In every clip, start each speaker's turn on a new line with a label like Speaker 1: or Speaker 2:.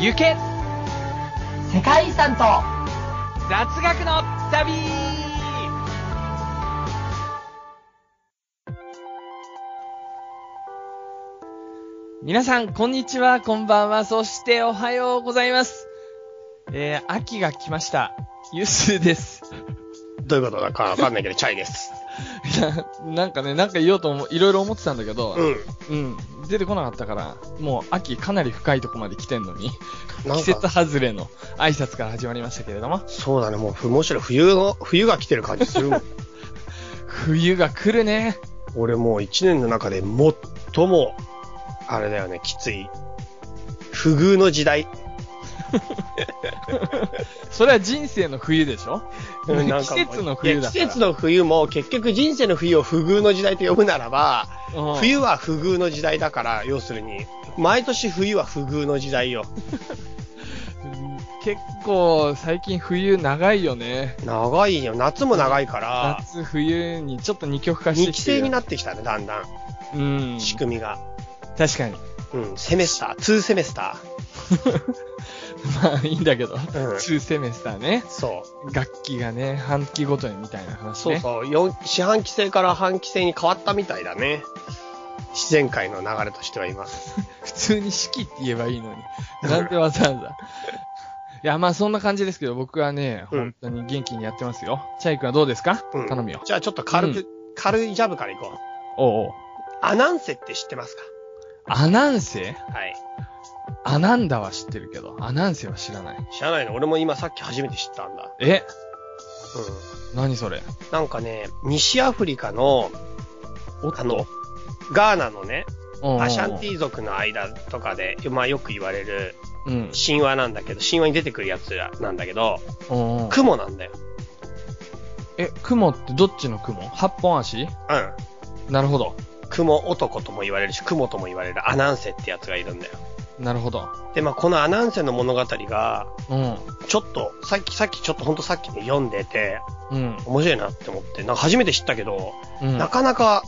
Speaker 1: 行け
Speaker 2: 世界遺産と
Speaker 1: 雑学の旅皆さん、こんにちは、こんばんは、そしておはようございます。えー、秋が来ました。ゆすです。
Speaker 3: どういうことだかわかんないけど、チャイです。
Speaker 1: いや、なんかね、なんか言おうと思う、いろいろ思ってたんだけど、
Speaker 3: うん。
Speaker 1: うん、出てこなかったから、もう秋かなり深いとこまで来てんのに、
Speaker 3: なん
Speaker 1: 季節
Speaker 3: か、
Speaker 1: 外れの挨拶から始まりましたけれども、
Speaker 3: そうだね、もうふ、むしろ冬の、冬が来てる感じす るもん。
Speaker 1: 冬が来るね。
Speaker 3: 俺もう一年の中で最も、あれだよね、きつい。不遇の時代。
Speaker 1: それは人生の冬でしょ
Speaker 3: うん
Speaker 1: 季
Speaker 3: なんかもう
Speaker 1: 節の冬だから
Speaker 3: いや季節の冬も結局人生の冬を不遇の時代と呼ぶならば、
Speaker 1: うん
Speaker 3: 冬は不遇の時代だから、要するに、毎年冬は不遇の時代よ。
Speaker 1: 結構最近冬長いよね。
Speaker 3: 長いよ、夏も長いから、
Speaker 1: 夏、冬にちょっと二極化し
Speaker 3: 二
Speaker 1: て
Speaker 3: 期
Speaker 1: きて
Speaker 3: 生
Speaker 1: る。
Speaker 3: になってきたね、だんだん。
Speaker 1: うん。
Speaker 3: 仕組みが。
Speaker 1: 確かに。
Speaker 3: うん、セメスター、2セメスタ
Speaker 1: まあいいんだけど。
Speaker 3: ー。うん。
Speaker 1: 2セメスターね。
Speaker 3: そう。
Speaker 1: 楽器がね、半期ごとにみたいな話
Speaker 3: そ
Speaker 1: ね。
Speaker 3: うそう、四四半期制から半期制に変わったみたいだね。自然界の流れとしては今。
Speaker 1: 普通に四季って言えばいいのに。なんでわざわざ。いや、まあそんな感じですけど、僕はね、
Speaker 3: うん
Speaker 1: 本当に元気にやってますよ。チャイ君はどうですか、
Speaker 3: うん
Speaker 1: 頼むよ。
Speaker 3: じゃあちょっと軽く、軽いジャブからいこう。
Speaker 1: おうおう。
Speaker 3: アナンセって知ってますか
Speaker 1: アナンセ
Speaker 3: はい。
Speaker 1: アナンダは知ってるけど、アナンセは知らない。
Speaker 3: 知らないの俺も今さっき初めて知ったんだ。
Speaker 1: え
Speaker 3: う
Speaker 1: 何それ
Speaker 3: ん。なんかね、西アフリカの、
Speaker 1: おっと
Speaker 3: あの、ガーナのね、アシャンテ
Speaker 1: ィ
Speaker 3: ィ族の間とかで、まあよく言われる
Speaker 1: うん。
Speaker 3: 神話なんだけど、神話に出てくるやつなんだけど、
Speaker 1: うんうん
Speaker 3: 雲なんだよ。
Speaker 1: え、雲ってどっちの雲八本足
Speaker 3: うん。
Speaker 1: なるほど。
Speaker 3: 雲男とも言われるし、雲とも言われるアナンセってやつがいるんだよ。
Speaker 1: なるほど。
Speaker 3: で、まあ、このアナンセの物語が、
Speaker 1: うん。
Speaker 3: ちょっと、さっき、さっき、ちょっとほんとさっきね読んでて、
Speaker 1: うん。
Speaker 3: 面白いなって思って、なんか初めて知ったけど、
Speaker 1: うん。
Speaker 3: なかなか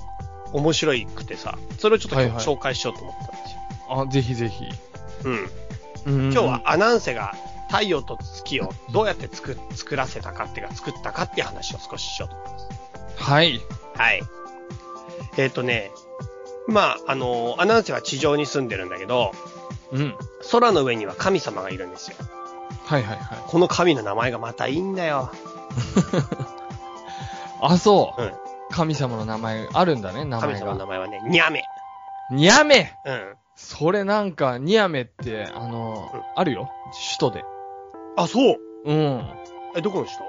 Speaker 3: 面白いくてさ、それをちょっと今日
Speaker 1: はいはい
Speaker 3: 紹介しようと思ったんですよ。
Speaker 1: あ、ぜひぜひ。
Speaker 3: うん。
Speaker 1: 今
Speaker 3: 今日はアナンセが太陽と月をどうやって作、作らせたかっていうか、作ったかっていう話を少ししようと思います。
Speaker 1: はい。
Speaker 3: はい。えっ、とね、まあ、あのアナンセは地上に住んでるんだけど、
Speaker 1: うん。
Speaker 3: 空の上には神様がいるんですよ。
Speaker 1: はいはい はい。
Speaker 3: この神の名前がまたいいんだよ。
Speaker 1: あ、そう。
Speaker 3: うん
Speaker 1: 神様の名前あるんだね、名
Speaker 3: 神
Speaker 1: 前
Speaker 3: 様の
Speaker 1: が。
Speaker 3: 名前はね、ニャメ。
Speaker 1: ニヤメ
Speaker 3: うん。
Speaker 1: それなんか、ニヤメって、あの、
Speaker 3: うん
Speaker 1: あるよ。首都で。
Speaker 3: あ、そう
Speaker 1: うん。
Speaker 3: え、どこの人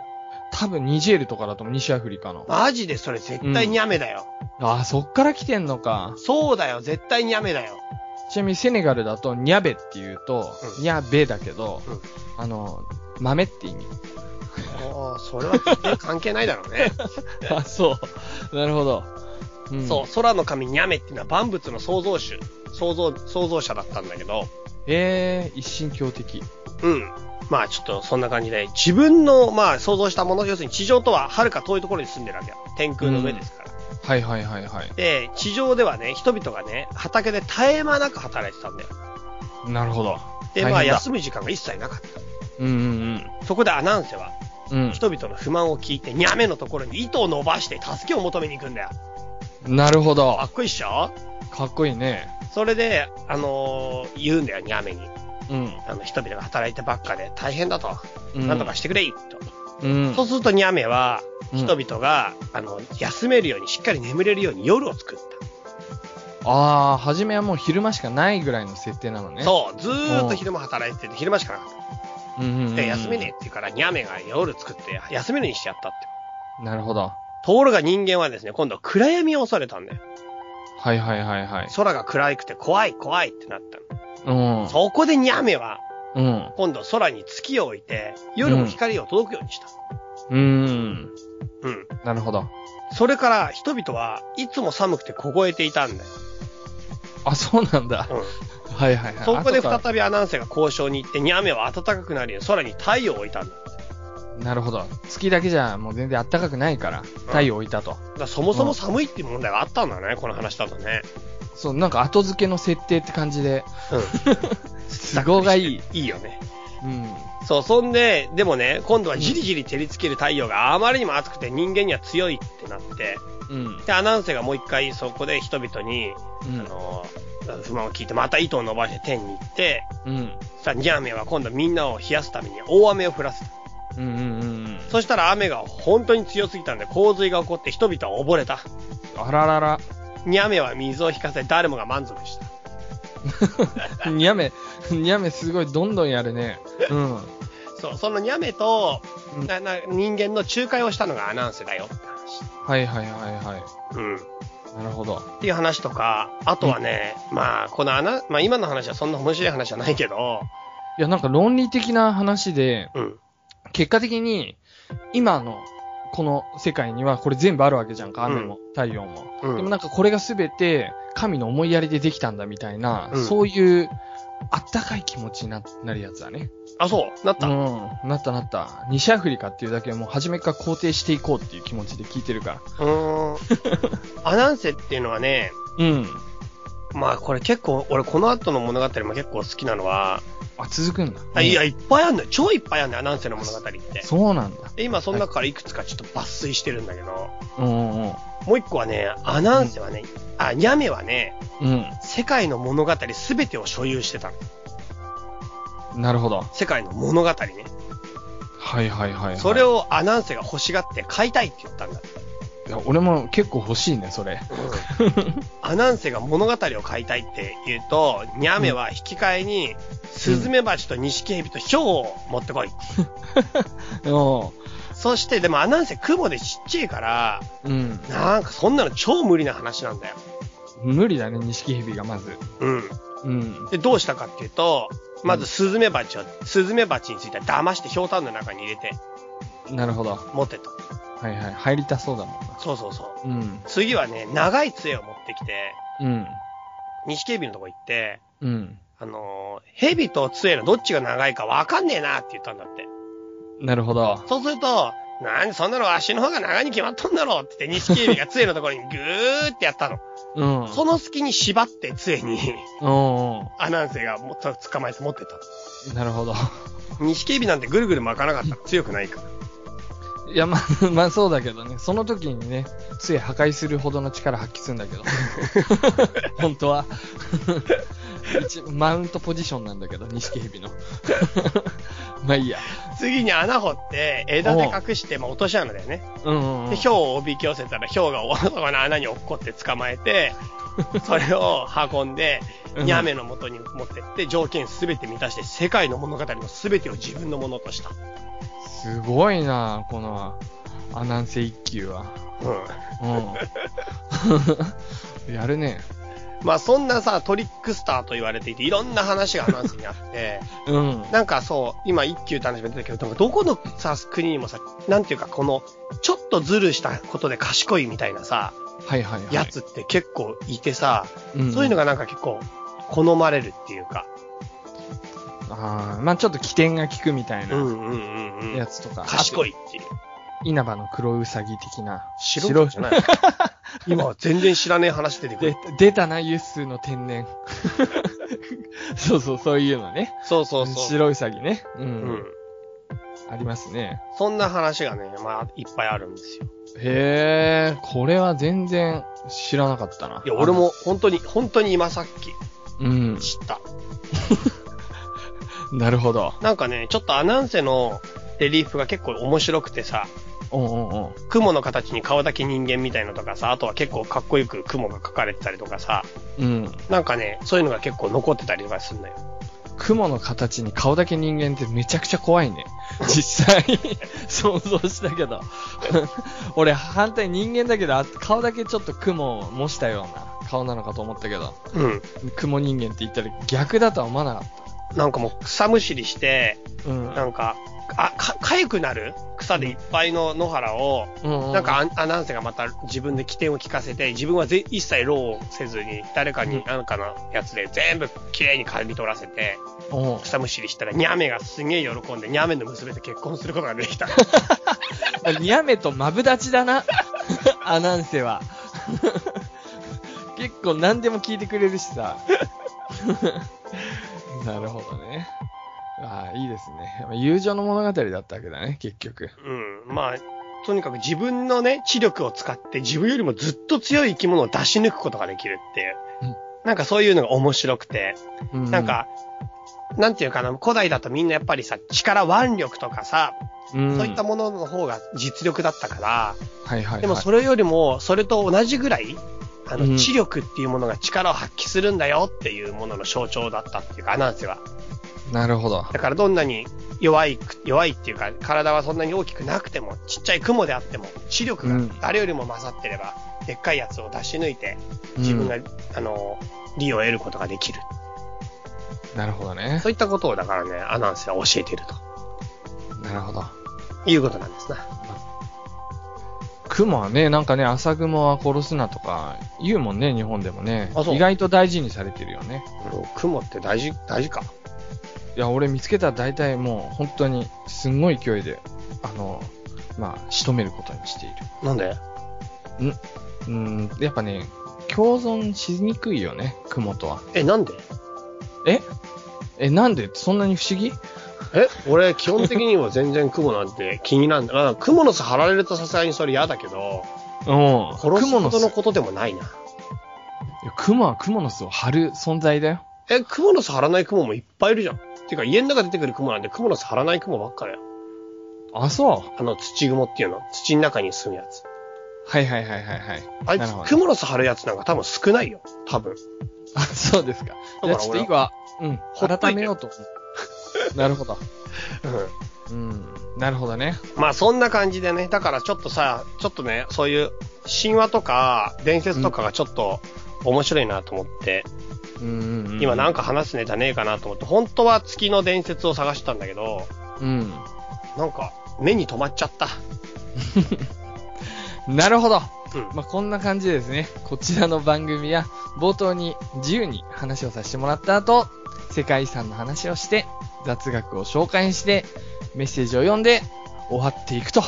Speaker 1: 多分ニジェールとかだと思う、西アフリカの。
Speaker 3: マジでそれ絶対ニャメだよ。
Speaker 1: あ、そっから来てんのか。
Speaker 3: そうだよ、絶対ニャメだよ。
Speaker 1: ちなみにセネガルだと、ニャベって言うと、
Speaker 3: うん
Speaker 1: ニャベだけど、
Speaker 3: うん
Speaker 1: あの、豆って 意味。
Speaker 3: ああ、それは絶対関係ないだろうね。
Speaker 1: あ、そう。なるほど。うん
Speaker 3: そう、空の神ニャメっていうのは万物の創造主、創造、創造者だったんだけど、
Speaker 1: えー、一神教的。
Speaker 3: うん。まあちょっとそんな感じで、自分の、まあ想像したもの、要するに地上とは遥か遠いところに住んでるわけよ。天空の上ですから。
Speaker 1: はいはいはいはい。
Speaker 3: で、地上ではね、人々がね、畑で絶え間なく働いてたんだよ。
Speaker 1: なるほど。大変
Speaker 3: で、
Speaker 1: だ
Speaker 3: まあ休む時間が一切なかっ
Speaker 1: うんうん
Speaker 3: た。そこでアナウンセは、
Speaker 1: うん。
Speaker 3: 人々の不満を聞いて、ニャメのところに糸を伸ばして助けを求めに行くんだよ。
Speaker 1: うん。なるほど
Speaker 3: か。っこいいっしょ
Speaker 1: かっこいいね。
Speaker 3: それで、あのー言うんだよ、ニャメに。
Speaker 1: うん。
Speaker 3: あの、人々が働いてばっかで大変だと。
Speaker 1: うん
Speaker 3: なんとかしてくれい、と。
Speaker 1: うん。
Speaker 3: そうするとニャメは、
Speaker 1: うん
Speaker 3: 人々が、あの、休めるように、しっかり眠れるように夜を作っ
Speaker 1: ああ、初めはもう昼間しかないぐらいの設定なの
Speaker 3: た。
Speaker 1: ね。
Speaker 3: そう、ずーっと昼間働いてて、昼間しかなかった。
Speaker 1: う。うんうん、うん。
Speaker 3: で、休めねえって言うから、ニャメが夜作って、休めるようにしてやったって。
Speaker 1: なるほど。
Speaker 3: ところが人間はですね、今度は暗闇を恐れたんだよ。
Speaker 1: はいはいはいはい。
Speaker 3: 空が暗くて怖い怖いってなったの。
Speaker 1: うん。
Speaker 3: そこでニャメは、
Speaker 1: うん。
Speaker 3: 今度空に月を置いて、夜も光を届くようにした。
Speaker 1: うん。
Speaker 3: うん。
Speaker 1: なるほど。
Speaker 3: それから人々はいつも寒くて凍えていたんだよ。
Speaker 1: あ、そうなん だ。
Speaker 3: うん。
Speaker 1: はいはいはい。
Speaker 3: そこで
Speaker 1: 後から
Speaker 3: 再びアナウンセが交渉に行って、ニャメは暖かくなるように空に太陽を置いたんだ。だ
Speaker 1: なるほど。月だけじゃもう全然暖かくないから、太陽置いたと。
Speaker 3: からそもそも寒いっていう問題があったんだね、この話だとね。
Speaker 1: そう、なんか後付けの設定って感じで。
Speaker 3: うん。
Speaker 1: 都合がいい。
Speaker 3: いいよね。
Speaker 1: うん。
Speaker 3: そう、そんで、でもね、今度はじりじり照りつける太陽があまりにも暑くて人間には強いってなって、
Speaker 1: うん。
Speaker 3: で、アナウンスがもう一回そこで人々に、
Speaker 1: うん
Speaker 3: あの、不満を聞いて、また糸を伸ばして天に行って、
Speaker 1: うん。
Speaker 3: さあ、ニャーメンは今度みんなを冷やすために大雨を降らせた。
Speaker 1: うんうんうん。
Speaker 3: そしたら雨が本当に強すぎたんで洪水が起こって人々は溺れた。
Speaker 1: あららら。
Speaker 3: ニャーメンは水を引かせ誰もが満足した。
Speaker 1: にやめ、にやめすごいどんどんやるね。 うん。
Speaker 3: そう、そのニャメと、
Speaker 1: うん
Speaker 3: なな人間の仲介をしたのがアナウンスだよって
Speaker 1: はいはいはいは
Speaker 3: 話。うん。
Speaker 1: い。なるほど。
Speaker 3: っていう話とか、あとはね、まあ、このアナ、まあ今の話はそんな面白い話じゃないけど、
Speaker 1: いや、なんか論理的な話で、
Speaker 3: うん。
Speaker 1: 結果的に、今の、この世界にはこれ全部あるわけじゃんか、雨も、太陽も。
Speaker 3: うん
Speaker 1: でもなんかこれが全て神の思いやりでできたんだみたいな、
Speaker 3: うん
Speaker 1: そういうあったかい気持ちにななるやつだね。
Speaker 3: あ、そう、なっ
Speaker 1: う
Speaker 3: た。
Speaker 1: ん。なったなった。西アフリカっていうだけはもう初めから肯定していこうっていう気持ちで聞いてるか
Speaker 3: うー ん。アナウンスっていうのはね、
Speaker 1: ら。うん。
Speaker 3: まあこれ結構、俺この後の物語も結構好きなのは、
Speaker 1: あ、続くんだ。
Speaker 3: あいや、
Speaker 1: うん
Speaker 3: いっぱいあんのよ。超いっぱいあんのよ、アナウンスの物語って。
Speaker 1: そうなんだ。
Speaker 3: で今その中からいくつかちょっと抜粋してるんだけど、
Speaker 1: うんうんうん。
Speaker 3: もう一個はね、アナウンスはね、あ、ニャメはね、
Speaker 1: う
Speaker 3: 世界の物語すべてを所有してたの。
Speaker 1: ん。なるほど。
Speaker 3: 世界の物語ね。
Speaker 1: はいはいはい、はい。
Speaker 3: それ。をアナウンスが欲しがって買いたいって言ったんだって。
Speaker 1: いや、俺も結構欲しいね、それ。
Speaker 3: アナウンスが物語を買いたいって言うと、ニャメは引き換えに、スズメバチとニシキヘビとヒョウを持ってこい。
Speaker 1: う
Speaker 3: そして、でもアナウンス雲でちっちゃいから、
Speaker 1: ん。うん。
Speaker 3: なんかそんなの超無理な話なんだよ。
Speaker 1: 無理だね、錦蛇がまず。
Speaker 3: うん。
Speaker 1: うん。
Speaker 3: で、どうしたかっていうと、まずスズメバチを、スズメバチについては騙して氷炭の中に入れて
Speaker 1: なるほど。
Speaker 3: 持ってった。
Speaker 1: はいはい。入りたそうだもんな。
Speaker 3: そうそうそう。
Speaker 1: うん。
Speaker 3: 次はね、長い杖を持ってきて、
Speaker 1: うん。
Speaker 3: 錦蛇のとこ行って、
Speaker 1: うん。
Speaker 3: あのー、蛇と杖のどっちが長いかわかんねえなって言ったんだって。
Speaker 1: なるほど。
Speaker 3: そうすると、なんでそんなのわしの方が長いに決まっとんだろうって言って、錦蛇が杖のところにぐーってやったの。
Speaker 1: うん。
Speaker 3: その隙に縛って杖に
Speaker 1: うんう
Speaker 3: アナウンスがもっと捕まえて持ってっ
Speaker 1: ん。
Speaker 3: た
Speaker 1: なるほど。
Speaker 3: の。錦蛇なんてぐるぐる巻かなかったら強くないから。
Speaker 1: いや、まあ、まあそうだけどね。その時にね、杖破壊するほどの力発揮するんだけ ど。本当は。一マウントポジションなんだけど、錦蛇 の。まあいいや。
Speaker 3: 次に穴掘って枝で隠して、まあ、落とし穴だよね。
Speaker 1: うん、うん。
Speaker 3: で、ヒョウをおびき寄せたら、ヒョウがおそこの穴に落っこって捕ま えて、それを運んで、
Speaker 1: うん
Speaker 3: ニャメの元に持ってって、条件すべて満たして、世界の物語のすべてを自分のものとした。
Speaker 1: すごいなこの、アナウンセ一級は。
Speaker 3: うん。
Speaker 1: うん。 やるね。
Speaker 3: まあそんなさ、トリックスターと言われていて、いろんな話がアナウンスにあって、
Speaker 1: うん。
Speaker 3: なんかそう、今一級って話が出たけど、なんかどこのさ、国にもさ、なんていうかこの、ちょっとずるしたことで賢いみたいなさ、
Speaker 1: はいはいはい。
Speaker 3: やつって結構いてさ、
Speaker 1: うん
Speaker 3: そういうのがなんか結構好まれるっていうか、
Speaker 1: ああ、まあちょっと起点が効くみたい
Speaker 3: うん
Speaker 1: な
Speaker 3: うんうんう
Speaker 1: や
Speaker 3: ん。
Speaker 1: つとか。
Speaker 3: 賢
Speaker 1: い。
Speaker 3: いっていう。
Speaker 1: 稲葉の黒ウサギ的な。
Speaker 3: 白いじ ゃない今は全然知らねえ話出てく
Speaker 1: で
Speaker 3: る。、
Speaker 1: 出たな、ユッスーの天 然。そうそう、そういうのね。
Speaker 3: そうそうそう。
Speaker 1: 白ウサギね。う。
Speaker 3: うんん。
Speaker 1: ありますね。
Speaker 3: そんな話がね、まあ、いっぱいあるんですよ。
Speaker 1: へえ、これは全然知らなかったな。
Speaker 3: いや、俺。も本当に、本当に今さっき
Speaker 1: うん。
Speaker 3: 知った。
Speaker 1: なるほど。
Speaker 3: なんかね、ちょっとアナウンセのレリーフが結構面白くてさ、
Speaker 1: うんうんうん。
Speaker 3: 雲の形に顔だけ人間みたいのとかさ、あとは結構かっこよく雲が描かれてたりとかさ、
Speaker 1: うん。
Speaker 3: なんかね、そういうのが結構残ってたりとかするんだよ。
Speaker 1: 雲の形に顔だけ人間ってめちゃくちゃ怖 いね。実際、想像したけど。 俺、反対人間だけど、あ顔だけちょっと雲を模したような顔なのかと思ったけど、
Speaker 3: うん。
Speaker 1: 雲人間って言ったら逆だとは思わなかっ
Speaker 3: なんかもう草むしりして、
Speaker 1: た。うん。
Speaker 3: なんか、あ、か、かゆくなる草でいっぱいの野原を、
Speaker 1: うんうん
Speaker 3: なんかアンアナウンスがまた自分で起点を聞かせて、自分はぜ一切労をせずに、誰かになんかのやつで全部綺麗に刈り取らせて、
Speaker 1: うん
Speaker 3: 草むしりしたら、ニャメがすげえ喜んで、ニャメの娘と結婚することがで きた。
Speaker 1: ニヤメとマブダチだ な。アナウンセは。 結構何でも聞いてくれるしさ。 なるほどね。ああ、いいですね。友情の物語だったわけだね、結局。
Speaker 3: うん。まあ、とにかく自分のね、知力を使って自分よりもずっと強い生き物を出し抜くことができるっていう
Speaker 1: うん。
Speaker 3: なんかそういうのが面白くて。
Speaker 1: う
Speaker 3: なん、か、なんていうかな、古代だとみんなやっぱりさ、力腕力とかさ、
Speaker 1: うん
Speaker 3: そういったものの方が実力だったから、
Speaker 1: はいはいはい。
Speaker 3: でもそれよりも、それと同じぐらい、あ
Speaker 1: うん
Speaker 3: の、知力っていうものが力を発揮するんだよっていうものの象徴だったっていうか、アナウンスは。
Speaker 1: なるほど。
Speaker 3: だからどんなに弱いく、弱いっていうか、体はそんなに大きくなくても、ちっちゃい雲であっても、知力が誰よりも勝ってれば、でっかいやつを出し抜いて、自分が、
Speaker 1: うん
Speaker 3: あの、利を得ることができる。
Speaker 1: なるほどね
Speaker 3: そ。ういったことを、だからね、アナウンスは教えていると。
Speaker 1: なるほど。
Speaker 3: いうことなんですな。
Speaker 1: 雲はね、なんかね、朝雲は殺すなとか言うもんね、日本でもね
Speaker 3: あ。そう
Speaker 1: 意外と大事にされてるよね。
Speaker 3: うん雲って大事、大事か。
Speaker 1: いや、俺見つけたら大体もう本当にすんごい勢いで、あの、まあ、仕留めることにしている。
Speaker 3: なんで
Speaker 1: うん、やっぱね、共存しにくいよね、雲とは。
Speaker 3: え、なんで
Speaker 1: ええ、なんでそんなに不思議
Speaker 3: え、俺、基本的には全然雲なんて気になんだ。あ雲の巣張られるとさすがにそれ嫌だけど、
Speaker 1: うん。
Speaker 3: 殺すほ
Speaker 1: の
Speaker 3: ど
Speaker 1: 巣
Speaker 3: の。ことでもないな。
Speaker 1: いや雲は雲の巣を張る存在だよ。
Speaker 3: え、雲の巣張らない雲もいっぱいいるじゃん。てか、家の中出てくる雲なんて雲の巣張らない雲ばっかだよ。
Speaker 1: あ、そう。
Speaker 3: あの、土雲っていうの。土の中に住むやつ。
Speaker 1: はいはいはいはいはい。
Speaker 3: あい
Speaker 1: な
Speaker 3: つ
Speaker 1: るほ、ど
Speaker 3: 雲の巣張るやつなんか多分少ないよ。多分。
Speaker 1: あ、そうですか。じゃあ
Speaker 3: だから
Speaker 1: ちょっと
Speaker 3: 俺
Speaker 1: 一個は、うん、
Speaker 3: ほっといて
Speaker 1: 改めようと思 う。なるほど。
Speaker 3: うん。
Speaker 1: うん、なるほどね。
Speaker 3: まあそんな感じでね、だからちょっとさ、ちょっとね、そういう神話とか伝説とかがちょっと面白いなと思って、
Speaker 1: うんうん、うん。
Speaker 3: 今なんか話すネタねえかなと思って、本当は月の伝説を探したんだけど、
Speaker 1: うん。
Speaker 3: なんか目に留まっちゃった。
Speaker 1: なるほど。
Speaker 3: うん。
Speaker 1: まあ、こんな感じでですね、こちらの番組は冒頭に自由に話をさせてもらった後、世界遺産の話をして、雑学を紹介して、メッセージを読んで終わっていくと。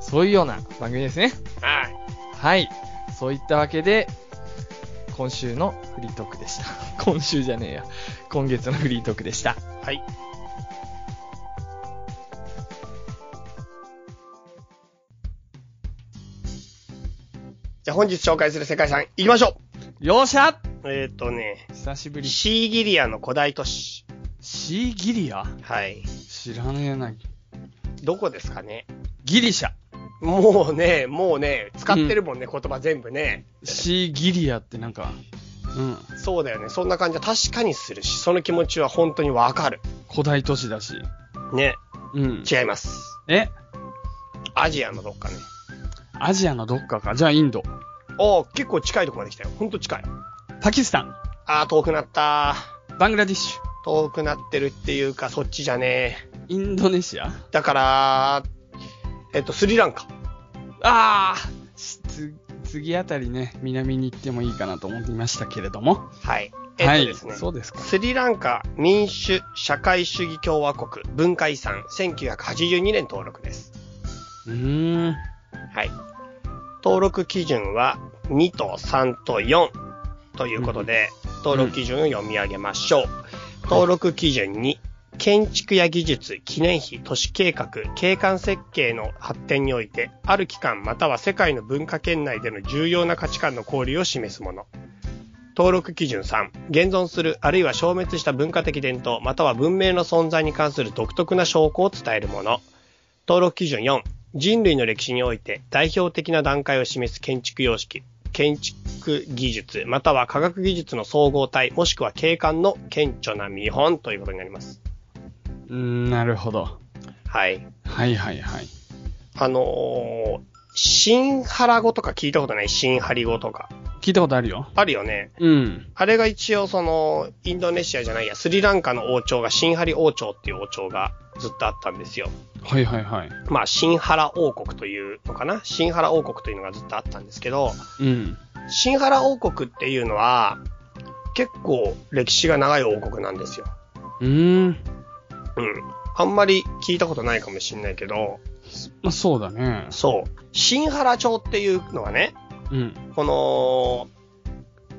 Speaker 1: そういうような番組ですね。
Speaker 3: はい。
Speaker 1: はい。そういったわけで、今週のフリートークでした。 今週じゃねえや。今月のフリートークでした。
Speaker 3: はい。じゃあ本日紹介する世界遺産行きましょ
Speaker 1: よっしゃ
Speaker 3: うえっ、ー、とね、
Speaker 1: 久しぶり。
Speaker 3: シーギリアの古代都市。
Speaker 1: シーギリア
Speaker 3: はい。
Speaker 1: 知らねえな。
Speaker 3: どこですかね
Speaker 1: ギリシャ。
Speaker 3: もうね、もうね、使ってるもんね、言葉全部ね。
Speaker 1: シーギリアってなんか、うん。
Speaker 3: そうだよね、そんな感じは確かにするし、その気持ちは本当にわかる。
Speaker 1: 古代都市だし。
Speaker 3: ね、
Speaker 4: うん。
Speaker 3: 違います。
Speaker 4: え
Speaker 3: アジアのどっかね。
Speaker 4: アジアのどっかか。じゃあインド。
Speaker 3: おー、結構近いとこまで来たよ。ほんと近い。
Speaker 4: パキスタン。
Speaker 3: あー、遠くなった
Speaker 4: バングラディッシュ。
Speaker 3: 遠くなってるっていうか、そっちじゃねえ。
Speaker 4: インドネシア
Speaker 3: だから、えっと、スリランカ。
Speaker 4: あーしつ次あたりね、南に行ってもいいかなと思っていましたけれども。
Speaker 3: はい。えっとですね。
Speaker 4: そうですか。
Speaker 3: スリランカ民主社会主義共和国文化遺産1982年登録です。
Speaker 4: うーん。
Speaker 3: はい。登録基準は2と3と4ということで、登録基準を読み上げましょう。登録基準2、建築や技術、記念碑、都市計画、景観設計の発展において、ある期間または世界の文化圏内での重要な価値観の交流を示すもの。登録基準3、現存するあるいは消滅した文化的伝統または文明の存在に関する独特な証拠を伝えるもの。登録基準4、人類の歴史において代表的な段階を示す建築様式、建築技術、または科学技術の総合体、もしくは景観の顕著な見本ということになります。
Speaker 4: うーんなるほど。
Speaker 3: はい。
Speaker 4: はいはいはい。
Speaker 3: あのー、新原語とか聞いたことない新張語とか。
Speaker 4: 聞いたことあるよ。
Speaker 3: あるよね。
Speaker 4: うん。
Speaker 3: あれが一応その、インドネシアじゃないや、スリランカの王朝が新張王朝っていう王朝がずっとあったんですよ。
Speaker 4: はいはいはい。
Speaker 3: まあ、新原王国というのかな新原王国というのがずっとあったんですけど、
Speaker 4: うん。
Speaker 3: 新原王国っていうのは、結構歴史が長い王国なんですよ。
Speaker 4: うーん。
Speaker 3: うん。あんまり聞いたことないかもしんないけど、
Speaker 4: まあ、そうだね。
Speaker 3: そう。新原町っていうのはね、
Speaker 4: うん。
Speaker 3: この、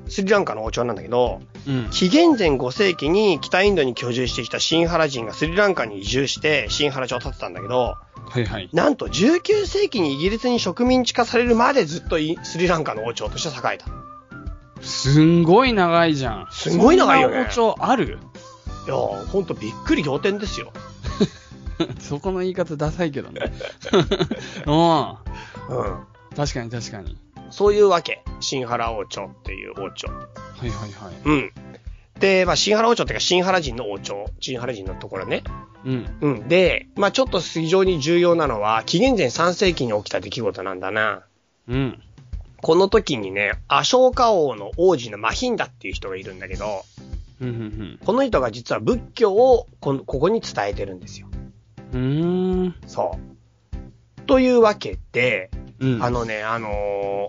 Speaker 3: スリランカの王朝なんだけど、
Speaker 1: うん。
Speaker 3: 紀元前5世紀に北インドに居住してきたシンハラ人がスリランカに移住してシンハラ朝を建てたんだけど、
Speaker 1: はいはい。
Speaker 3: なんと19世紀にイギリスに植民地化されるまでずっといスリランカの王朝として栄えた。
Speaker 1: すんごい長いじゃん。
Speaker 3: すごい長いよね
Speaker 1: そんな包丁ある
Speaker 3: いやー、ほんとびっくり仰天ですよ。
Speaker 1: そこの言い方ダサいけ どね。う
Speaker 3: うん。
Speaker 1: ん。確かに確かに。
Speaker 3: そういうわけ。シンハラ王朝っていう王朝。
Speaker 1: はいはいはい。
Speaker 3: うん。で、まあ、シンハラ王朝っていうか、シンハラ人の王朝。シンハラ人のところね。
Speaker 1: うん。
Speaker 3: うん。で、まあ、ちょっと非常に重要なのは、紀元前3世紀に起きた出来事なんだな。
Speaker 1: うん。
Speaker 3: この時にね、アショーカ王の王子のマヒンダっていう人がいるんだけど、
Speaker 1: うんうん
Speaker 3: この人が実は仏教をこのここに伝えてるんですよ。
Speaker 1: うん。うーん。
Speaker 3: そう。というわけで、
Speaker 1: うん。
Speaker 3: あのね、あの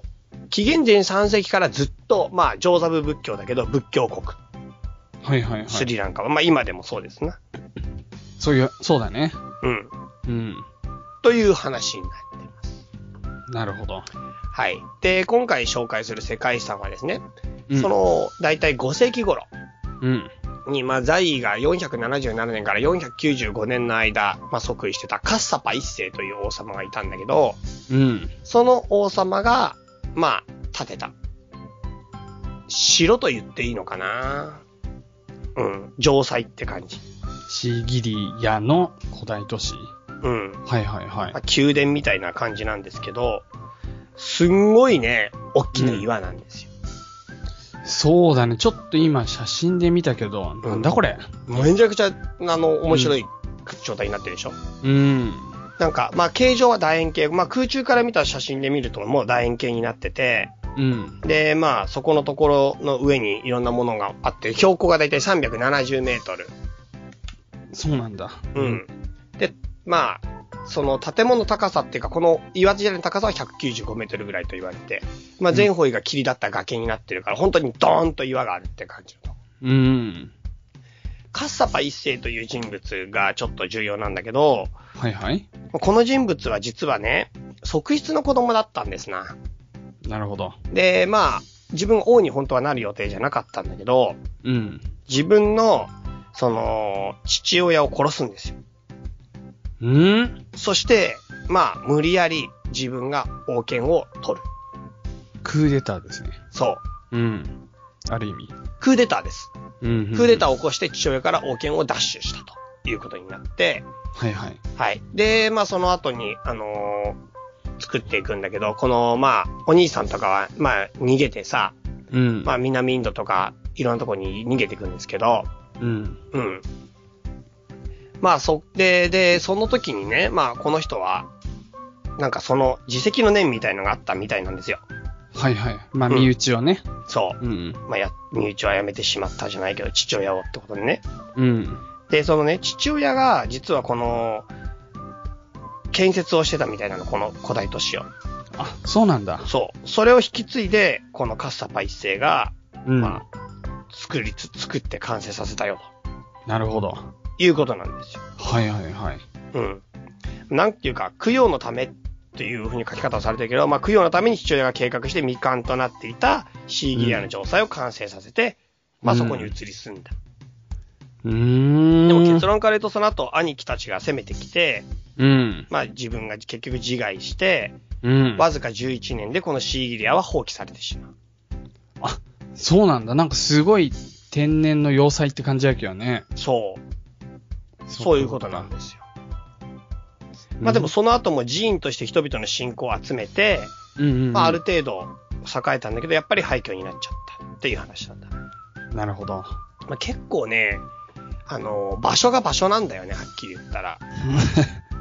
Speaker 3: ー紀元前3世紀からずっと、まあ、上座部仏教だけど、仏教国、
Speaker 1: はいはいはい。
Speaker 3: スリランカは、まあ、今でもそうですな。
Speaker 1: そういう、そうだね。
Speaker 3: うん。
Speaker 1: うん。
Speaker 3: という話になってます。
Speaker 1: なるほど。
Speaker 3: はい。で、今回紹介する世界遺産はですね、
Speaker 1: うん
Speaker 3: そ、の、だいたい5世紀頃
Speaker 1: うん。
Speaker 3: に、まあ、在位が477年から495年の間、まあ、即位してたカッサパ一世という王様がいたんだけど、
Speaker 1: うん。
Speaker 3: その王様が、まあ、建てた。城と言っていいのかなうん。城塞って感じ。
Speaker 1: シーギリヤの古代都市。
Speaker 3: うん。
Speaker 1: はいはいはい
Speaker 3: まあ。宮殿みたいな感じなんですけど、すんごいね、大きな岩なんですよ。
Speaker 1: そうだね。ちょっと今写真で見たけど、なんだこれ。
Speaker 3: めちゃくちゃ、あの、面白い状態になってるでしょ、
Speaker 1: うん。
Speaker 3: なんか、まあ、形状は楕円形。まあ、空中から見た写真で見ると、もう楕円形になってて、
Speaker 1: うん。
Speaker 3: で、まあ、そこのところの上にいろんなものがあって、標高がだいたい370メートル。
Speaker 1: そうなんだ。
Speaker 3: うん。。で、まあ、その建物の高さっていうか、この岩地の高さは195メートルぐらいと言われて、まあ全方位が霧だった崖になってるから、本当にドーンと岩があるって感じの。
Speaker 1: うん。
Speaker 3: カッサパ一世という人物がちょっと重要なんだけど、
Speaker 1: はいはい。
Speaker 3: この人物は実はね、側室の子供だったんですな。
Speaker 1: なるほど。
Speaker 3: で、まあ、自分王に本当はなる予定じゃなかったんだけど、
Speaker 1: うん。
Speaker 3: 自分の、その、父親を殺すんですよ。
Speaker 1: うん
Speaker 3: そして、まあ、無理やり自分が王権を取る。
Speaker 1: クーデターですね。
Speaker 3: そう。
Speaker 1: うん。ある意味。
Speaker 3: クーデターです。
Speaker 1: うん
Speaker 3: クーデター
Speaker 1: ー
Speaker 3: を起こして父親から王権を奪取したということになって、
Speaker 1: はいはい。
Speaker 3: はい。で、まあその後に、あのー作っていくんだけど、この、まあ、お兄さんとかは、まあ、逃げてさ、
Speaker 1: うん。
Speaker 3: まあ、南インドとか、いろんなとこに逃げていくんですけど、
Speaker 1: うん。
Speaker 3: うん。まあ、そ、で、で、その時にね、まあ、この人は、なんかその、自責の念みたいのがあったみたいなんですよ。
Speaker 1: はいはい。まあ、
Speaker 3: うん
Speaker 1: 身内をね。
Speaker 3: そうう。
Speaker 1: ん。
Speaker 3: まあ、や、身内は辞めてしまったじゃないけど、父親をってことでね。
Speaker 1: うん。
Speaker 3: で、そのね、父親が、実はこの、建設をしてたみたいなの、この古代都市を。
Speaker 1: あ、そうなんだ。
Speaker 3: そう。それを引き継いで、このカッサパ一世が、
Speaker 1: うん。
Speaker 3: まあ、作りつ、作って完成させたよ、
Speaker 1: なるほど。
Speaker 3: ということなんですよ。
Speaker 1: はいはいはい。
Speaker 3: うん。なんていうか、供養のためというふうに書き方をされてるけど、まあ、供養のために父親が計画して未完となっていたシーギリアの城塞を完成させて、まあ、そこに移り住んだ。
Speaker 1: うーん。
Speaker 3: でも結論から言うと、その後、兄貴たちが攻めてきて、
Speaker 1: うん。
Speaker 3: まあ、自分が結局自害して、
Speaker 1: うん。
Speaker 3: わずか11年でこのシーギリアは放棄されてしまう。
Speaker 1: あ、そうなんだ。なんかすごい天然の要塞って感じだけどね。
Speaker 3: そう。そういうことなんですよ。
Speaker 1: うん
Speaker 3: まあでも、その後も寺院として人々の信仰を集めて、
Speaker 1: うんうんうん
Speaker 3: まあある程度栄えたんだけど、やっぱり廃墟になっちゃったっていう話なんだ。
Speaker 1: なるほど。
Speaker 3: まあ結構ね、あの、場所が場所なんだよね、はっきり言ったら。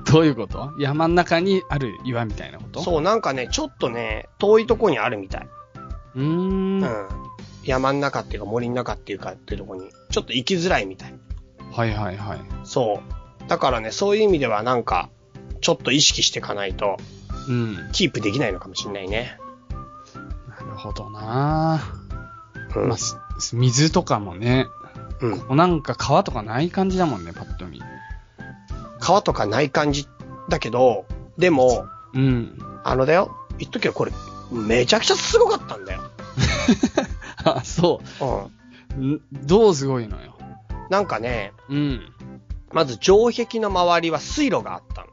Speaker 1: どういうこと山の中にある岩みたいなこと
Speaker 3: そう、なんかね、ちょっとね、遠いとこにあるみたい。
Speaker 1: う。うー。
Speaker 3: うんん
Speaker 1: は。
Speaker 3: 山の中っていうか森の中っていうかっていうとこに、ちょっと行きづらいみたい。
Speaker 1: いはいはい。
Speaker 3: そう。だからね、そういう意味ではなんか、ちょっと意識していかないと、
Speaker 1: うん。
Speaker 3: キープできないのかもしれないね。
Speaker 1: なるほどな
Speaker 3: う
Speaker 1: ぁ。まあ、す水とかもね、
Speaker 3: うん。
Speaker 1: なんか川とかない感じだもんね、パッと見。
Speaker 3: 川とかない感じだけど、でも、
Speaker 1: うん。
Speaker 3: あのだよ、言っとくけどこれ、めちゃくちゃすごかったんだよ。
Speaker 1: が、そ
Speaker 3: うん。
Speaker 1: う、んどうすごいのよ。
Speaker 3: なんかね、
Speaker 1: うん。
Speaker 3: まず城壁の周りは水路があったの。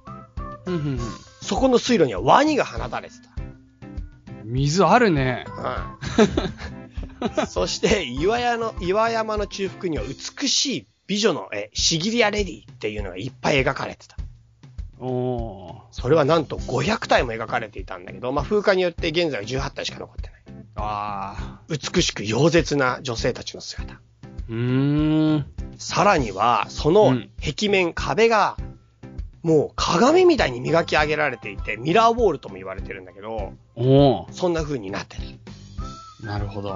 Speaker 1: うんうん
Speaker 3: そこの水路にはワニが放たれて
Speaker 1: うん水あるね。
Speaker 3: た。 うん。そして、岩屋の、岩山の中腹には美しい美女の絵、シギリアレディっていうのがいっぱい描かれてた。
Speaker 1: おー。
Speaker 3: それはなんと500体も描かれていたんだけど、まあ、風化によって現在は18体しか残ってない。
Speaker 1: あ
Speaker 3: 美しく妖絶な女性たちの姿。
Speaker 1: ー。うーん。
Speaker 3: さらには、そうの
Speaker 1: ん
Speaker 3: 壁面、壁が、もう鏡みたいに磨き上げられていて、ミラーウォールとも言われてるんだけど、
Speaker 1: おー。
Speaker 3: そんな風になってる。
Speaker 1: なるほど。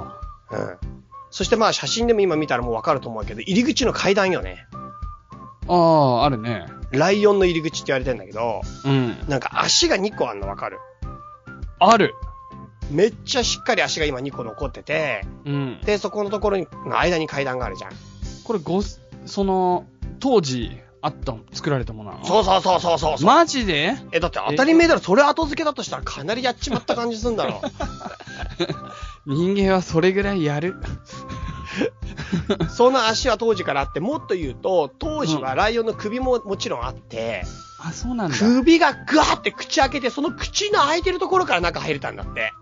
Speaker 3: うん。そしてまあ写真でも今見たらもうわかると思うけど、入り口の階段よね。
Speaker 1: あー、あるね。
Speaker 3: ライオンの入り口って言われてんだけど、
Speaker 1: うん。
Speaker 3: なんか足が2個あんのわかる。
Speaker 1: ある。
Speaker 3: めっちゃしっかり足が今2個残ってて、
Speaker 1: うん。
Speaker 3: で、そこのところに、間に階段があるじゃん。
Speaker 1: これ、ご、その、当時、あった、作られたものなの
Speaker 3: そうそうそうそうそうそう。
Speaker 1: マジで
Speaker 3: え、だって当たり前だろ、それ後付けだとしたらかなりやっちまった感じすんだ ろ。
Speaker 1: 人間はそれぐらいやる。
Speaker 3: その足は当時からあって、もっと言うと、当時はライオンの首ももちろんあって、
Speaker 1: あ、そうなんだ。
Speaker 3: 首がグワーって口開けて、その口の開いてるところから中入れたんだって。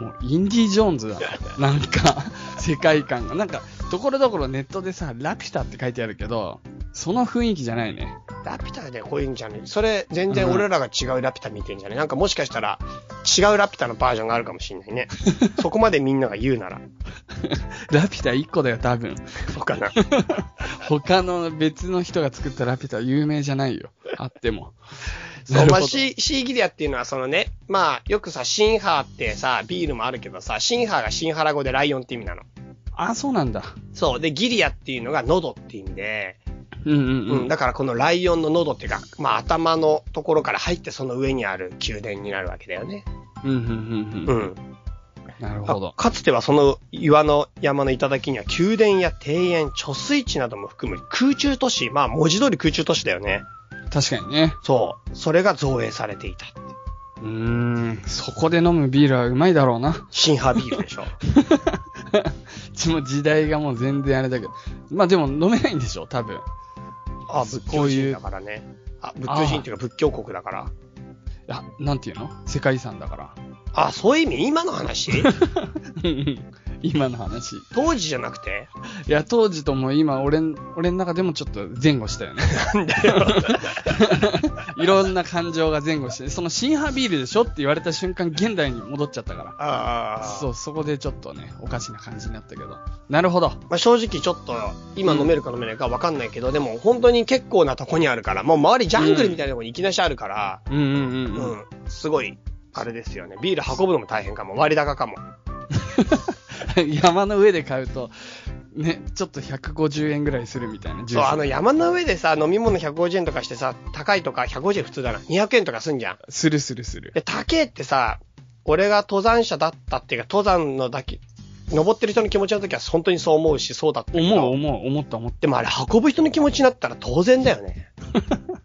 Speaker 1: もう、インディ・ジョーンズだな。なんか、世界観が。なんか、ところどころネットでさ、ラピュタって書いてあるけど、その雰囲気じゃないね。
Speaker 3: ラピュタでこういうんじゃねえ。それ、全然俺らが違うラピュタ見てんじゃねえ。なんかもしかしたら、違うラピュタのバージョンがあるかもしんないね。 そこまでみんなが言うなら。
Speaker 1: ラピュタ1個だよ、多分。
Speaker 3: そうかな。
Speaker 1: 他の別の人が作ったラピュタは有名じゃないよ。あっても。
Speaker 3: そう、ま
Speaker 1: な
Speaker 3: あ、
Speaker 1: るほど
Speaker 3: シー、シーギリアっていうのはそのね、まあ、よくさ、シンハーってさ、ビールもあるけどさ、シンハーがシンハラ語でライオンって意味なの。
Speaker 1: あ、そうなんだ。
Speaker 3: そう。で、ギリアっていうのが喉って意味で、
Speaker 1: うんうん
Speaker 3: う、
Speaker 1: うんん。
Speaker 3: だからこのライオンの喉っていうか、まあ頭のところから入ってその上にある宮殿になるわけだよね。
Speaker 1: うんうんうん
Speaker 3: う
Speaker 1: うん。
Speaker 3: ん。
Speaker 1: なるほど。
Speaker 3: かつてはその岩の山の頂には宮殿や庭園、貯水池なども含む空中都市、まあ文字通り空中都市だよね。
Speaker 1: 確かにね。
Speaker 3: そう。それが造営されていた。
Speaker 1: うーん。そこで飲むビールはうまいだろうな。
Speaker 3: シンハビールでしょ。
Speaker 1: ちも時代がもう全然あれだけど。まあでも飲めないんでしょ、多分。
Speaker 3: あ、仏教人だからね。あ、仏教人っていうか仏教国だから。
Speaker 1: あ、なんていうの世界遺産だから。
Speaker 3: あ、そういう意味今の 話
Speaker 1: 今の話。い
Speaker 3: 当時じゃなくて
Speaker 1: や、当時とも今、俺ん、俺の中でもちょっと前後したよね。
Speaker 3: なんだよ。
Speaker 1: いろんな感情が前後して、その新派ビールでしょって言われた瞬間、現代に戻っちゃったか
Speaker 3: あ
Speaker 1: ら。
Speaker 3: あ。
Speaker 1: そう、そこでちょっとね、おかしな感じになったけど。なるほど。
Speaker 3: まあ、正直ちょっと今飲めるか飲めないか分かんないけど、でも本当に結構なとこにあるからもう周りジャングルみたいなとこにいきなしあるから、
Speaker 1: うんうんうん
Speaker 3: う
Speaker 1: うんん。
Speaker 3: すごいあれですよねビール運ぶのも大変かも割高かも
Speaker 1: 山の上で買うと、ね、ちょっと150円ぐらいするみたいな。ジュ
Speaker 3: そう
Speaker 1: ース
Speaker 3: あの山の上でさ飲み物150円とかしてさ高いとか150円普通だな200円とかすんじゃん
Speaker 1: するするする。
Speaker 3: で高えってさ俺が登山者だったっていうか登山のだけ登ってる人の気持ちの時は本当にそう思うしそうだったけど
Speaker 1: 思う思う、思った思った。
Speaker 3: でもあれ運ぶ人の気持ちになったら当然だよね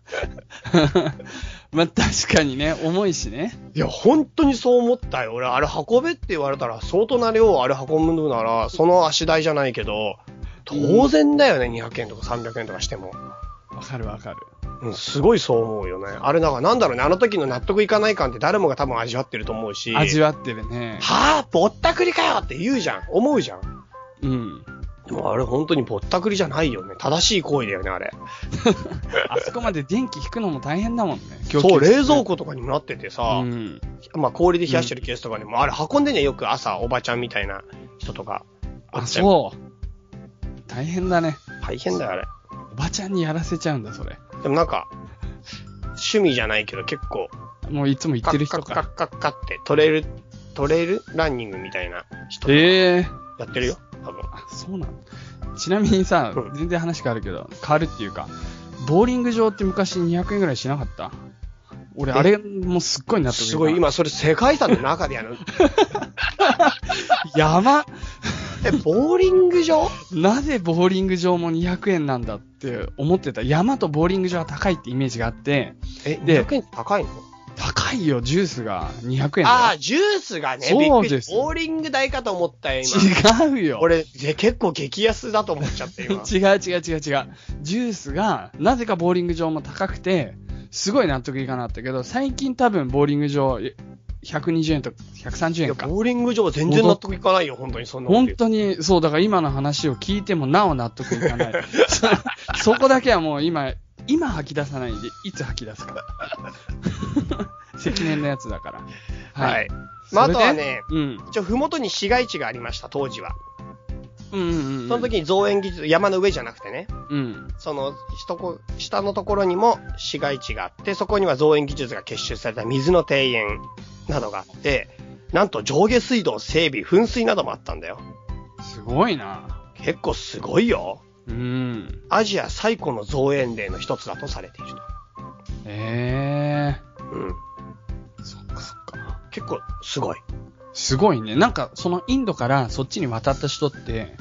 Speaker 1: まあ確かにね、重いしね。
Speaker 3: いや、本当にそう思ったよ。俺、あれ運べって言われたら、相当な量をあれ運ぶなら、その足代じゃないけど、当然だよね、200円とか300円とかしても。
Speaker 1: わかるわかる。
Speaker 3: うん、すごいそう思うよね。あれ、なんか、なんだろうね、あの時の納得いかない感って誰もが多分味わってると思うし、
Speaker 1: 味
Speaker 3: は
Speaker 1: わってるね。
Speaker 3: あ、ぼったくりかよって言うじゃん。思うじゃん。
Speaker 1: うん。
Speaker 3: でもあれ、本当にぼったくりじゃないよね。正しい行為だよね、あれ。
Speaker 1: あそこまで電気引くのも大変だもんね。
Speaker 3: そう、冷蔵
Speaker 1: 庫
Speaker 3: 庫とかにもなってて
Speaker 1: う
Speaker 3: さ、
Speaker 1: ん。
Speaker 3: まあ、氷で冷やしてるケースとかでも、あれ、運んでね、よく朝、おばちゃんみたいな人とか。
Speaker 1: あ、そう。大変だね。
Speaker 3: 大変だよ、あれ。
Speaker 1: おばちゃんにやらせちゃうんだ、それ。
Speaker 3: でもなんか、趣味じゃないけど結構、
Speaker 1: もういつも言
Speaker 3: カ
Speaker 1: ってる
Speaker 3: ッ
Speaker 1: 人
Speaker 3: カ
Speaker 1: か。
Speaker 3: ッカッカッカッって、トレイル、トレイルランニングみたいな人や
Speaker 1: ええー。
Speaker 3: ってるよ、多分。
Speaker 1: あ、そうなんだちなみにさ
Speaker 3: うん、
Speaker 1: 全然話変わるけど、変わるっていうか、ボーリング場って昔200円ぐらいしなかった俺、
Speaker 3: え
Speaker 1: あれもすっごい納得いか
Speaker 3: すごい、。今それ世界遺産の中で やる。
Speaker 1: やば
Speaker 3: え、ボーリング場
Speaker 1: なぜボーリング場も200円なんだって思ってた。山とボーリング場は高いってイメージがあって、
Speaker 3: え、
Speaker 1: で
Speaker 3: 200円高いの
Speaker 1: 高いよ、ジュースが200円
Speaker 3: あ
Speaker 1: だ
Speaker 3: あ、
Speaker 1: よ。
Speaker 3: ジュースがね、びっ
Speaker 1: そう
Speaker 3: くり
Speaker 1: で
Speaker 3: し
Speaker 1: す
Speaker 3: たボーリング代かと思ったよ、今。
Speaker 1: 違うよ。
Speaker 3: 俺、で結構激安だと思っちゃって、 今。
Speaker 1: 違う違う違う違う。ジュースが、なぜかボーリング場も高くて、すごい納得いかなかったけど、最近多分ボーリング場え120円とか130
Speaker 3: いや
Speaker 1: 円か。
Speaker 3: ボーリング場は全然納得いかないよ、本当にそんなこと
Speaker 1: 本
Speaker 3: 言う。
Speaker 1: 当に、そう、だから今の話を聞いてもなお納得いか ない。そそこだけはもう今、今吐き出さないで、いつ吐き出 すか。積年のやつだから。
Speaker 3: はい。
Speaker 1: はい。
Speaker 3: まあ、あ
Speaker 1: それ
Speaker 3: と
Speaker 1: で
Speaker 3: はね、
Speaker 1: うん。
Speaker 3: 一応、ふもとに市街地がありました、当時は。
Speaker 1: うんうんうん。
Speaker 3: その時に造園技術、山の上じゃなくてね、
Speaker 1: うん。
Speaker 3: その、ひとこ下のところにも市街地があって、そこには造園技術が結集された水の庭園などがあって、なんと上下水道整備、噴水などもあったんだよ。
Speaker 1: すごいな。
Speaker 3: 結構すごいよ。
Speaker 1: うん。
Speaker 3: アジア最古の造園例の一つだとされている
Speaker 1: ええ
Speaker 3: と。うん。
Speaker 1: ー。そっかそっか。
Speaker 3: 結構すごい。
Speaker 1: すごいね。なんか、そのインドからそっちに渡った人って、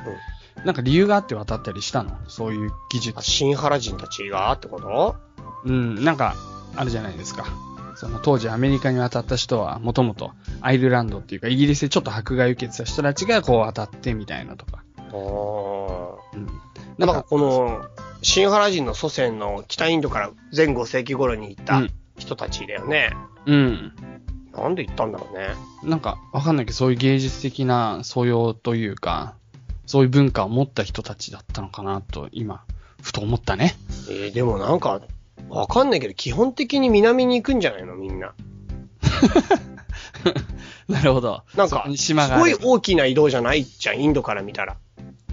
Speaker 1: なんか理由があって渡ったりしたのそういう技術
Speaker 3: あ。新原人たちがってこと
Speaker 1: うん、なんか、あるじゃないですか。その当時アメリカに渡った人は、もともとアイルランドっていうか、イギリスでちょっと迫害受けてた人たちがこう渡ってみたいなとか。
Speaker 3: お
Speaker 1: うん。
Speaker 3: なんかこの、新原人の祖先の北インドから前5世紀頃に行った
Speaker 1: うん
Speaker 3: 人たちだよね。
Speaker 1: うん。
Speaker 3: なんで行ったんだろうね。
Speaker 1: なんか、わかんないけど、そういう芸術的な素養というか、そういう文化を持った人たちだったのかなと、今、ふと思ったね。
Speaker 3: えーでもなんか、わかんないけど、基本的に南に行くんじゃないのみんな。
Speaker 1: なるほど。
Speaker 3: なんか
Speaker 1: そ、う
Speaker 3: す
Speaker 1: 島があ
Speaker 3: ごい
Speaker 1: れば
Speaker 3: 大きな移動じゃないじゃん、インドから見たら。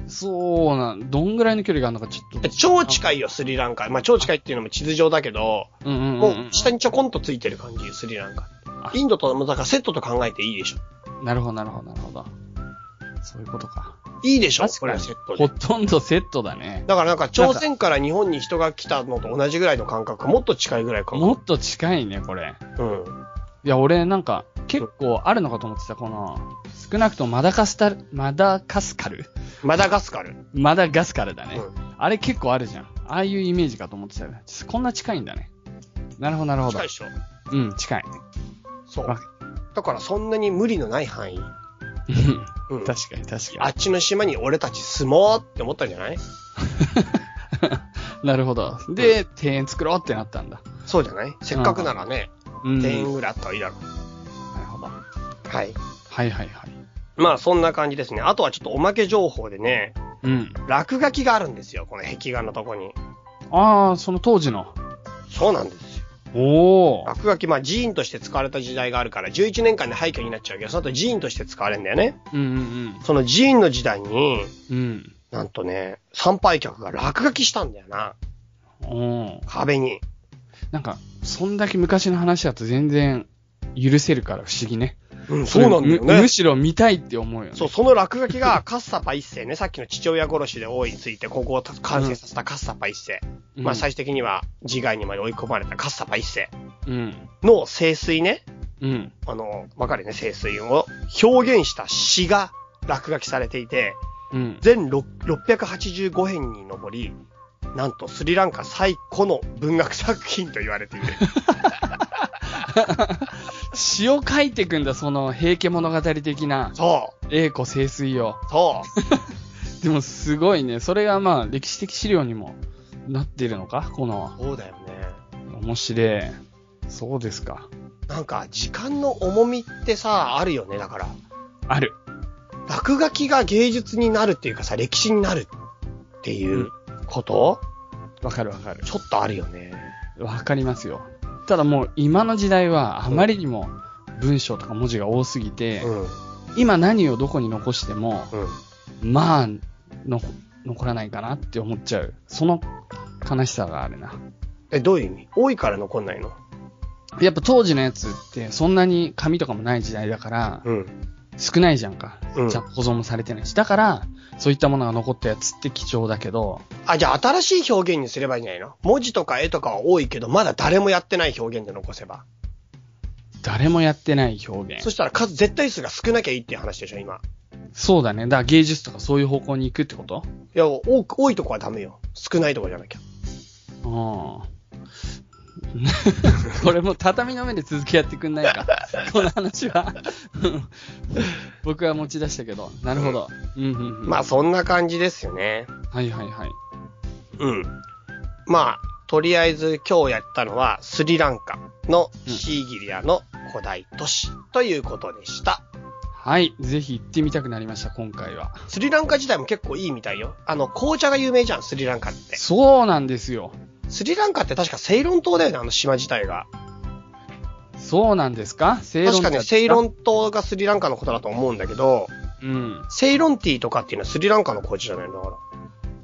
Speaker 1: そうなん、どんぐらいの距離があるのかちょっと。
Speaker 3: 超近いよ、スリランカ。まあ、超近いっていうのも地図上だけど、
Speaker 1: うんうんうん、
Speaker 3: もう下にちょこんとついてる感じ、スリランカ。インドと、もうだからセットと考えていいでしょ。
Speaker 1: なるほど、なるほど、なるほど。そういうことか。
Speaker 3: いいでしょ
Speaker 1: 確
Speaker 3: こ
Speaker 1: か
Speaker 3: れ
Speaker 1: に
Speaker 3: はセット
Speaker 1: ほ
Speaker 3: で。
Speaker 1: とんどセットだね。
Speaker 3: だからなんか、朝鮮から日本に人が来たのと同じぐらいの感覚、もっと近いぐらいか
Speaker 1: も
Speaker 3: も。
Speaker 1: っと近いね、これ。
Speaker 3: うん。
Speaker 1: いや、俺なんか、結構あるのかと思ってた、この、少なくともマダカスタル、マダカスカル
Speaker 3: マダガスカル。
Speaker 1: マダガスカルだね、
Speaker 3: うん
Speaker 1: あれ結構あるじゃん。ああいうイメージかと思ってたよ。こんな近いんだね。なるほど、なるほど
Speaker 3: 近い。でしょ。
Speaker 1: うん、近い。
Speaker 3: そう
Speaker 1: わ。
Speaker 3: だからそんなに無理のない範囲。うん。
Speaker 1: 確かに、確
Speaker 3: あ
Speaker 1: か
Speaker 3: っちの島に俺たち住もうって思ったんじゃな い
Speaker 1: に。なるほど。で、庭園作ろうってなったんだ。
Speaker 3: そうじゃないせっかくならね、
Speaker 1: うん。
Speaker 3: 庭園ぐらいあったらいいだろう。
Speaker 1: なるほど。は
Speaker 3: はい。
Speaker 1: いはいはい。
Speaker 3: まあそんな感じですね。あとはちょっとおまけ情報でね、
Speaker 1: うん。
Speaker 3: 落書きがあるんですよ。この壁画のとこに。
Speaker 1: ああ、その当時の。
Speaker 3: そうなんですよ。
Speaker 1: おお。
Speaker 3: 落書き、まあ寺院として使われた時代があるから、11年間で廃墟になっちゃうけど、その後寺院として使われるんだよね。
Speaker 1: うんうん
Speaker 3: その寺院の時代に、
Speaker 1: うん。
Speaker 3: なんとね、参拝客が落書きしたんだよな。
Speaker 1: うん。おー
Speaker 3: 壁に。
Speaker 1: なんか、そんだけ昔の話だと全然許せるから不思議ね。
Speaker 3: うん、そうなんだよ
Speaker 1: むむ
Speaker 3: ね。
Speaker 1: しろ見たいって思うよね。
Speaker 3: そう、その落書きが、カッサパ一世ね、さっきの父親殺しで王位について、ここを完成させたカッサパ一世。
Speaker 1: うん
Speaker 3: まあ、最終的には、自害にまで追い込まれたカッサパ一世
Speaker 1: うん。
Speaker 3: の聖水ね、
Speaker 1: うん。
Speaker 3: あの、わかるよね、聖水を表現した詩が落書きされていて、
Speaker 1: うん。
Speaker 3: 全ろ685編に上り、なんとスリランカ最古の文学作品と言われ ている。
Speaker 1: 詩を書いてくんだ、その、平家物語的な、
Speaker 3: そ
Speaker 1: 栄子清水を。
Speaker 3: う、そ
Speaker 1: でも、すごいね。それがまあ、歴史的資料にもなってるのかこの
Speaker 3: う。、そうだよね。
Speaker 1: 面白い。そうですか。
Speaker 3: なんか、時間の重みってさ、あるよね、だから。
Speaker 1: ある。
Speaker 3: 落書きが芸術になるっていうかさ、歴史になるっていうこと、
Speaker 1: わかるわかる。
Speaker 3: ちょっとあるよね。
Speaker 1: わかりますよ。ただもう、今の時代は、あまりにも、文章とか文字が多すぎて、
Speaker 3: うん、うん。
Speaker 1: 今何をどこに残しても、まあ、の残らないかなって思っちゃう。その悲しさがあるな。
Speaker 3: え、どういう意味多いから残んないの
Speaker 1: やっぱ当時のやつってそんなに紙とかもない時代だから、
Speaker 3: うん。
Speaker 1: 少ないじゃんか。
Speaker 3: うん
Speaker 1: じゃあ保存もされてないし。だから、そういったものが残ったやつって貴重だけど、
Speaker 3: あ、じゃあ新しい表現にすればいいんじゃないの文字とか絵とかは多いけど、まだ誰もやってない表現で残せば。
Speaker 1: 誰もやってない表現。
Speaker 3: そ
Speaker 1: そ
Speaker 3: したら数、絶対数が少なきゃいいっていう話でしょ、今。
Speaker 1: うだね。だから芸術とかそういう方向に行くってこと
Speaker 3: いや、多く、多いとこはダメよ。少ないとこじゃなきゃ。
Speaker 1: うん。 これもう畳の目で続きやってくんないか。 この話は。 うん僕は持ち出したけど。なるほど。うん、うん、うん。
Speaker 3: まあ、そんな感じですよね。
Speaker 1: はいはいはい。
Speaker 3: うん。まあ、とりあえず今日やったのはスリランカのシーギリアの古代都市ということでした。
Speaker 1: はい。ぜひ行ってみたくなりました、今回は。
Speaker 3: スリランカ自体も結構いいみたいよ。あの、紅茶が有名じゃん、スリランカって。
Speaker 1: そうなんですよ。
Speaker 3: スリランカって確かセイロン島だよね、あの島自体が。
Speaker 1: そうなんですか正論
Speaker 3: 確かね、セイロ。ン島がスリランカのことだと思うんだけど、
Speaker 1: うん。
Speaker 3: セイロンティーとかっていうのはスリランカの紅茶じゃないのだか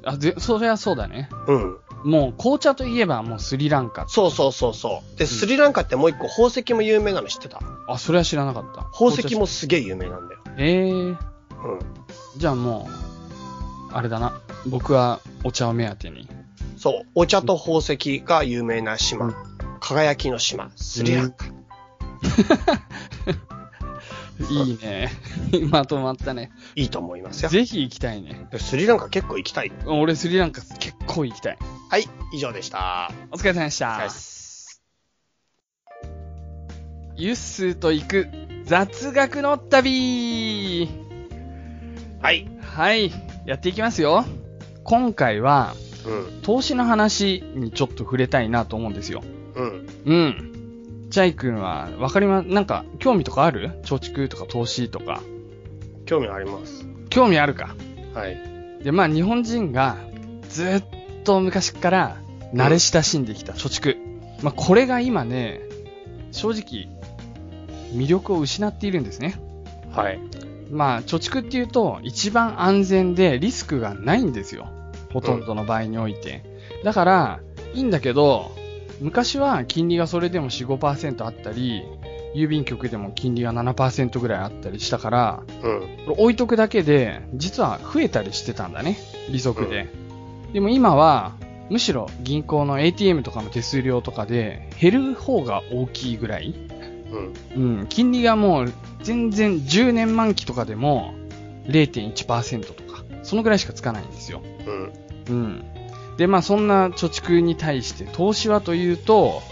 Speaker 1: あ、ぜ、それはそうだね。
Speaker 3: ら。うん。
Speaker 1: もう紅茶といえばもうスリランカ。
Speaker 3: そうそうそうそう。で、スリランカってもう一個宝石も有名なの知ってた
Speaker 1: あ、それは知らなかった。
Speaker 3: 宝石も。すげえ有名なんだよ。
Speaker 1: ええー。
Speaker 3: う
Speaker 1: じゃあもう、あれだな。僕はお茶を目当てに。
Speaker 3: ん。そう。お茶と宝石が有名な島。輝きの島。スリランカ。
Speaker 1: いいね。 まとまったね。
Speaker 3: いいと思いますよ。
Speaker 1: ぜひ行きたいね。
Speaker 3: でスリランカ結構行きたい。
Speaker 1: 俺スリランカ結構行きたい。
Speaker 3: はい。以上でした。
Speaker 1: お疲れ様でした。
Speaker 3: お疲れ様で
Speaker 1: ユッスーと行く雑学の旅
Speaker 3: はい。
Speaker 1: はい。やっていきますよ。今回は、
Speaker 3: うん。
Speaker 1: 投資の話にちょっと触れたいなと思うんですよ。
Speaker 3: うん。
Speaker 1: うん。チャイ君は、わかりま、なんか、興味とかある貯蓄とか投資とか。
Speaker 3: 興味あります。
Speaker 1: 興味あるか。
Speaker 3: はい。
Speaker 1: で、まあ、日本人が、ずっと昔から、慣れ親しんできた貯蓄。まあ、これが今ね、正直、魅力を失っているんですね。
Speaker 3: はい。
Speaker 1: まあ、貯蓄っていうと、一番安全でリスクがないんですよ。ほとんどの場合において。だから、いいんだけど、昔は金利がそれでも4、5%あったり、郵便局でも金利が7%ぐらいあったりしたから、
Speaker 3: うん。
Speaker 1: これ置いとくだけで、実は増えたりしてたんだね。利息で。でも今は、むしろ銀行の ATM とかの手数料とかで減る方が大きいぐらい。
Speaker 3: うん。
Speaker 1: うん、金利がもう全然10年満期とかでも0.1%とか、そのぐらいしかつかないんですよ。
Speaker 3: うん。
Speaker 1: うん。で、まあそんな貯蓄に対して投資はというと、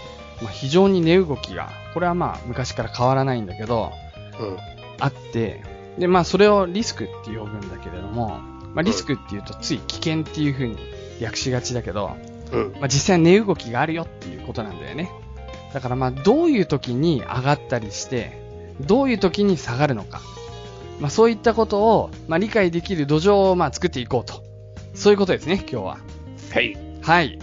Speaker 1: まあ、非常に値動きが、これはまあ昔から変わらないんだけど、
Speaker 3: うん。
Speaker 1: あって、で、まあそれをリスクって呼ぶんだけれども、まあリスクっていうとつい危険っていう風に略しがちだけど、
Speaker 3: うん。
Speaker 1: まあ、実際値動きがあるよっていうことなんだよね。だからまあどういう時に上がったりして、どういう時に下がるのか。まあそういったことを、まあ、理解できる土壌をまあ作っていこうと。そういうことですね、今日は。
Speaker 3: はい。
Speaker 1: はい。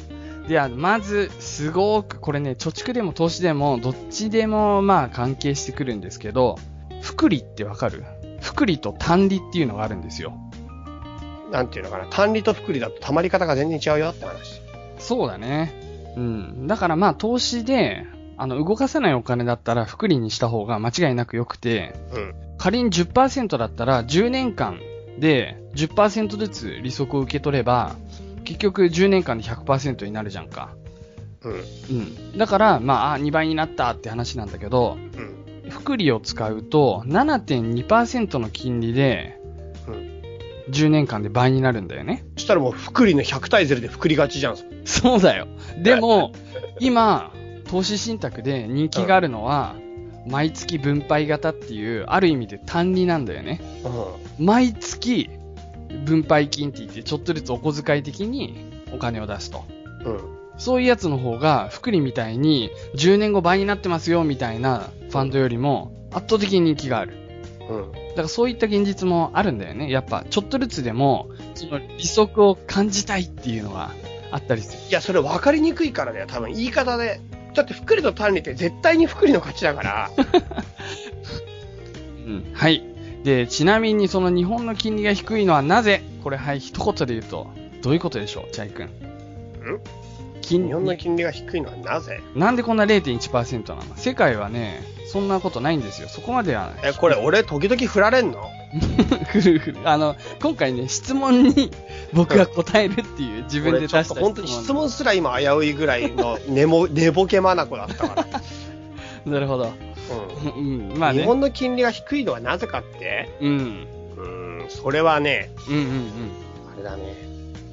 Speaker 1: では、まず、すごく、これね、貯蓄でも投資でも、どっちでもまあ関係してくるんですけど、福利ってわかる福利と単利っていうのがあるんですよ。
Speaker 3: なんていうのかな。単利と複利だと溜まり方が全然違うよって話。
Speaker 1: そうだね。うん。だからまあ投資で、あの、動かせないお金だったら福利にした方が間違いなく良くて、
Speaker 3: うん。
Speaker 1: 仮に10%だったら10年間で10%ずつ利息を受け取れば、結局10年間で100%になるじゃんか。
Speaker 3: うん。
Speaker 1: うん。だから、まあ、あ2倍になったって話なんだけど、
Speaker 3: うん。
Speaker 1: 福利を使うと7.2%の金利で
Speaker 3: うん。
Speaker 1: 10年間で倍になるんだよね。
Speaker 3: そしたらもう複利の100対0で複利勝ちじゃん。
Speaker 1: そうだよ。でも、今、投資信託で人気があるのは、毎月分配型っていう、ある意味で単利なんだよね。
Speaker 3: う
Speaker 1: 毎月、分配金って言って、ちょっとずつお小遣い的にお金を出すと。
Speaker 3: ん。うん。
Speaker 1: そういうやつの方が、福利みたいに、10年後倍になってますよ、みたいなファンドよりも、圧倒的に人気がある。
Speaker 3: うん。
Speaker 1: だからそういった現実もあるんだよね。やっぱ、ちょっとずつでも、その利息を感じたいっていうのがあったりする。
Speaker 3: いや、それ分かりにくいからだよ。多分言い方で。だって複利と単利って絶対に複利の勝ちだ から。
Speaker 1: うんはい。で、ちなみにその日本の金利が低いのはなぜこれ、はい、一言で言うと、どういうことでしょう、チャイ君。金
Speaker 3: 日本の金利が低いのはなぜ
Speaker 1: なんでこんな0.1%なの世界はね、そんなことないんですよ。そこまでは。
Speaker 3: え、これ俺時々振られんの
Speaker 1: ふるふる。あの、今回ね、質問に僕が答えるっていう自分で
Speaker 3: 俺
Speaker 1: 出
Speaker 3: ちょ
Speaker 1: し
Speaker 3: ったと
Speaker 1: 質
Speaker 3: 本当に質問すら今危ういぐらいの 寝ぼ寝ぼけ眼だったから。
Speaker 1: なるほど。
Speaker 3: う
Speaker 1: うん、
Speaker 3: ん
Speaker 1: まあ
Speaker 3: 日
Speaker 1: ね。
Speaker 3: 本の金利が低いのはなぜかって
Speaker 1: うん。うん
Speaker 3: うーん、それはね、
Speaker 1: うん
Speaker 3: あれだね。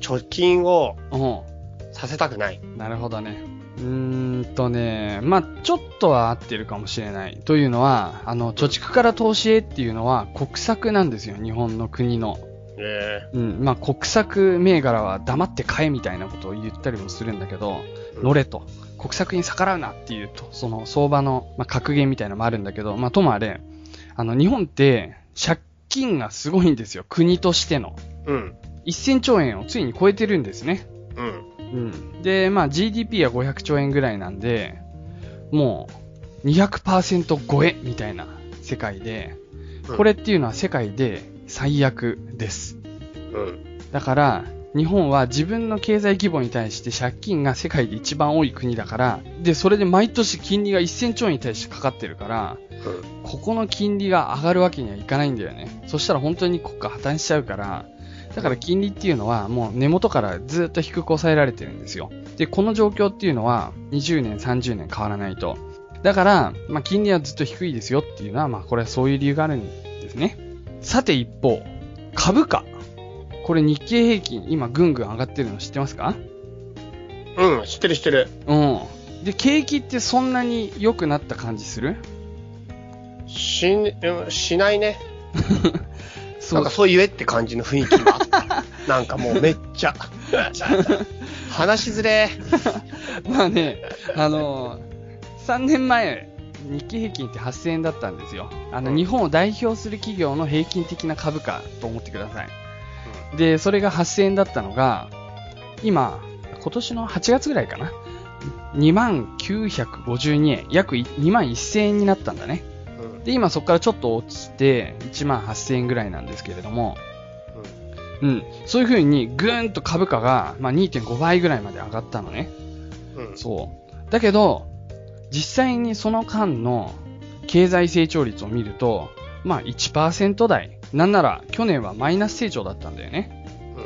Speaker 3: 貯金を
Speaker 1: うん。お
Speaker 3: させたくない。
Speaker 1: うなるほどね。うーんとね、まあ、ちょっとは合ってるかもしれない。というのは、あの、貯蓄から投資へっていうのは国策なんですよ、日本の国の。
Speaker 3: え
Speaker 1: うん、まあ、国策銘柄は黙って買えみたいなことを言ったりもするんだけど、
Speaker 3: うん
Speaker 1: 乗れと。国策に逆らうなっていうと、その相場の、まあ、格言みたいなのもあるんだけど、まあ、ともあれ、あの、日本って借金がすごいんですよ、国としての。
Speaker 3: うん。
Speaker 1: 1000兆円をついに超えてるんですね。
Speaker 3: うん。
Speaker 1: うん。で、まあ GDP は500兆円ぐらいなんで、もう200%超えみたいな世界で、
Speaker 3: うん
Speaker 1: これっていうのは世界で最悪です。
Speaker 3: うん。
Speaker 1: だから、日本は自分の経済規模に対して借金が世界で一番多い国だから、で、それで毎年金利が1000兆円に対してかかってるから、
Speaker 3: うん。
Speaker 1: ここの金利が上がるわけにはいかないんだよね。そしたら本当に国家破綻しちゃうから、だから金利っていうのはもう根元からずっと低く抑えられてるんですよ。で、この状況っていうのは20年、30年変わらないと。だから、まあ、金利はずっと低いですよっていうのは、まあ、これはそういう理由があるんですね。さて一方、株価。これ日経平均、今ぐんぐん上がってるの知ってますか
Speaker 3: うん。知ってる知ってる。
Speaker 1: うん。で、景気ってそんなに良くなった感じする
Speaker 3: しん、うんしないね。
Speaker 1: そ
Speaker 3: なんかそう言えって感じの雰囲気があ った。なんかもうめっちゃ。話しずれ ー。
Speaker 1: まあね、あの3年前、日経平均って8000円だったんですよ。あの、
Speaker 3: うん
Speaker 1: 日本を代表する企業の平均的な株価と思ってください。で、それが8000円だったのが、今、今年の8月ぐらいかな。2952円、約2万1000円になったんだね。
Speaker 3: うん。
Speaker 1: で、今そこからちょっと落ちて、1万8000円ぐらいなんですけれども、うん、そういう風にぐーんと株価が、まあ、2.5倍ぐらいまで上がったのね。
Speaker 3: うん。うん。
Speaker 1: そう。だけど、実際にその間の経済成長率を見ると、まあ1%台。なんなら去年はマイナス成長だったんだよね。
Speaker 3: うん。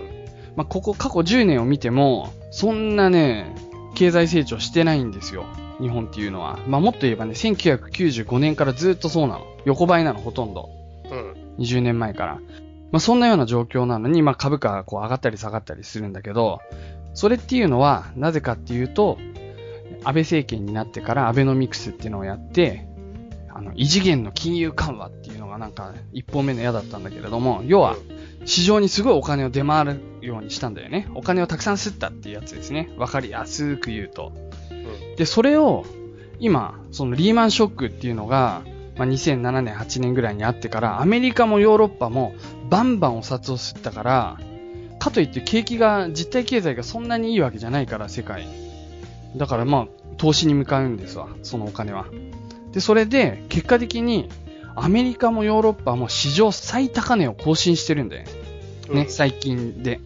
Speaker 1: まあここ過去10年を見ても、そんなね、経済成長してないんですよ。日本っていうのは。まあもっと言えばね、1995年からずっとそうなの。横ばいなの、ほとんど。
Speaker 3: うん。
Speaker 1: 20年前から。まあ、そんなような状況なのに、まあ、株価がこう上がったり下がったりするんだけど、それっていうのは、なぜかっていうと、安倍政権になってからアベノミクスっていうのをやって、あの、異次元の金融緩和っていうのがなんか、一本目の矢だったんだけれども、要は、市場にすごいお金を出回るようにしたんだよね。お金をたくさん吸ったっていうやつですね。わかりやすく言うと。で、それを、今、そのリーマンショックっていうのが、まあ、2007年、8年ぐらいにあってから、アメリカもヨーロッパもバンバンお札を吸ったから、かといって景気が、実体経済がそんなにいいわけじゃないから、世界。だからまあ、投資に向かうんですわ、そのお金は。で、それで、結果的に、アメリカもヨーロッパも史上最高値を更新してるんだよね。
Speaker 3: うん。
Speaker 1: ね、最近で。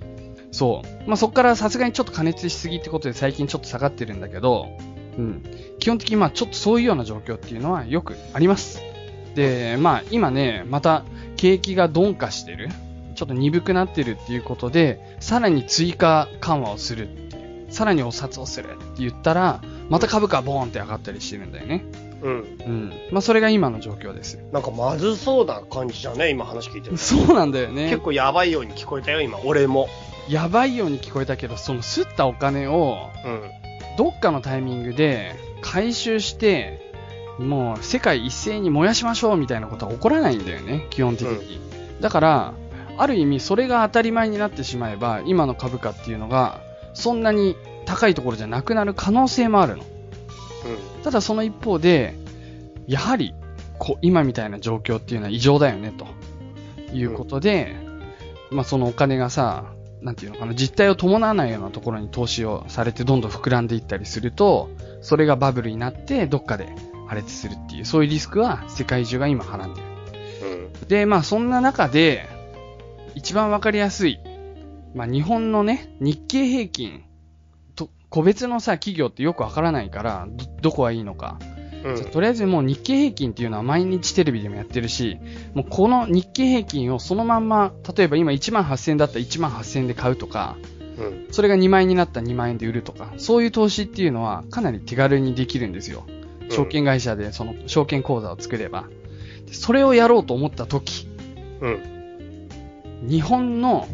Speaker 1: そう。まあ、そこからさすがにちょっと加熱しすぎってことで最近ちょっと下がってるんだけど、うん。基本的にまあちょっとそういうような状況っていうのはよくあります。で、まあ今ね、また景気が鈍化してる。ちょっと鈍くなってるっていうことで、さらに追加緩和をするっていう。さらにお札をするって言ったら、また株価はボーンって上がったりしてるんだよね。
Speaker 3: うん。
Speaker 1: うん。まあそれが今の状況です。
Speaker 3: なんかまずそうな感じじゃね今話聞いてる。
Speaker 1: そうなんだよね。
Speaker 3: 結構やばいように聞こえたよ、今。俺も。
Speaker 1: やばいように聞こえたけど、その吸ったお金を、
Speaker 3: うん。
Speaker 1: どっかのタイミングで回収して、もう世界一斉に燃やしましょうみたいなことは起こらないんだよね、基本的に。だから、ある意味それが当たり前になってしまえば、今の株価っていうのが、そんなに高いところじゃなくなる可能性もあるの。ただその一方で、やはり、こう、今みたいな状況っていうのは異常だよね、ということで、まあそのお金がさ、なんていうのかな、実態を伴わないようなところに投資をされてどんどん膨らんでいったりすると、それがバブルになってどっかで破裂するっていう、そういうリスクは世界中が今はらんでる。
Speaker 3: うん。
Speaker 1: で、まあそんな中で、一番わかりやすい、まあ日本のね、日経平均と、個別のさ、企業ってよくわからないから、ど、どこがいいのか。
Speaker 3: うん。うん
Speaker 1: じゃあとりあえずもう日経平均っていうのは毎日テレビでもやってるし、もうこの日経平均をそのまんま、例えば今1万8000円だったら1万8000円で買うとか、
Speaker 3: うん。
Speaker 1: それが2万円になったら2万円で売るとか、そういう投資っていうのはかなり手軽にできるんですよ。
Speaker 3: ん
Speaker 1: 証券会社でその証券口座を作れば。でそれをやろうと思った時、
Speaker 3: うん。
Speaker 1: 日本の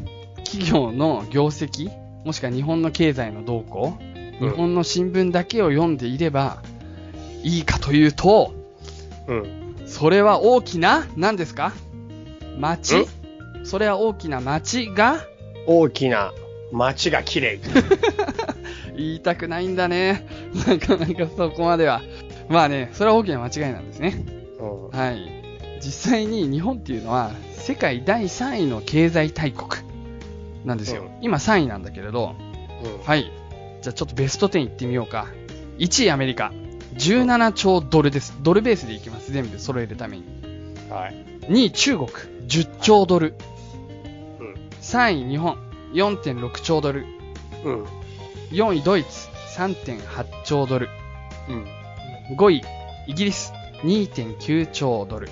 Speaker 1: 企業の業績、もしくは日本の経済の動向、
Speaker 3: うん
Speaker 1: 日本の新聞だけを読んでいればいいかというと、
Speaker 3: うん。
Speaker 1: それは大きな、何ですか町
Speaker 3: ん
Speaker 1: それは大きな町が
Speaker 3: 大きな街が綺麗。
Speaker 1: 言いたくないんだね。なかなかそこまでは。まあね、それは大きな間違いなんですね。
Speaker 3: うん。
Speaker 1: はい。実際に日本っていうのは世界第3位の経済大国なんですよ。
Speaker 3: うん
Speaker 1: 今3位なんだけれど、はい。じゃあちょっとベスト10いってみようか。1位アメリカ。17兆ドルです。ドルベースでいきます。全部揃えるために。
Speaker 3: うん。はい。
Speaker 1: 2位中国。10兆ドル。
Speaker 3: うん。
Speaker 1: 3位日本。4.6兆ドル。
Speaker 3: うん。
Speaker 1: 4位ドイツ。3.8兆ドル。
Speaker 3: うん。
Speaker 1: 5位イギリス。2.9兆ドル。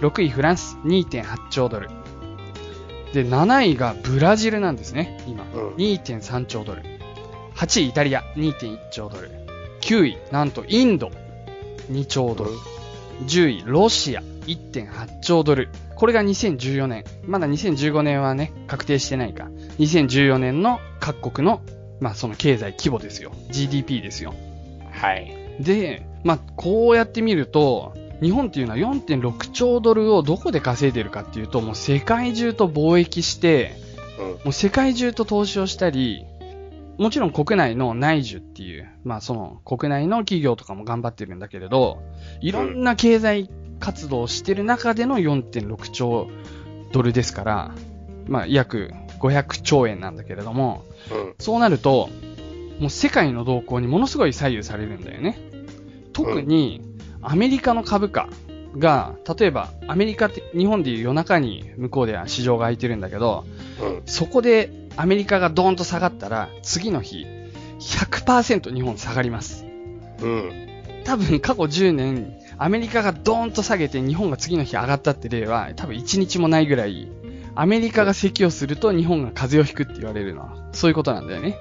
Speaker 1: 6位フランス2.8兆ドルで7位がブラジルなんですね今
Speaker 3: うん
Speaker 1: 2.3兆ドル8位イタリア2.1兆ドル9位なんとインド2兆ドル10位ロシア1.8兆ドルこれが2014年まだ2015年はね確定してないか2014年の各国のまあその経済規模ですよ GDP ですよ
Speaker 3: はい。
Speaker 1: で、まあ、こうやってみると、日本っていうのは4.6兆ドルをどこで稼いでるかっていうと、もう世界中と貿易して、
Speaker 3: うん。
Speaker 1: もう世界中と投資をしたり、もちろん国内の内需っていう、まあその国内の企業とかも頑張ってるんだけれど、いろんな経済活動をしてる中での4.6兆ドルですから、まあ約500兆円なんだけれども、
Speaker 3: うん。
Speaker 1: そうなると、もう世界の動向にものすごい左右されるんだよね。特に、アメリカの株価が、例えば、アメリカって、日本でいう夜中に向こうでは市場が空いてるんだけど、
Speaker 3: うん。
Speaker 1: そこでアメリカがドーンと下がったら、次の日、100%日本下がります。
Speaker 3: うん。
Speaker 1: 多分過去10年、アメリカがドーンと下げて日本が次の日上がったって例は、多分1日もないぐらい、アメリカが咳をすると日本が風邪をひくって言われるのは、そういうことなんだよね。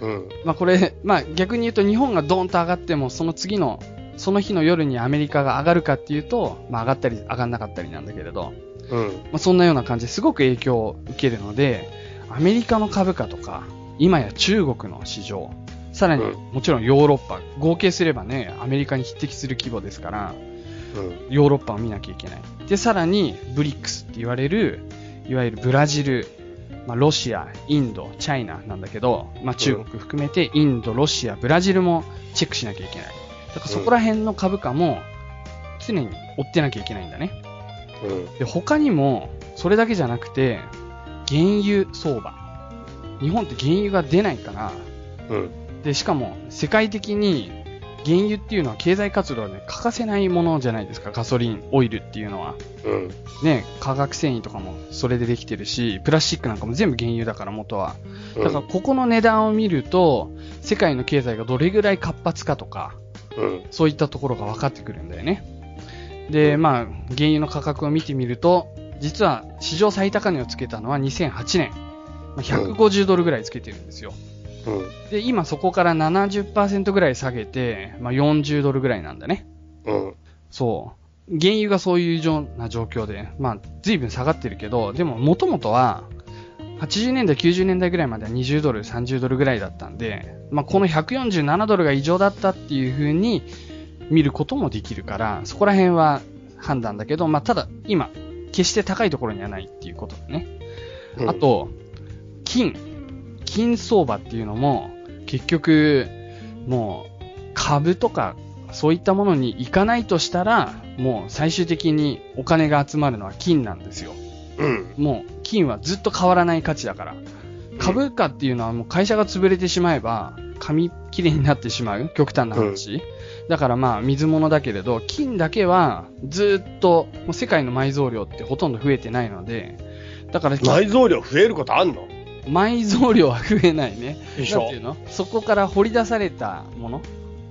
Speaker 3: うん。
Speaker 1: まあこれ、まあ逆に言うと日本がドーンと上がっても、その次の、その日の夜にアメリカが上がるかっていうと、まあ上がったり上がんなかったりなんだけれど、
Speaker 3: うん。
Speaker 1: まあそんなような感じですごく影響を受けるので、アメリカの株価とか、今や中国の市場、さらに
Speaker 3: うん
Speaker 1: もちろんヨーロッパ、合計すればね、アメリカに匹敵する規模ですから、
Speaker 3: うん。
Speaker 1: ヨーロッパを見なきゃいけない。で、さらに、ブリックスって言われる、いわゆるブラジル、まあ、ロシア、インド、チャイナなんだけど、まあ、中国含めてインド、ロシア、ブラジルもチェックしなきゃいけない。だからそこら辺の株価も常に追ってなきゃいけないんだね。
Speaker 3: うん。
Speaker 1: で、他にも、それだけじゃなくて、原油相場。日本って原油が出ないから、
Speaker 3: うん。
Speaker 1: で、しかも世界的に原油っていうのは経済活動で欠かせないものじゃないですか、ガソリン、オイルっていうのは。
Speaker 3: うん。
Speaker 1: ね、化学繊維とかもそれでできてるし、プラスチックなんかも全部原油だから元は。だからここの値段を見ると、世界の経済がどれぐらい活発かとか、
Speaker 3: うん。
Speaker 1: そういったところが分かってくるんだよね。で、まあ、原油の価格を見てみると、実は史上最高値をつけたのは2008年。まあ150ドルぐらいつけてるんですよ。
Speaker 3: うん。
Speaker 1: で、今そこから70%ぐらい下げて、まあ、40ドルぐらいなんだね。
Speaker 3: うん。
Speaker 1: そう。原油がそういうような状況で、まあ、随分下がってるけど、でも、もともとは、80年代、90年代ぐらいまでは20ドル、30ドルぐらいだったんで、まあ、この147ドルが異常だったっていう風に見ることもできるから、そこら辺は判断だけど、まあ、ただ、今、決して高いところにはないっていうことだね。
Speaker 3: うん
Speaker 1: あ、と、金。金相場っていうのも、結局、もう、株とか、そういったものに行かないとしたら、もう最終的にお金が集まるのは金なんですよ。
Speaker 3: うん。
Speaker 1: もう、金はずっと変わらない価値だから。株価っていうのはもう会社が潰れてしまえば、紙切れになってしまう極端な話。だからまあ、水物だけれど、金だけはずっと、もう世界の埋蔵量ってほとんど増えてないので、だから金
Speaker 3: 内臓量増えることあんの
Speaker 1: 埋蔵量は増えないね。
Speaker 3: でし
Speaker 1: なん
Speaker 3: ょ
Speaker 1: ていうのそこから掘り出されたものっ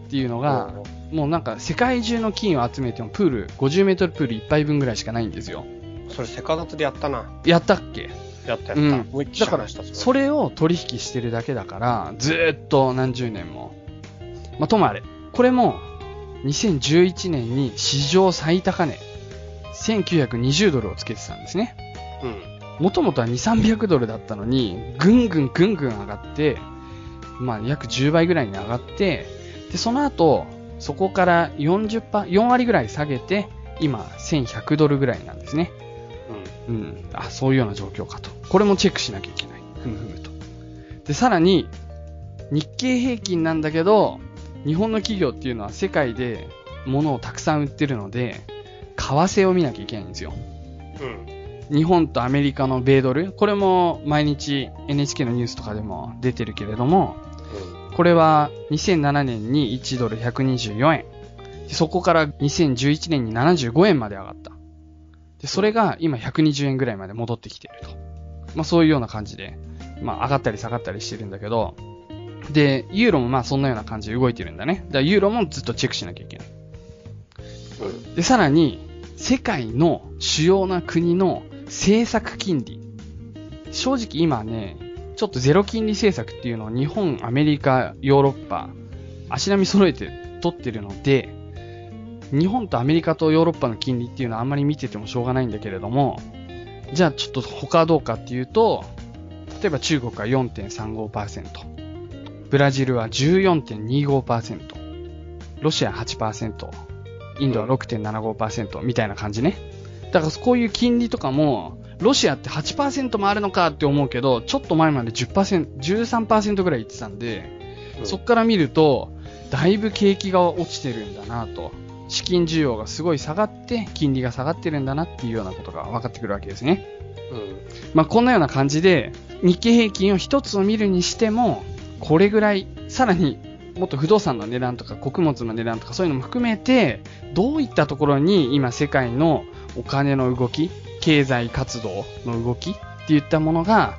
Speaker 1: ていうのが、もうなんか世界中の金を集めてもプール、50メートルプール1杯分ぐらいしかないんですよ。
Speaker 3: それセカダツでやったな。
Speaker 1: やったっけ
Speaker 3: やったやった。
Speaker 1: うん
Speaker 3: もう一
Speaker 1: だか
Speaker 3: 回
Speaker 1: ら、
Speaker 3: 話した
Speaker 1: それを取引してるだけだから、ずーっと何十年も。まあ、ともあれ。これも、2011年に史上最高値、1920ドルをつけてたんですね。
Speaker 3: うん。
Speaker 1: もともとは2、300ドルだったのに、ぐんぐんぐんぐん上がって、まあ、約10倍ぐらいに上がって、で、その後、そこから40パ、4割ぐらい下げて、今、1100ドルぐらいなんですね。うん。あ、そういうような状況かと。これもチェックしなきゃいけない。ふむふむと。で、さらに、日経平均なんだけど、日本の企業っていうのは世界で物をたくさん売ってるので、為替を見なきゃいけないんですよ。
Speaker 3: うん。
Speaker 1: 日本とアメリカの米ドル、これも毎日 NHK のニュースとかでも出てるけれども、これは2007年に1ドル124円。でそこから2011年に75円まで上がった。で、それが今120円ぐらいまで戻ってきてると。まあそういうような感じで、まあ上がったり下がったりしてるんだけど、で、ユーロもまあそんなような感じで動いてるんだね。だからユーロもずっとチェックしなきゃいけない。
Speaker 3: うん。
Speaker 1: で、さらに、世界の主要な国の政策金利。正直今ね、ちょっとゼロ金利政策っていうのを日本、アメリカ、ヨーロッパ、足並み揃えて取ってるので、日本とアメリカとヨーロッパの金利っていうのはあんまり見ててもしょうがないんだけれども、じゃあちょっと他はどうかっていうと、例えば中国は4.35%、ブラジルは14.25%、ロシア8%、インドは6.75%みたいな感じね。だからこういう金利とかも、ロシアって8%もあるのかって思うけど、ちょっと前まで10%、13%ぐらい言ってたんで、そっから見ると、だいぶ景気が落ちてるんだなと。資金需要がすごい下がって、金利が下がってるんだなっていうようなことが分かってくるわけですね。
Speaker 3: うん。
Speaker 1: まあ、こんなような感じで、日経平均を一つを見るにしても、これぐらい、さらに、もっと不動産の値段とか穀物の値段とかそういうのも含めて、どういったところに今世界のお金の動き、経済活動の動きっていったものが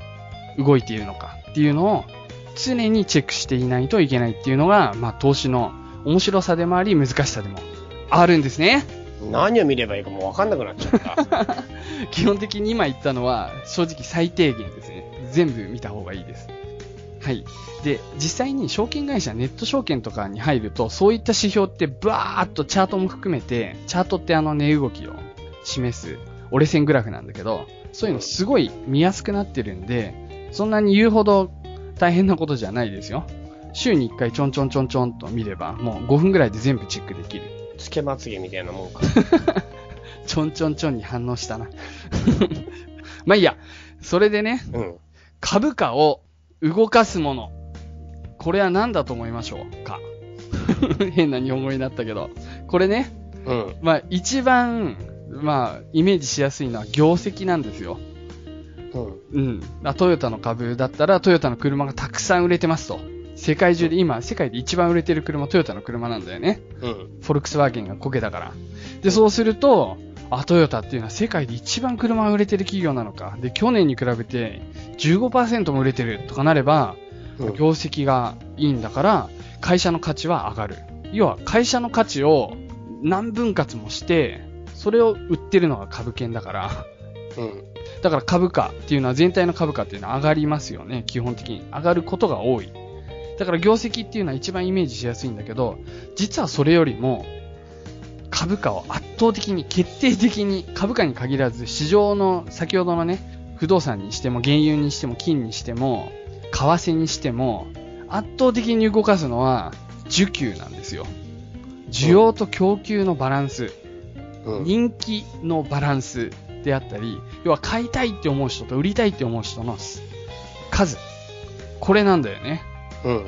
Speaker 1: 動いているのかっていうのを常にチェックしていないといけないっていうのが、まあ投資の面白さでもあり難しさでもあるんですね。
Speaker 3: 何を見ればいいかもうわかんなくなっちゃった。
Speaker 1: 基本的に今言ったのは正直最低限ですね全部見た方がいいですはいで実際に証券会社ネット証券とかに入るとそういった指標ってバーっとチャートも含めてチャートってあの値動きを示す折れ線グラフなんだけどそういうのすごい見やすくなってるんでそんなに言うほど大変なことじゃないですよ週に1回ちょんちょんちょんちょんと見ればもう5分ぐらいで全部チェックできる
Speaker 3: つけまつげみたいなもんか。
Speaker 1: ちょんちょんちょんに反応したな。 まあいいや。それでね、
Speaker 3: うん。
Speaker 1: 株価を動かすもの。これは何だと思いましょうか 変な日本語になったけど。これね、
Speaker 3: うん。
Speaker 1: まあ一番、まあイメージしやすいのは業績なんですよ。
Speaker 3: うん。
Speaker 1: うん。あトヨタの株だったらトヨタの車がたくさん売れてますと。世界中で今、世界で一番売れてる車、トヨタの車なんだよね。
Speaker 3: うん。
Speaker 1: フォルクスワーゲンがこけたから。で、そうすると、あ、トヨタっていうのは世界で一番車が売れてる企業なのか。で、去年に比べて15%も売れてるとかなれば、
Speaker 3: うん。
Speaker 1: 業績がいいんだから、会社の価値は上がる。要は、会社の価値を何分割もして、それを売ってるのが株券だから、
Speaker 3: うん。
Speaker 1: だから株価っていうのは全体の株価っていうのは上がりますよね、基本的に。上がることが多い。だから業績っていうのは一番イメージしやすいんだけど、実はそれよりも、株価を圧倒的に、決定的に、株価に限らず、市場の先ほどのね、不動産にしても、原油にしても、金にしても、為替にしても、圧倒的に動かすのは、需給なんですよ。需要と供給のバランス。
Speaker 3: うん。
Speaker 1: 人気のバランスであったり、要は買いたいって思う人と売りたいって思う人の数。これなんだよね。
Speaker 3: うん。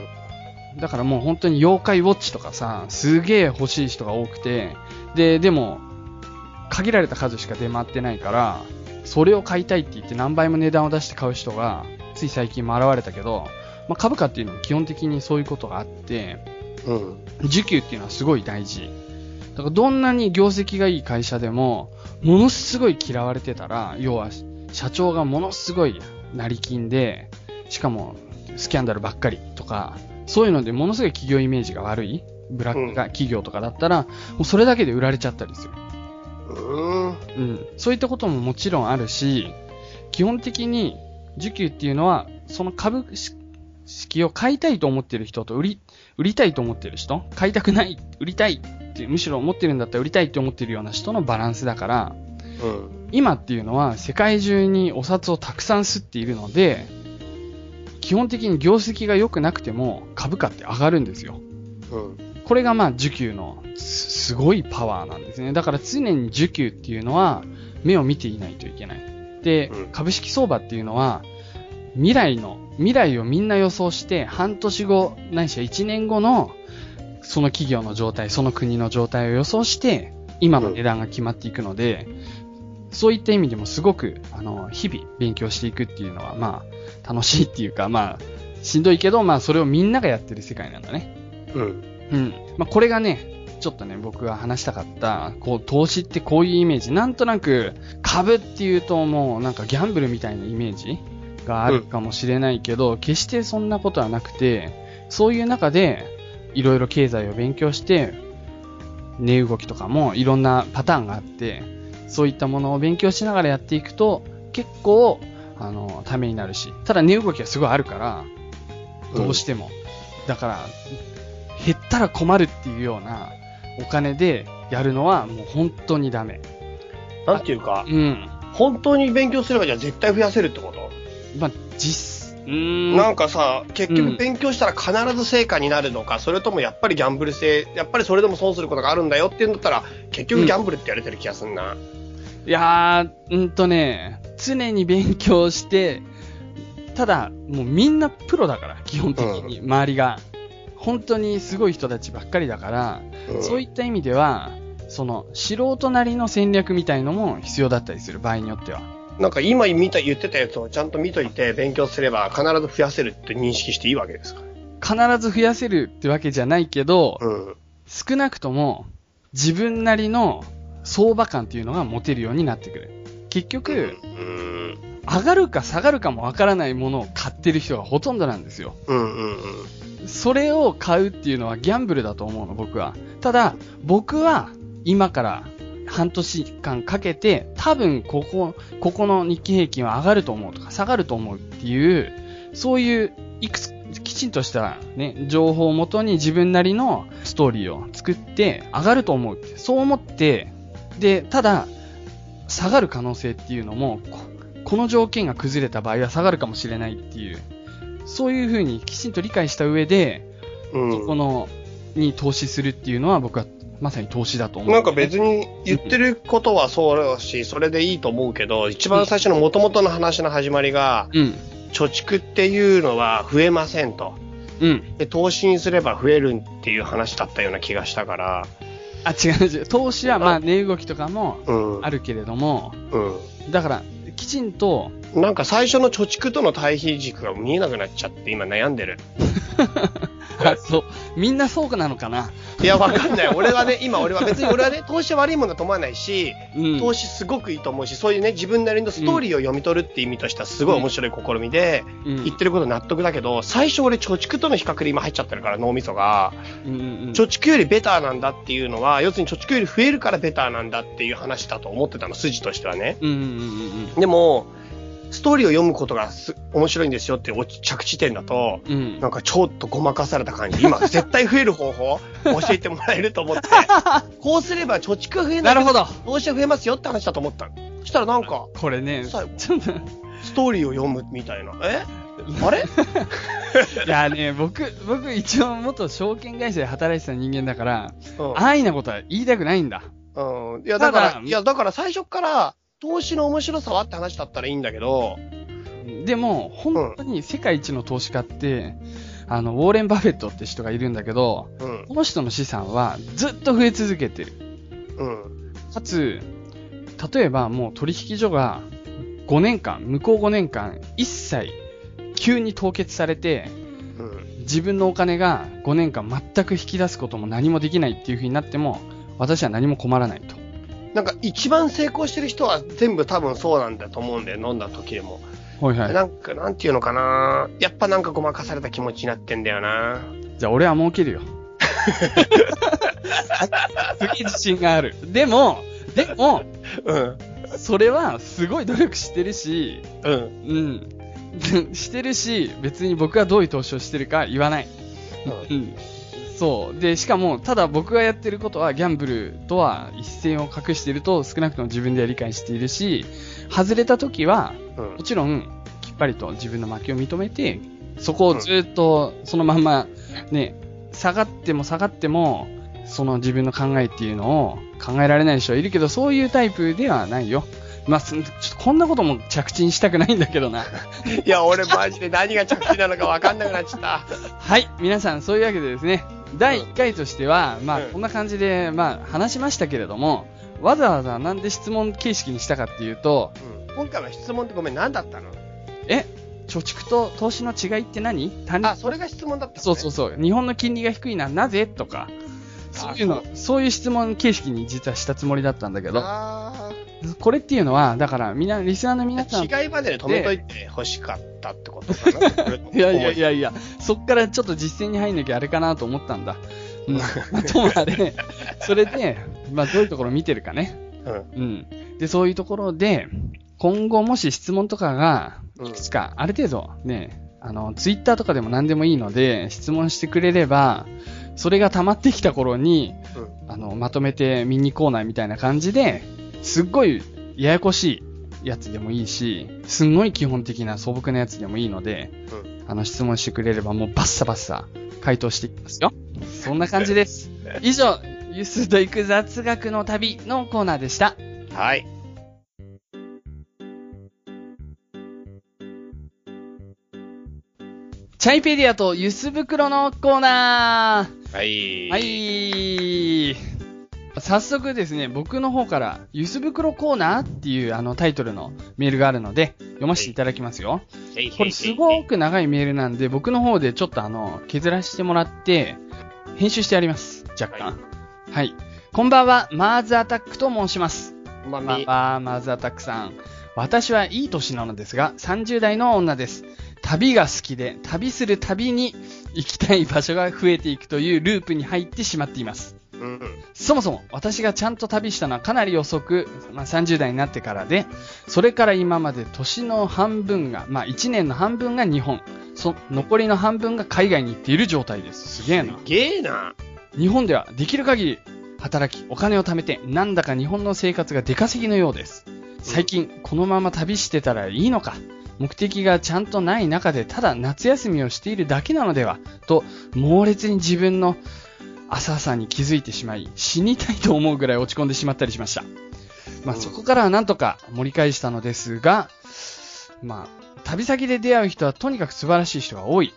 Speaker 1: だからもう本当に妖怪ウォッチとかさ、すげえ欲しい人が多くて、で、でも、限られた数しか出回ってないから、それを買いたいって言って何倍も値段を出して買う人が、つい最近も現れたけど、まあ、株価っていうのは基本的にそういうことがあって、
Speaker 3: うん。
Speaker 1: 受給っていうのはすごい大事。だからどんなに業績がいい会社でも、ものすごい嫌われてたら、要は社長がものすごい成金で、しかもスキャンダルばっかりとか、そういうのでものすごい企業イメージが悪い、ブラックが企業とかだったら、もうそれだけで売られちゃったりする。
Speaker 3: うん。
Speaker 1: うん、そういったことももちろんあるし、基本的に受給っていうのは、その株式を買いたいと思ってる人と売り、売りたいと思ってる人、買いたくない、売りたいって、むしろ思ってるんだったら売りたいって思ってるような人のバランスだから、
Speaker 3: うん。
Speaker 1: 今っていうのは世界中にお札をたくさん吸っているので、基基本的に業績が良くなくても株価って上がるんですよ。
Speaker 3: うん。
Speaker 1: これがまあ需給のすすごいパワーなんですね。だから常に需給っていうのは目を見ていないといけない。で
Speaker 3: うん、
Speaker 1: 株式相場っていうのは未来の、未来をみんな予想して半年後、ないしは1年後のその企業の状態、その国の状態を予想して今の値段が決まっていくので、そういった意味でもすごく、あの、日々勉強していくっていうのはまあ楽しいっていうかまあしんどいけどまあそれをみんながやってる世界なんだね。
Speaker 3: うん。
Speaker 1: うん。まあ、これがね、ちょっとね、僕が話したかった、こう、投資ってこういうイメージ。なんとなく、株っていうともう、なんかギャンブルみたいなイメージがあるかもしれないけど、決してそんなことはなくて、そういう中で、いろいろ経済を勉強して、値動きとかもいろんなパターンがあって、そういったものを勉強しながらやっていくと、結構、あの、ためになるし。ただ値動きはすごいあるから、どうしても。だから、減ったら困るっていうようなお金でやるのはもう本当にダメ。
Speaker 3: なんていうか、
Speaker 1: うん。
Speaker 3: 本当に勉強すればじゃあ絶対増やせるってこと、
Speaker 1: まあ、実、うーん。
Speaker 3: なんかさ、結
Speaker 1: う
Speaker 3: 局
Speaker 1: ん
Speaker 3: 勉強したら必ず成果になるのか、それともやっぱりギャンブル性、やっぱりそれでも損することがあるんだよって言うんだったら、結局ギャンブルって言われてる気がすんな。
Speaker 1: いやー、うんとね、常に勉強して、ただ、もうみんなプロだから、基本的に、周りが。本当にすごい人たちばっかりだから、
Speaker 3: うん
Speaker 1: そういった意味では、その、素人なりの戦略みたいのも必要だったりする、場合によっては。
Speaker 3: なんか今見た言ってたやつをちゃんと見といて勉強すれば必ず増やせるって認識していいわけですか
Speaker 1: 必ず増やせるってわけじゃないけど、
Speaker 3: うん。
Speaker 1: 少なくとも自分なりの相場感っていうのが持てるようになってくる。結局、
Speaker 3: うん。
Speaker 1: 上がるか下がるかもわからないものを買ってる人がほとんどなんですよ。
Speaker 3: うんうん
Speaker 1: それを買うっていうのはギャンブルだと思うの、僕は。ただ、僕は今から半年間かけて、多分ここ、ここの日経平均は上がると思うとか下がると思うっていう、そういういくつ、きちんとしたね、情報をもとに自分なりのストーリーを作って、上がると思うって、そう思って、で、ただ、下がる可能性っていうのも、ここの条件が崩れた場合は下がるかもしれないっていう、そういうふうにきちんと理解した上で、
Speaker 3: うん。
Speaker 1: そこの、に投資するっていうのは僕はまさに投資だと思う。
Speaker 3: なんか別に言ってることはそうだし、それでいいと思うけど、一番最初の元々の話の始まりが、
Speaker 1: うん。
Speaker 3: 貯蓄っていうのは増えませんと。
Speaker 1: うん。
Speaker 3: で、投資にすれば増えるっていう話だったような気がしたから、
Speaker 1: あ、違う違う。投資はま
Speaker 3: あ
Speaker 1: あ値動きとかも
Speaker 3: うん。
Speaker 1: あるけれども、
Speaker 3: う
Speaker 1: だから、きちんと、
Speaker 3: ん。なんか最初の貯蓄との対比軸が見えなくなっちゃって今悩んでる。
Speaker 1: あ、そう。みんなそうなのかな。
Speaker 3: いや、わかんない。俺はね、今俺は別に俺はね、投資は悪いものだと思わないし、
Speaker 1: うん。
Speaker 3: 投資すごくいいと思うし、そういうね、自分なりのストーリーを読み取るって意味としてはすごい面白い試みで、
Speaker 1: うん。
Speaker 3: 言ってること納得だけど、最初俺貯蓄との比較で今入っちゃってるから、脳みそが。
Speaker 1: うんうんうん
Speaker 3: 貯蓄よりベターなんだっていうのは、要するに貯蓄より増えるからベターなんだっていう話だと思ってたの、筋としてはね。
Speaker 1: うんうんうん
Speaker 3: でも、ストーリーを読むことがす面白いんですよっていう落ち着地点だと、
Speaker 1: うん。うん
Speaker 3: なんかちょっとごまかされた感 じ。今、絶対増える方法教えてもらえると思って、こうすれば貯蓄が増え
Speaker 1: な
Speaker 3: な
Speaker 1: い
Speaker 3: け
Speaker 1: るほど。
Speaker 3: 投資が増えますよって話だと思ったの。そしたらなんか、
Speaker 1: これね、
Speaker 3: 最後
Speaker 1: ちょっと、
Speaker 3: ストーリーを読むみたいな。え あれ
Speaker 1: いやね、僕、僕一応元証券会社で働いてた人間だから、
Speaker 3: うん
Speaker 1: 安易なことは言いたくないんだ。
Speaker 3: うん。いや、だから
Speaker 1: た、だ
Speaker 3: いや、だから最初から、投資の面白さはって話だったらいいんだけど、
Speaker 1: でも、本当に世界一の投資家って、あの、ウォーレン・バフェットって人がいるんだけど、
Speaker 3: うん、
Speaker 1: この人の資産はずっと増え続けてる。
Speaker 3: うん、
Speaker 1: かつ、例えばもう取引所が5年間、向こう5年間、一切急に凍結されて、
Speaker 3: うん、
Speaker 1: 自分のお金が5年間全く引き出すことも何もできないっていう風になっても、私は何も困らないと。
Speaker 3: なんか一番成功してる人は全部多分そうなんだと思うんだよ、飲んだ時でも。
Speaker 1: はいはい。
Speaker 3: なんか、なんていうのかなやっぱなんかごまかされた気持ちになってんだよな
Speaker 1: じゃあ俺は儲け るよ。すげえ自信がある。でも、でも、
Speaker 3: うん、
Speaker 1: それはすごい努力してるし、
Speaker 3: うん、
Speaker 1: うん。 してるし、別に僕がどういう投資をしてるか言わない。うん。そう。で、しかも、ただ僕がやってることはギャンブルとは一線を隠していると少なくとも自分では理解しているし、外れた時は、
Speaker 3: うん
Speaker 1: も、ちろん、きっぱりと自分の負けを認めて、そこをずっとそのまんま、ね、下がっても下がっても、その自分の考えっていうのを考えられない人はいるけど、そういうタイプではないよ。まあ、すちょっとこんなことも着地にしたくないんだけど な。
Speaker 3: いや、俺マジで何が着地なのか分かんなくなっちゃった。
Speaker 1: はい、皆さんそういうわけでですね、第1回としては、まあ、
Speaker 3: うん
Speaker 1: こんな感じで、まあ、話しましたけれども、わざわざなんで質問形式にしたかっていうと、
Speaker 3: うん今回の質問ってごめん、何だったの
Speaker 1: え、貯蓄と投資の違いって何単
Speaker 3: あ、それが質問だったの、ね、
Speaker 1: そうそうそう、日本の金利が低いのはなぜとか、そういうの、そういう質問形式に実はしたつもりだったんだけど、
Speaker 3: あー
Speaker 1: これっていうのは、だから、みんな、リスナーの皆さん、い
Speaker 3: 違いまでで止めといて欲しかったってことかな。
Speaker 1: やいやい
Speaker 3: や。
Speaker 1: やいや、そっからちょっと実践に入んなきゃあれかなと思ったんだ。うん、まあともあれ、それで、まあ、どういうところを見てるかね。
Speaker 3: うん。
Speaker 1: うん。で、そういうところで、今後もし質問とかが、
Speaker 3: うん
Speaker 1: いくつか、ある程度ね、あの、ツイッターとかでも何でもいいので、質問してくれれば、それが溜まってきた頃に、
Speaker 3: うん
Speaker 1: あの、まとめてミニコーナーみたいな感じで、すっごいややこしいやつでもいいし、すんごい基本的な素朴なやつでもいいので、あの、質問してくれればもうバッサバッサ回答していきますよ。そんな感じ です。以上、ゆすと行く雑学の旅のコーナーでした。
Speaker 3: はい。
Speaker 1: チャイペディアとゆす袋のコーナ
Speaker 3: はい。
Speaker 1: ーはい早速ですね、僕の方から、ゆす袋コーナーっていうあのタイトルのメールがあるので、読ませていただきますよ。
Speaker 3: へいへいへいへい。
Speaker 1: これすごく長いメールなんで、僕の方でちょっとあの、削らせてもらって、編集してあります。若干。はい。こんばんは、マーズアタックと申します。
Speaker 3: ま
Speaker 1: まあ
Speaker 3: み。
Speaker 1: まあ、まずはたくさん。私はいい年なのですが、30代の女です。旅が好きで、旅するたびに行きたい場所が増えていくというループに入ってしまっています。
Speaker 3: うん。
Speaker 1: そもそも私がちゃんと旅したのはかなり遅く、まあ、30代になってからで、それから今まで年の半分が、まあ1年の半分が日本、そ残りの半分が海外に行っている状態です。すげえな。
Speaker 3: ゲーな。
Speaker 1: 日本ではできる限り働きお金を貯めてなんだか日本の生活が出稼ぎのようです最近このまま旅してたらいいのか目的がちゃんとない中でただ夏休みをしているだけなのではと猛烈に自分の浅さに気づいてしまい死にたいと思うぐらい落ち込んでしまったりしました、まあ、
Speaker 3: うん
Speaker 1: そこからはなんとか盛り返したのですが、まあ、旅先で出会う人はとにかく素晴らしい人が多い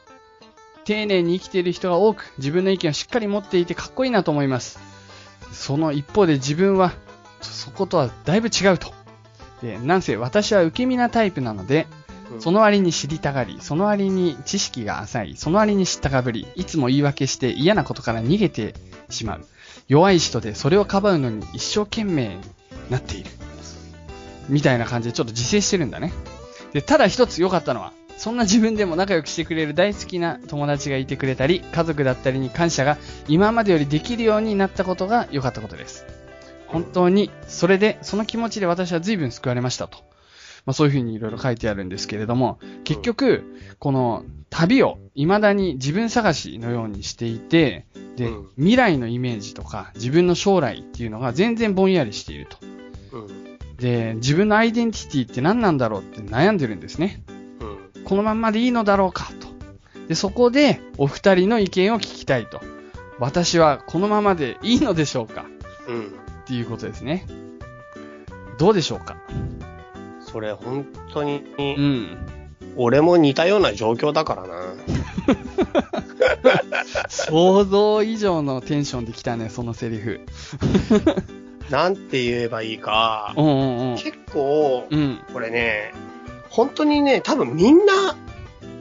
Speaker 1: 丁寧に生きている人が多く、自分の意見をしっかり持っていてかっこいいなと思います。その一方で自分は、そそことはだいぶ違うと。で、なんせ私は受け身なタイプなので、その割に知りたがり、その割に知識が浅い、その割に知ったかぶり、いつも言い訳して嫌なことから逃げてしまう。弱い人でそれをかばうのに一生懸命になっている。みたいな感じでちょっと自制してるんだね。で、ただ一つ良かったのは、そんな自分でも仲良くしてくれる大好きな友達がいてくれたり、家族だったりに感謝が今までよりできるようになったことが良かったことです。本当に、それで、その気持ちで私は随分救われましたと。まあそういうふうにいろいろ書いてあるんですけれども、結局、この旅を未だに自分探しのようにしていて、で、
Speaker 3: うん
Speaker 1: 未来のイメージとか自分の将来っていうのが全然ぼんやりしていると。
Speaker 3: うん。
Speaker 1: で、自分のアイデンティティって何なんだろうって悩んでるんですね。
Speaker 3: うん。
Speaker 1: このまんまでいいのだろうかと。で、そこでお二人の意見を聞きたいと。私はこのままでいいのでしょうか
Speaker 3: う
Speaker 1: っ
Speaker 3: ん。
Speaker 1: ていうことですね。どうでしょうか
Speaker 3: それ本当に、
Speaker 1: うん。
Speaker 3: 俺も似たような状況だからな。
Speaker 1: 想像以上のテンションできたね、そのセリフ。
Speaker 3: なんて言えばいいか
Speaker 1: う。んうんうん。
Speaker 3: 結構、
Speaker 1: うん。
Speaker 3: これね、本当にね、多分みんな、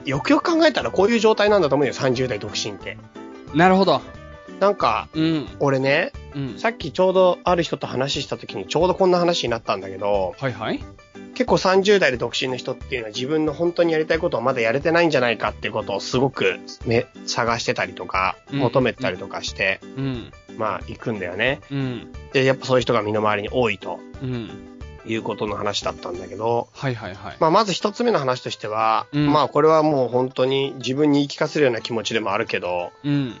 Speaker 3: よくよく考えたらこういう状態なんだと思うよ、30代独身って。
Speaker 1: なるほど。
Speaker 3: なんか、
Speaker 1: うん。
Speaker 3: 俺ね、
Speaker 1: うん。
Speaker 3: さっきちょうどある人と話した時にちょうどこんな話になったんだけど、
Speaker 1: はいはい。
Speaker 3: 結構30代で独身の人っていうのは自分の本当にやりたいことをまだやれてないんじゃないかっていうことをすごく、ね、探してたりとか、
Speaker 1: うん
Speaker 3: 求めてたりとかして、
Speaker 1: うん。
Speaker 3: まあ行くんだよね。
Speaker 1: うん。
Speaker 3: で、やっぱそういう人が身の回りに多いと
Speaker 1: うん。
Speaker 3: いうことの話だったんだけど、
Speaker 1: はいはいはい。
Speaker 3: まあ、まず一つ目の話としては、
Speaker 1: うん
Speaker 3: まあこれはもう本当に自分に言い聞かせるような気持ちでもあるけど、
Speaker 1: うん。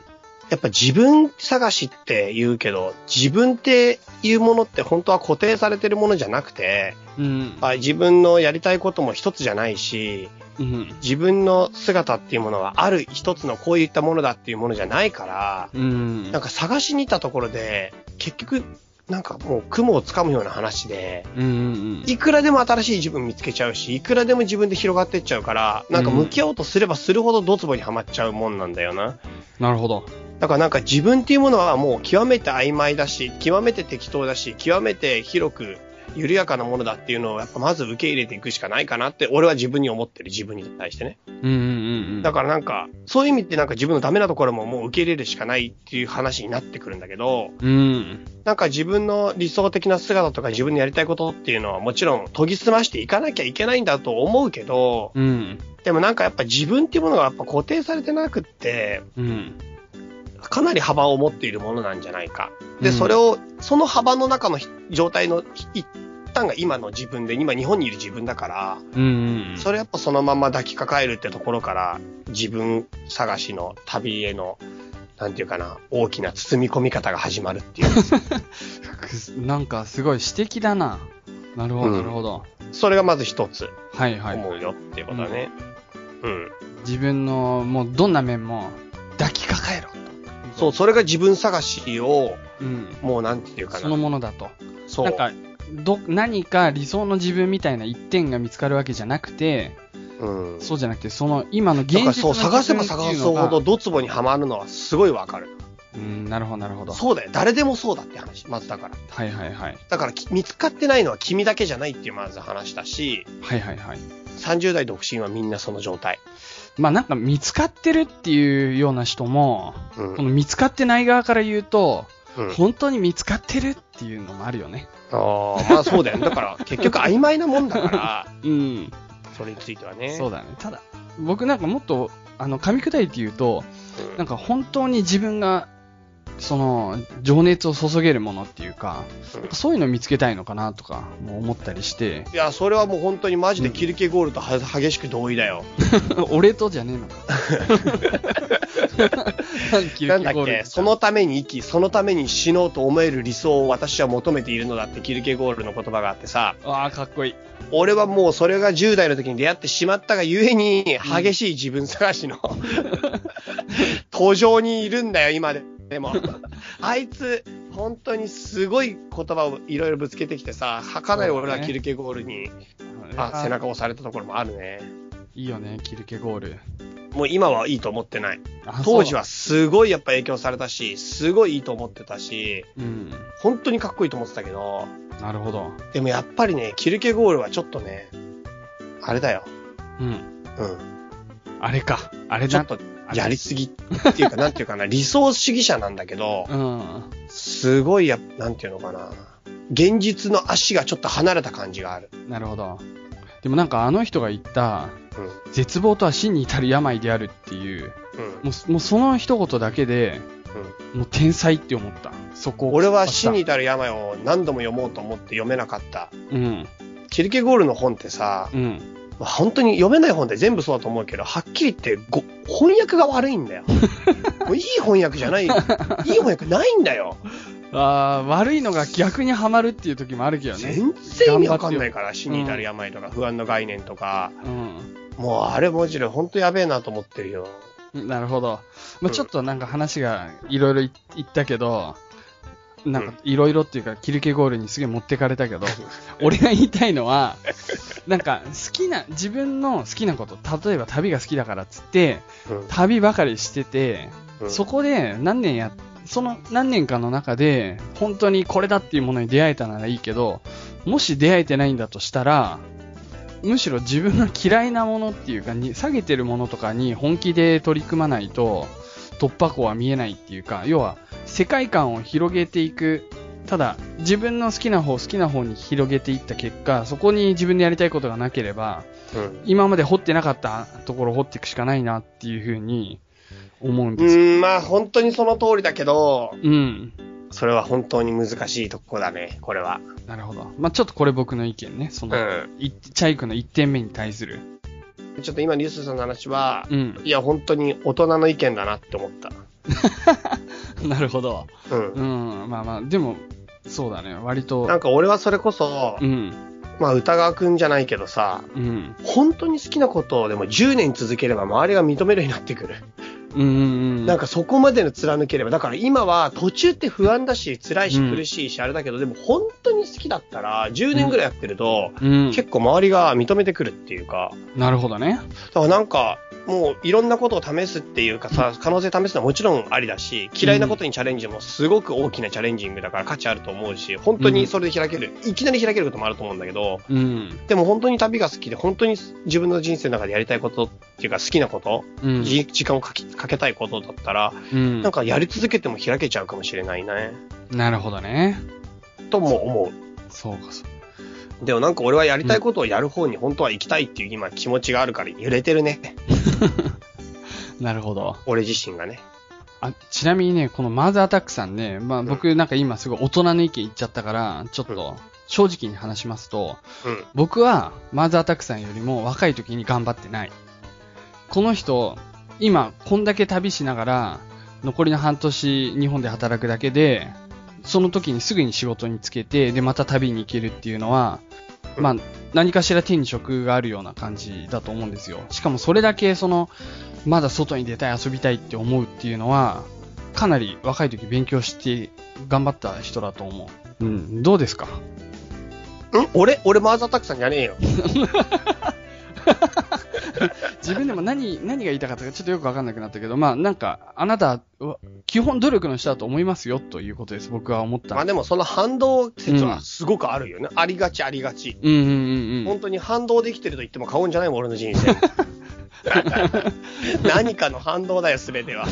Speaker 3: やっぱ自分探しって言うけど、自分っていうものって本当は固定されてるものじゃなくて、
Speaker 1: うん。
Speaker 3: あ自分のやりたいことも一つじゃないし、
Speaker 1: うん。
Speaker 3: 自分の姿っていうものはある一つのこういったものだっていうものじゃないから、
Speaker 1: うん。
Speaker 3: なんか探しに行ったところで、結局、なんかもう雲をつかむような話で、
Speaker 1: うんうん
Speaker 3: いくらでも新しい自分見つけちゃうし、いくらでも自分で広がってっちゃうから、なんか向き合おうとすればするほどドツボにはまっちゃうもんなんだよな。
Speaker 1: なるほど。
Speaker 3: だからなんか自分っていうものはもう極めて曖昧だし、極めて適当だし、極めて広く緩やかなものだっていうのをやっぱまず受け入れていくしかないかなって、俺は自分に思ってる自分に対してね。
Speaker 1: うんうんうんうん。
Speaker 3: だからなんか、そういう意味ってなんか自分のダメなところももう受け入れるしかないっていう話になってくるんだけど、
Speaker 1: うん。
Speaker 3: なんか自分の理想的な姿とか自分のやりたいことっていうのはもちろん研ぎ澄ましていかなきゃいけないんだと思うけど、
Speaker 1: うん。
Speaker 3: でもなんかやっぱ自分っていうものがやっぱ固定されてなくって、
Speaker 1: うん。
Speaker 3: かなり幅を持っているものなんじゃないか。
Speaker 1: う
Speaker 3: で、
Speaker 1: ん
Speaker 3: それを、その幅の中のひ状態のひ一端が今の自分で、今日本にいる自分だから、
Speaker 1: うんうん。
Speaker 3: それやっぱそのまま抱きかかえるってところから、自分探しの旅への、なんていうかな、大きな包み込み方が始まるっていう。
Speaker 1: くなんかすごい詩的だな。なるほ
Speaker 3: うん
Speaker 1: ど、なるほど。
Speaker 3: それがまず一つ
Speaker 1: はいはい。
Speaker 3: 思うよっていうことだね。うん。
Speaker 1: 自分のもうどんな面も抱きかかえろと。
Speaker 3: そう、それが自分探しを、
Speaker 1: うん。
Speaker 3: もうなんていうか
Speaker 1: その
Speaker 3: な。
Speaker 1: ものだと。
Speaker 3: そ
Speaker 1: なん
Speaker 3: う。
Speaker 1: かど、何か理想の自分みたいな一点が見つかるわけじゃなくて、
Speaker 3: うん。
Speaker 1: そうじゃなくて、その今の現
Speaker 3: だ
Speaker 1: 実
Speaker 3: か
Speaker 1: の
Speaker 3: らそう、探せば探すほ
Speaker 1: 自分っていうの
Speaker 3: ど
Speaker 1: が。
Speaker 3: ドツボにはまるのはすごいわかる。
Speaker 1: うん、なるほど、なるほど。
Speaker 3: そうだよ。誰でもそうだって話。まずだから。
Speaker 1: はいはいはい。
Speaker 3: だからき、見つかってないのは君だけじゃないっていうまず話だし、
Speaker 1: はいはいはい。
Speaker 3: 30代独身はみんなその状態。
Speaker 1: まあなんか見つかってるっていうような人も、
Speaker 3: う
Speaker 1: こ
Speaker 3: ん。
Speaker 1: の見つかってない側から言うと、
Speaker 3: うん、
Speaker 1: 本当に見つかってるっていうのもあるよね。
Speaker 3: ああ、まあそうだよ、ね。だから、結局曖昧なもんだから、
Speaker 1: うん。
Speaker 3: それについてはね。
Speaker 1: そう
Speaker 3: だ。
Speaker 1: だね。ただ、僕なんかもっと、あの、噛み砕いて言うと、
Speaker 3: ん、
Speaker 1: なんか本当に自分が、その、情熱を注げるものっていうか、
Speaker 3: うん
Speaker 1: そういうのを見つけたいのかなとか、もう思ったりして、
Speaker 3: いや、それはもう本当にマジでキルケゴールとは激しく同意だよ。
Speaker 1: 俺とじゃねえ のか。
Speaker 3: なんだっけ、そのために生き、そのために死のうと思える理想を私は求めているのだってキルケゴールの言葉があってさ、
Speaker 1: ああ、かっこいい。
Speaker 3: 俺はもうそれが10代の時に出会ってしまったがゆえに、激しい自分探しの、 途上にいるんだよ、今で。でも、あいつ、本当にすごい言葉をいろいろぶつけてきてさ、かなり俺はキルケゴールに、あ、背中押されたところもあるね。
Speaker 1: いいよね、キルケゴール。
Speaker 3: もう今はいいと思ってない。
Speaker 1: あ
Speaker 3: 当時は。すごいやっぱ影響されたし、すごいいいと思ってたし、
Speaker 1: そううん。
Speaker 3: 本当にかっこいいと思ってたけど、
Speaker 1: なるほど。
Speaker 3: でもやっぱりね、キルケゴールはちょっとね、あれだよ。
Speaker 1: うん。
Speaker 3: うん。
Speaker 1: あれか。あれ
Speaker 3: ちょ
Speaker 1: だ
Speaker 3: っとやりすぎっていうか、なんてい うかな、理想主義者なんだけど、
Speaker 1: うん。
Speaker 3: すごいや、なんていうのかな、現実の足がちょっと離れた感じがある。
Speaker 1: なるほど。でもなんかあの人が言った、
Speaker 3: うん。
Speaker 1: 絶望とは死に至る病であるっていう、
Speaker 3: うん。
Speaker 1: もうもうその一言だけで、もう天才って思った。そこを
Speaker 3: 俺は死に、至る病を何度も読もうと思って読めなかった。
Speaker 1: うん。
Speaker 3: キルケゴールの本ってさ、
Speaker 1: うん。
Speaker 3: まあ本当に読めない本って全部そうだと思うけど、はっきり言ってご、翻訳が悪いんだ よ。もういい翻訳じゃない、いい翻訳ないんだよ。
Speaker 1: あー悪いのが逆にはまるっていう時もあるけどね。
Speaker 3: 全然意味わかんないから、死に至る病とか、不安の概念とか、
Speaker 1: う
Speaker 3: もうあれ文字で本当やべえなと思ってるよ。
Speaker 1: ん。なるほど。
Speaker 3: う
Speaker 1: まあ、
Speaker 3: ん
Speaker 1: ちょっとなんか話がいろいろい言ったけど、なん
Speaker 3: うん
Speaker 1: かいろいろっていうか、キルケゴールにすげえ持ってかれたけど、俺が言いたいのは、なんか好きな、自分の好きなこと、例えば旅が好きだからっつって、旅ばかりしてて、そこで何年や、その何年かの中で、本当にこれだっていうものに出会えたならいいけど、もし出会えてないんだとしたら、むしろ自分が嫌いなものっていうかに、下げてるものとかに本気で取り組まないと、突破口は見えないっていうか、要は世界観を広げていく、ただ自分の好きな方、好きな方に広げていった結果、そこに自分でやりたいことがなければ、
Speaker 3: うん。
Speaker 1: 今まで掘ってなかったところを掘っていくしかないなっていうふうに思うん
Speaker 3: う
Speaker 1: ですよ。
Speaker 3: ん、まあ本当にその通りだけど、
Speaker 1: うん。
Speaker 3: それは本当に難しいとこだね、これは。
Speaker 1: なるほど。まあ、ちょっとこれ僕の意見ね。その、
Speaker 3: う
Speaker 1: いチャイクの1点目に対する。
Speaker 3: ん。ちょっと今、リュウスさんの話は、
Speaker 1: うん。
Speaker 3: いや、本当に大人の意見だなって思った。
Speaker 1: なるほど。
Speaker 3: うん
Speaker 1: う。ん。まあまあ、でも、そうだね。割と
Speaker 3: な、んか俺はそれこそ
Speaker 1: う、ん。
Speaker 3: まあ、歌川くんじゃないけどさ、
Speaker 1: うん。
Speaker 3: 本当に好きなことをでも10年続ければ周りが認めるようになってくる。
Speaker 1: うんうん。
Speaker 3: なんかそこまでの貫ければ、だから今は途中って不安だし、辛いし
Speaker 1: うん
Speaker 3: 苦しいし、あれだけど、でも本当に好きだったら、10年ぐらいやってると、
Speaker 1: うん。
Speaker 3: 結構周りが認めてくるっていうか、
Speaker 1: なるほどね。
Speaker 3: だからなんか、もういろんなことを試すっていうかさ、可能性試すのはもちろんありだし、嫌いなことにチャレンジもすごく大きなチャレンジングだから価値あると思うし、本当にそれで開ける、いきなり開けることもあると思うんだけど、
Speaker 1: うん。
Speaker 3: でも本当に旅が好きで、本当に自分の人生の中でやりたいことっていうか好きなこと、
Speaker 1: うん。
Speaker 3: じ時間をかけかけたいことだったら、
Speaker 1: うん
Speaker 3: なんかやり続けても開けちゃうかもしれないね。
Speaker 1: なるほどね。
Speaker 3: とも思。
Speaker 1: そうかそう
Speaker 3: でもなんか俺はやりたいことをやる方に本当は行きたいっていう今気持ちがあるから揺れてるね。
Speaker 1: う。なるほど。
Speaker 3: 俺自身がね。
Speaker 1: あちなみにね、このマーズアタックさんね、まあ
Speaker 3: ん
Speaker 1: 僕なんか今すごい大人の意見言っちゃったから、ちょっと正直に話しますと、
Speaker 3: うん。
Speaker 1: 僕はマーズアタックさんよりも若い時に頑張ってない。この人、今こんだけ旅しながら、残りの半年日本で働くだけで、その時にすぐに仕事につけて、でまた旅に行けるっていうのは、
Speaker 3: うん
Speaker 1: まあ何かしら手に職があるような感じだと思うんですよ。しかもそれだけその、まだ外に出たい遊びたいって思うっていうのは、かなり若い時勉強して頑張った人だと思う。うん、どうですか
Speaker 3: ん俺、俺マーザータックさんじゃねえよ。
Speaker 1: 自分でも何、何が言いたかったかちょっとよくわかんなくなったけど、まあなんか、あなたは、基本努力の人だと思いますよということです。僕は思った。
Speaker 3: まあでもその反動説はすごくあるよね。ありがちありがち。
Speaker 1: うんうんうんうん。
Speaker 3: 本当に反動できてると言っても過言じゃないもん、俺の人 生。何かの反動だよ、すべては。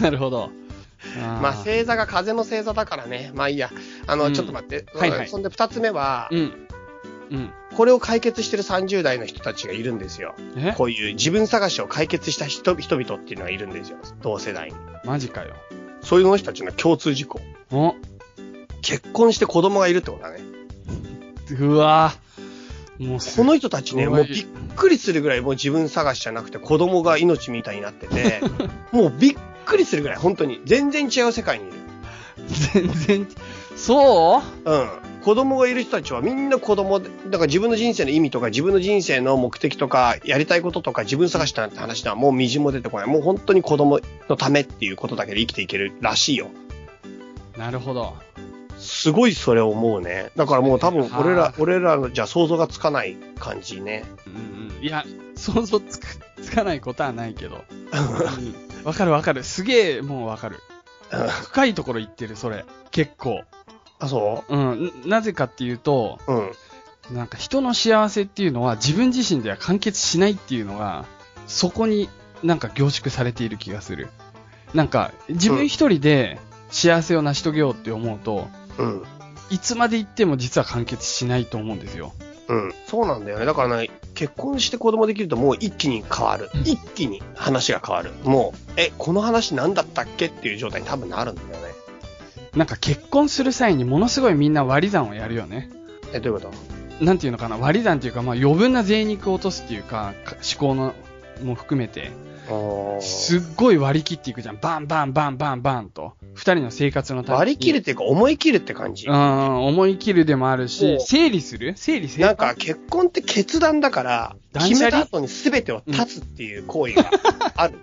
Speaker 1: なるほど。あー
Speaker 3: まあ、星座が風の星座だからね。まあいいや。あの、
Speaker 1: うん
Speaker 3: ちょっと待って。
Speaker 1: はいはい
Speaker 3: そんで二つ目は、
Speaker 1: うん。うん。
Speaker 3: これを解決してる30代の人たちがいるんですよ。
Speaker 1: え
Speaker 3: こういう自分探しを解決した人人々っていうのがいるんですよ。同世代に。
Speaker 1: マジかよ。
Speaker 3: そういうの人たちの共通事項。
Speaker 1: お
Speaker 3: 結婚して子供がいるってことだね。
Speaker 1: うわーもうす
Speaker 3: この人たちね、
Speaker 1: す
Speaker 3: も
Speaker 1: ご
Speaker 3: う
Speaker 1: い
Speaker 3: びっくりするぐらいもう自分探しじゃなくて子供が命みたいになっ てて、もうびっくりするぐらい本当に全然違う世界にいる。
Speaker 1: 全然、そう
Speaker 3: うん。子供がいる人たちはみんな子供で、だから自分の人生の意味とか自分の人生の目的とかやりたいこととか自分探しなんて話ではもうみじんも出てこない。もう本当に子供のためっていうことだけで生きていけるらしいよ。
Speaker 1: なるほど。
Speaker 3: すごいそれ思うね。だからもう多分俺
Speaker 1: あ
Speaker 3: ら、俺らのじゃ想像がつかない感じね。
Speaker 1: うんうん。いや、想像つく、つかないことはないけ ど。うんわかるわかる。すげえ、もうわかる。深いところ行ってる、それ。結構。
Speaker 3: あ、そ
Speaker 1: うん。ななぜかっていうと、
Speaker 3: ううん。
Speaker 1: なんか人の幸せっていうのは自分自身では完結しないっていうのが、そこになんか凝縮されている気がする。なんか、自分一人で幸せを成し遂げようって思うと、
Speaker 3: うん。
Speaker 1: いつまで行っても実は完結しないと思うんですよ。
Speaker 3: うん。そうなんだよね。だからね、結婚して子供できるともう一気に変わる。一気に話が変わる。もう、え、この話何だったっけっていう状態に多分なるんだよね。
Speaker 1: なんか結婚する際にものすごいみんな割り算をやるよね。
Speaker 3: え、どういうこと
Speaker 1: なんていうのかな、割り算っていうか、まあ余分な贅肉を落とすっていうか、か思考の、も含めて、
Speaker 3: あー
Speaker 1: すっごい割り切っていくじゃん。バンバンバンバンバンと。二人の生活のために
Speaker 3: 割り切るっていうか思い切るって感じ
Speaker 1: う。ん、思い切るでもある
Speaker 3: そ
Speaker 1: し
Speaker 3: う、
Speaker 1: 整理する整理整
Speaker 3: なん
Speaker 1: 頓
Speaker 3: か結婚って決断だから、
Speaker 1: 断捨離
Speaker 3: 決めた後に全てを断つっていう行為がある。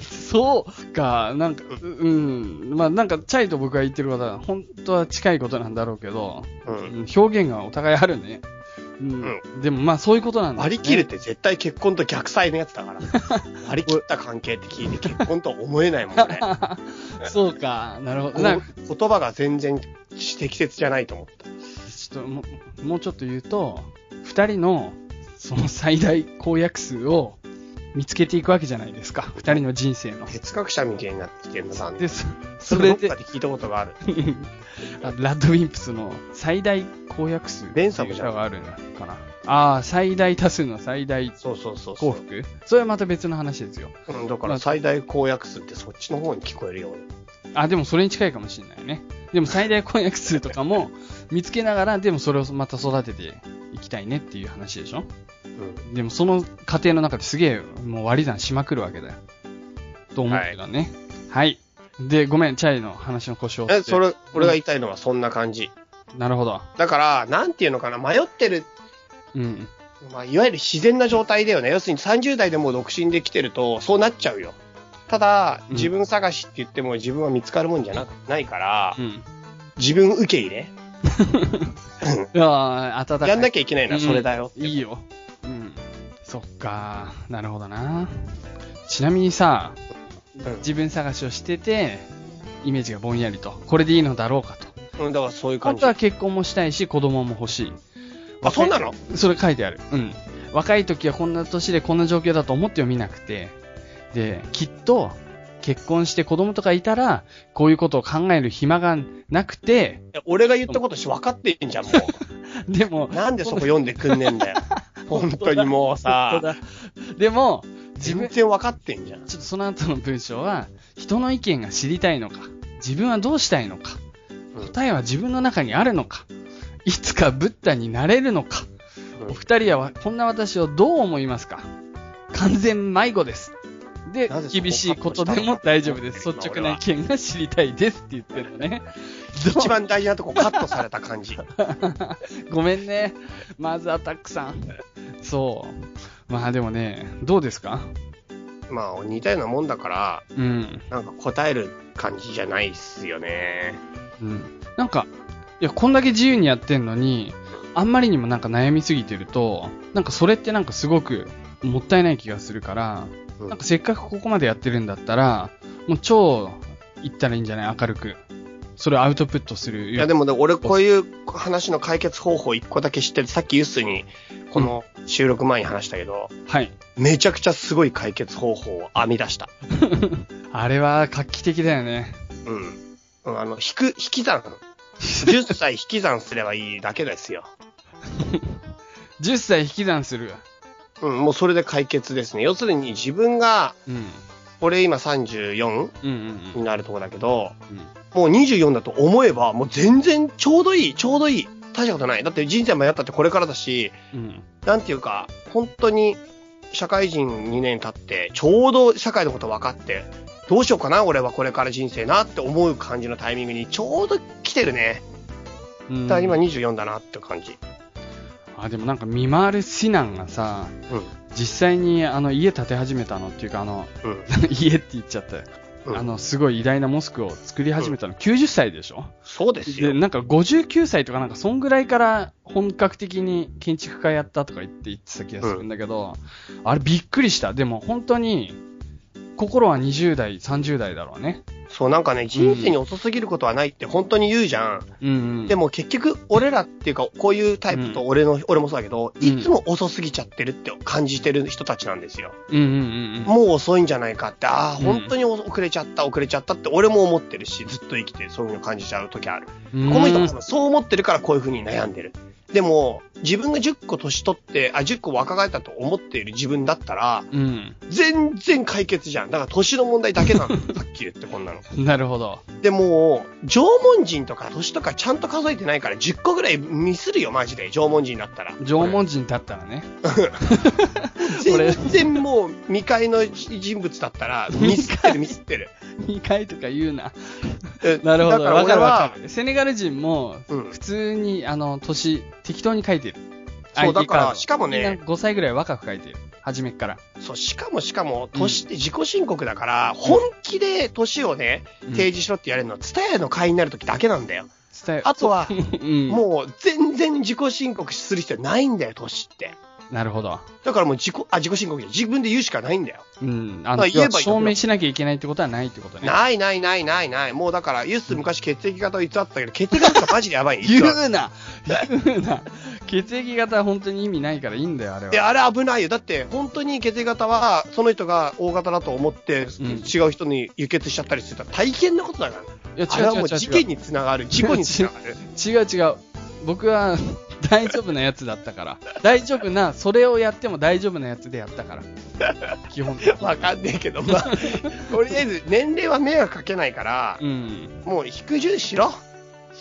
Speaker 1: そうか、なんか、ううん。まあなんか、チャイと僕が言ってることは、本当は近いことなんだろうけど、
Speaker 3: うん
Speaker 1: うん表現がお互いあるね。うん。でもまあそういうことなんだ、ね。
Speaker 3: 割り切るって絶対結婚と逆サイのやつだから。割り切った関係って聞いて結婚とは思え ないもんね。
Speaker 1: そうか、なるほど。なんか、
Speaker 3: 言葉が全然適切じゃないと思った。
Speaker 1: ちょっともう、もうちょっと言うと、二人の、その最大公約数を見つけていくわけじゃないですか。二人の人生の。
Speaker 3: 哲学者みたいになってきてるのさ、
Speaker 1: で、そそ
Speaker 3: そ
Speaker 1: れ
Speaker 3: れどっ
Speaker 1: で
Speaker 3: か、で聞いたことがある。
Speaker 1: あラッドウィンプスの最大公約数ってい
Speaker 3: 連
Speaker 1: う
Speaker 3: 鎖もじゃん
Speaker 1: 歌があるのかな。ああ、最大多数の最大
Speaker 3: そうそうそうそ
Speaker 1: 幸
Speaker 3: う、
Speaker 1: 福それはまた別の話ですよ。
Speaker 3: うん。だから最大公約数ってそっちの方に聞こえるように。
Speaker 1: あ、でもそれに近いかもしれないね。でも最大公約数とか も見つけながら、でもそれをまた育てていきたいねっていう話でしょ
Speaker 3: うん。
Speaker 1: でもその過程の中ですげえもう割り算しまくるわけだよ。と思ってたね。はい。で、ごめん、チャイの話の故障。
Speaker 3: え、それ、俺が言いたいのはそんな感じ。
Speaker 1: なるほど。
Speaker 3: だから、なんていうのかな、迷ってる、
Speaker 1: うん。
Speaker 3: まあ、いわゆる自然な状態だよね。要するに30代でもう独身で来てると、そうなっちゃうよ。ただ、
Speaker 1: うん
Speaker 3: 自分探しって言っても自分は見つかるもんじゃなくないから
Speaker 1: う、ん。
Speaker 3: 自分受け入れ。
Speaker 1: いやー暖かい。
Speaker 3: やんなきゃいけないの
Speaker 1: う
Speaker 3: は
Speaker 1: ん
Speaker 3: それだよ。
Speaker 1: いいよ。うん。そっか。なるほどな。ちなみにさ、
Speaker 3: うん
Speaker 1: 自分探しをしてて、イメージがぼんやりと。これでいいのだろうかと。
Speaker 3: うん、だからそういう
Speaker 1: あ
Speaker 3: 感じ
Speaker 1: と。は結婚もしたいし、子供も欲しい。
Speaker 3: あ、そうなの
Speaker 1: それ書いてある。うん。若い時はこんな年でこんな状況だと思ってもみなくて、で、きっと、結婚して子供とかいたら、こういうことを考える暇がなくて、
Speaker 3: 俺が言ったことし分かってんじゃん、も
Speaker 1: でも
Speaker 3: う。、なんでそこ読んでくんねえんだよ。 本当にもう
Speaker 1: 本当
Speaker 3: さ、
Speaker 1: だ でも、自
Speaker 3: 全
Speaker 1: 分、
Speaker 3: 然分かってんじゃん。
Speaker 1: ちょっとその後の文章は、人の意見が知りたいのか、自分はどうしたいのか、
Speaker 3: うん
Speaker 1: 答えは自分の中にあるのか、いつかブッダになれるのか、
Speaker 3: うん
Speaker 1: お二人はこんな私をどう思いますか完全迷子です。で
Speaker 3: なぜ、そこ
Speaker 1: 厳しいことでも大丈夫です。率直な意見が知りたいですって言ってるのね。
Speaker 3: 一番大事なとこカットされた感じ。
Speaker 1: ごめんね。まずアタックさん。そう。まあでもね、どうですか
Speaker 3: まあ、似たようなもんだから、
Speaker 1: うん。
Speaker 3: なんか答える感じじゃないっすよね。
Speaker 1: うん、なんか、いや、こんだけ自由にやってんのに、あんまりにもなんか悩みすぎてると、なんかそれってなんかすごくもったいない気がするから、
Speaker 3: うん
Speaker 1: なんかせっかくここまでやってるんだったら、もう超いったらいいんじゃない明るく。それをアウトプットする。
Speaker 3: いやでもね、俺こういう話の解決方法一個だけ知ってる。さっきユースに、この収録前に話したけど、
Speaker 1: はい。
Speaker 3: めちゃくちゃすごい解決方法を編み出した。
Speaker 1: あれは画期的だよね。
Speaker 3: うん。うん、あの、引く、引き 算。10歳引き算すればいいだけですよ。
Speaker 1: 10歳引き算する。
Speaker 3: うん、もうそれで解決ですね。要するに自分が、
Speaker 1: うん。
Speaker 3: 俺今34
Speaker 1: うんうん
Speaker 3: になるとこだけど、
Speaker 1: うん。うん
Speaker 3: もう24だと思えば、もう全然ちょうどいい、ちょうどいい。大したことない。だって人生迷ったってこれからだし、
Speaker 1: うん。
Speaker 3: なんていうか、本当に社会人2年経って、ちょうど社会のこと分かって、どうしようかな、俺はこれから人生なって思う感じのタイミングにちょうど来てるね。
Speaker 1: うん
Speaker 3: だから今24だなって感じ。
Speaker 1: あ、でもなんか見回る指南がさ、
Speaker 3: う
Speaker 1: 実際にあの家建て始めたのっていうかあの、
Speaker 3: ん。うん。
Speaker 1: 家って言っちゃったよ、
Speaker 3: うん
Speaker 1: あのすごい偉大なモスクを作り始めたの、90歳でしょ
Speaker 3: そうです
Speaker 1: で
Speaker 3: よ。
Speaker 1: なんか59歳とかなんかそんぐらいから本格的に建築家やったとか言って言ってた気がするんだけど、あれびっくりしたでも本当に心は20代30代だろうね
Speaker 3: そう、なんかね、人生に遅すぎることはないって本当に言うじゃん。
Speaker 1: うん、うん、
Speaker 3: でも結局、俺らっていうか、こういうタイプと俺の、俺もそうだけど、
Speaker 1: うん
Speaker 3: いつも遅すぎちゃってるって感じてる人たちなんですよ。
Speaker 1: うんうんうんうん
Speaker 3: もう遅いんじゃないかって、ああ、
Speaker 1: うん
Speaker 3: 本当に遅れちゃった、遅れちゃったって俺も思ってるし、ずっと生きてそういうの感じちゃう時ある。
Speaker 1: うん
Speaker 3: この人も多分そう思ってるからこういう風に悩んでる。でも、自分が10個年取って、あ、10個若返ったと思っている自分だったら、
Speaker 1: うん
Speaker 3: 全然解決じゃん。だから年の問題だけ なの。さっき言ってこんなの。
Speaker 1: なるほど
Speaker 3: でもう、縄文人とか年とかちゃんと数えてないから10個ぐらいミスるよ、マジで。縄文人だったら。
Speaker 1: 縄文人だったらね俺
Speaker 3: 全然もう未開の人物だったら、ミスってる、ミスってる。
Speaker 1: 2回とか言うな
Speaker 3: え
Speaker 1: なるほど。
Speaker 3: だから
Speaker 1: わ
Speaker 3: 俺
Speaker 1: かるわ
Speaker 3: は
Speaker 1: か、る。セネガル人も、
Speaker 3: うん
Speaker 1: 普通に、あの、年、適当に書いてる。
Speaker 3: そう
Speaker 1: ID
Speaker 3: だから
Speaker 1: カード
Speaker 3: しかもね
Speaker 1: みんな5歳ぐらい若く書いてる。初めっから。
Speaker 3: そう、しかもしかも、年って自己申告だから、本気で年をね、
Speaker 1: うん
Speaker 3: 提示しろってやれるのは、ツタヤの会員になる時だけなん だよ。
Speaker 1: 伝え、
Speaker 3: あとは、
Speaker 1: うん。
Speaker 3: もう全然自己申告する必要ないんだよ、年って。
Speaker 1: なるほど。
Speaker 3: だからもう自己、あ、自己申告じゃない自分で言うしかないんだよ。
Speaker 1: うん。あ
Speaker 3: ま
Speaker 1: の、
Speaker 3: あ言えばいいんだけど
Speaker 1: 証明しなきゃいけないってことはないってことね。
Speaker 3: ないないないないない。もうだから、ユース昔血液型を偽ってたけど、血液型がマジでやばい
Speaker 1: 言
Speaker 3: よ。
Speaker 1: うな言うな血液型は本当に意味ないからいいんだよ、あれ
Speaker 3: で、
Speaker 1: は。
Speaker 3: あれ危ないよ。だって、本当に血液型は、その人が O 型だと思って、
Speaker 1: うん
Speaker 3: 違う人に輸血しちゃったりすると大変なことだから。
Speaker 1: いや、
Speaker 3: あ
Speaker 1: 違
Speaker 3: れは
Speaker 1: う違
Speaker 3: も
Speaker 1: う
Speaker 3: う事件につながる、事故につながる。
Speaker 1: 違う違う。違う違う。僕は、 大丈夫なやつだったから。大丈夫な、それをやっても大丈夫なやつでやったから。基本的に。
Speaker 3: わかんねえけど、まあ、 とりあえず、年齢は迷惑かけないから、
Speaker 1: うん。
Speaker 3: もう、低重しろ。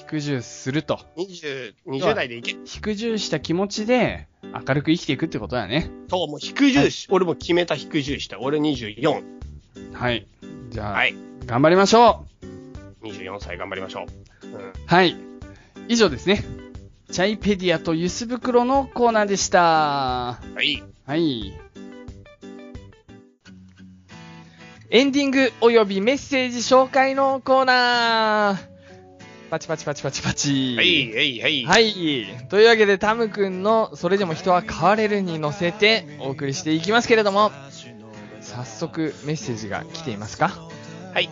Speaker 1: 低重すると。
Speaker 3: 20、20代でいけ。
Speaker 1: 低重した気持ちで、明るく生きていくってことだね。
Speaker 3: そう、もう、低重視。俺も決めた低重視だ。俺24。
Speaker 1: はい。じゃあ、
Speaker 3: はい。
Speaker 1: 頑張りましょ
Speaker 3: 24歳頑張りましょう。うん
Speaker 1: うはい。以上ですね。チャイペディアとユス袋のコーナーでした。
Speaker 3: はい。
Speaker 1: はい。エンディングおよびメッセージ紹介のコーナーパチパチパチパチパチ。
Speaker 3: はい、はい、はい。
Speaker 1: はい。というわけで、タムくんの、それでも人は変われるに乗せてお送りしていきますけれども、早速メッセージが来ていますか
Speaker 3: はい。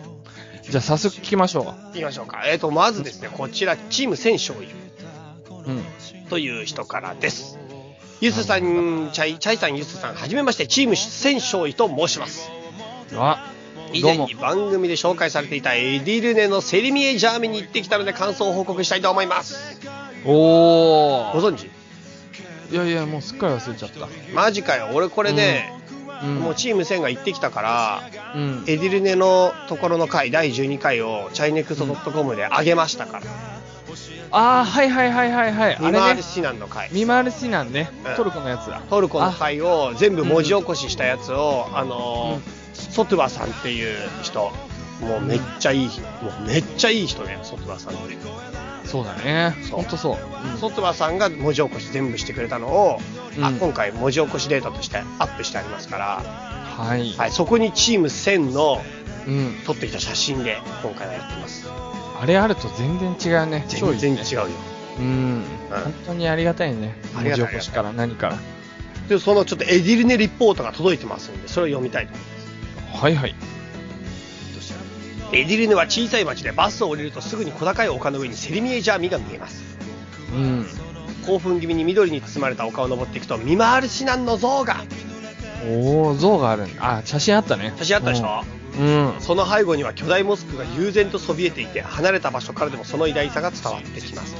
Speaker 1: じゃあ早速聞きましょ
Speaker 3: 行きましょうか。えっ、と、まずですね、こちら、チーム戦勝優
Speaker 1: う。うん。
Speaker 3: という人からです。ゆすさん、チャイ、チャイさん、ゆすさん、はじめまして、チーム戦勝優と申します。
Speaker 1: あ、
Speaker 3: 以
Speaker 1: どう
Speaker 3: 前
Speaker 1: も
Speaker 3: に。番組で紹介されていたエディルネのセリミエジャーミに行ってきたので感想を報告したいと思います。
Speaker 1: お
Speaker 3: ご
Speaker 1: ー。
Speaker 3: 存知
Speaker 1: いやいや、もうすっかり忘れちゃった。
Speaker 3: マジかよ。俺これね、
Speaker 1: うん。
Speaker 3: もうチーム戦が行ってきたから、
Speaker 1: うん。
Speaker 3: エディルネのところの回第12回をチャイネクスト .com で上げましたから、
Speaker 1: あー、はいはいはいはいはい。あ
Speaker 3: ミマ
Speaker 1: れ
Speaker 3: ー
Speaker 1: ね
Speaker 3: ル。シナンの回
Speaker 1: ミマールシナンね
Speaker 3: うん。
Speaker 1: トルコのやつだ。
Speaker 3: トルコの回を全部文字起こししたやつをあのー
Speaker 1: うん
Speaker 3: ソトゥバさんっていう人もうめっちゃいい人もうめっちゃいい人ねソトゥバさんって
Speaker 1: そうだね。
Speaker 3: そう
Speaker 1: ほんとそう。
Speaker 3: ソトゥバさんが文字起こし全部してくれたのを、あ
Speaker 1: うん
Speaker 3: 今回文字起こしデータとしてアップしてありますから、
Speaker 1: はい。
Speaker 3: はい、そこにチーム1000の
Speaker 1: うん。
Speaker 3: 撮ってきた写真で今回はやってます
Speaker 1: あれあると全然違うね。超い
Speaker 3: 全
Speaker 1: い
Speaker 3: 然
Speaker 1: ね
Speaker 3: 違うよ
Speaker 1: うん、本当にありがたいね。
Speaker 3: あ
Speaker 1: 文
Speaker 3: りが
Speaker 1: 字
Speaker 3: たい
Speaker 1: 起こしから何から。
Speaker 3: でそのちょっとエディルネリポートが届いてますんでそれを読みたいと思います
Speaker 1: はいはい。
Speaker 3: エディルネは小さい町でバスを降りるとすぐに小高い丘の上にセリミエジャーミが見えます
Speaker 1: うん。
Speaker 3: 興奮気味に緑に包まれた丘を登っていくとミマールシナンの像が
Speaker 1: おー、像があるんだ。あ、写真あったね。
Speaker 3: 写真あったでしょ、
Speaker 1: うん。うん。
Speaker 3: その背後には巨大モスクが悠然とそびえていて離れた場所からでもその偉大さが伝わってきます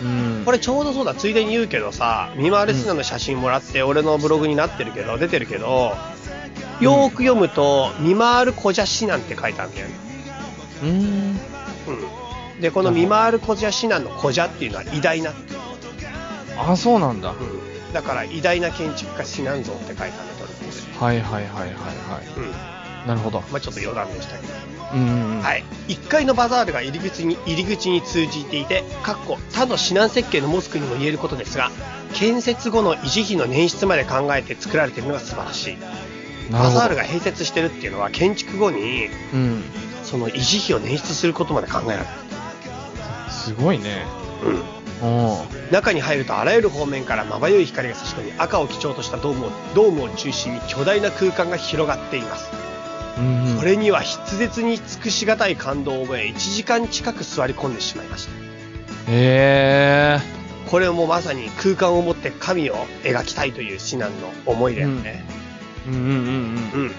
Speaker 1: うん
Speaker 3: これちょうどそうだついでに言うけどさミマールシナンの写真もらって俺のブログになってるけど出てるけどよーく読むと、ミマールコジャシナンって書いてあるんだよね
Speaker 1: うん。
Speaker 3: うん、でこの「ミマール・コジャ・シナン」の「コジャ」っていうのは偉大な、
Speaker 1: あ、そうなんだ。
Speaker 3: うん、だから偉大な建築家シナン像って書いてあるんだと思うんですよ、
Speaker 1: はいはいはいはいは
Speaker 3: うん
Speaker 1: い。なるほど。
Speaker 3: まあ、ちょっと余談でしたけど、
Speaker 1: うんうん。
Speaker 3: はい、1階のバザールが入り口に入り口に通じていてかっこ他のシナン設計のモスクにも言えることですが建設後の維持費の捻出まで考えて作られているのが素晴らしい
Speaker 1: なるほ
Speaker 3: バザール
Speaker 1: ど。
Speaker 3: が併設してるっていうのは建築後に
Speaker 1: うん。
Speaker 3: その維持費を捻出することまで考えられた、
Speaker 1: すごいね。
Speaker 3: うん
Speaker 1: お
Speaker 3: 中に入るとあらゆる方面からまばゆい光が差し込み赤を基調としたドームをドームを中心に巨大な空間が広がっています
Speaker 1: うんうん。
Speaker 3: これには筆舌に尽くしがたい感動を覚え1時間近く座り込んでしまいました
Speaker 1: へ
Speaker 3: これもまさに空間をもって神を描きたいという至難の思いだよね、
Speaker 1: ー。うんうんうんうん。
Speaker 3: うん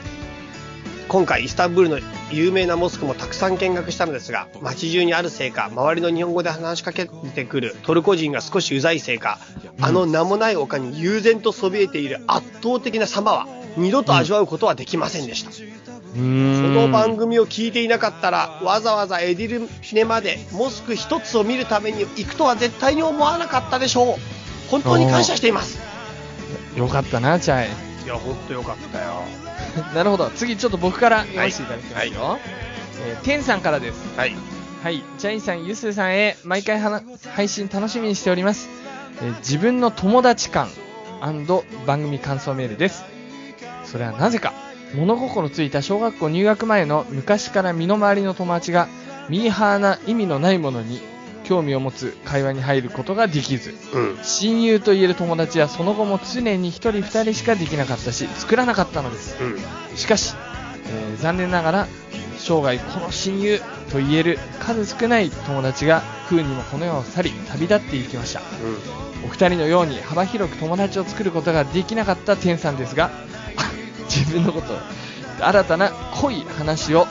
Speaker 3: 今回イスタンブールの有名なモスクもたくさん見学したのですが街中にあるせいか周りの日本語で話しかけてくるトルコ人が少しうざいせいかあの名もない丘に悠然とそびえている圧倒的な様は二度と味わうことはできませんでした、
Speaker 1: うーん
Speaker 3: この番組を聞いていなかったらわざわざエディルネまでモスク一つを見るために行くとは絶対に思わなかったでしょう本当に感謝しています
Speaker 1: よかったな、チャイ。
Speaker 3: いや本当よかったよ
Speaker 1: なるほど。次、ちょっと僕から読ませていただきますよ。えー、テンさんからです。
Speaker 3: はい
Speaker 1: はい、ジャイさん、ユスさんへ毎回はな配信楽しみにしております。えー自分の友達感番組感想メールです。それはなぜか、物心ついた小学校入学前の昔から身の回りの友達がミーハーな意味のないものに興味を持つ会話に入ることができず、
Speaker 3: うん
Speaker 1: 親友といえる友達はその後も常に1人2人しかできなかったし、作らなかったのです。
Speaker 3: うん
Speaker 1: しかし、えー残念ながら生涯この親友と言える数少ない友達が風にもこの世を去り旅立っていきましたお二人のように幅広く友達を作ることができなかった天さんですが自分のこと新たな濃い話を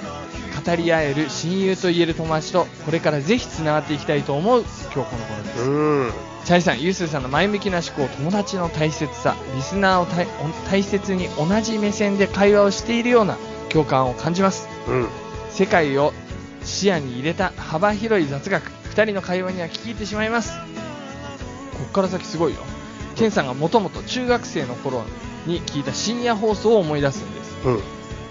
Speaker 1: 語り合える親友と言える友達とこれからぜひつながっていきたいと思う今日この頃です
Speaker 3: うんうん
Speaker 1: チャイさん、ユースーさんの前向きな思考、友達の大切さ、リスナーを大大切に同じ目線で会話をしているような共感を感じます。
Speaker 3: うん
Speaker 1: 世界を視野に入れた幅広い雑学、二人の会話には聞き入ってしまいます。こっから先すごいよ。ケンさんがもともと中学生の頃に聞いた深夜放送を思い出すんです。
Speaker 3: うん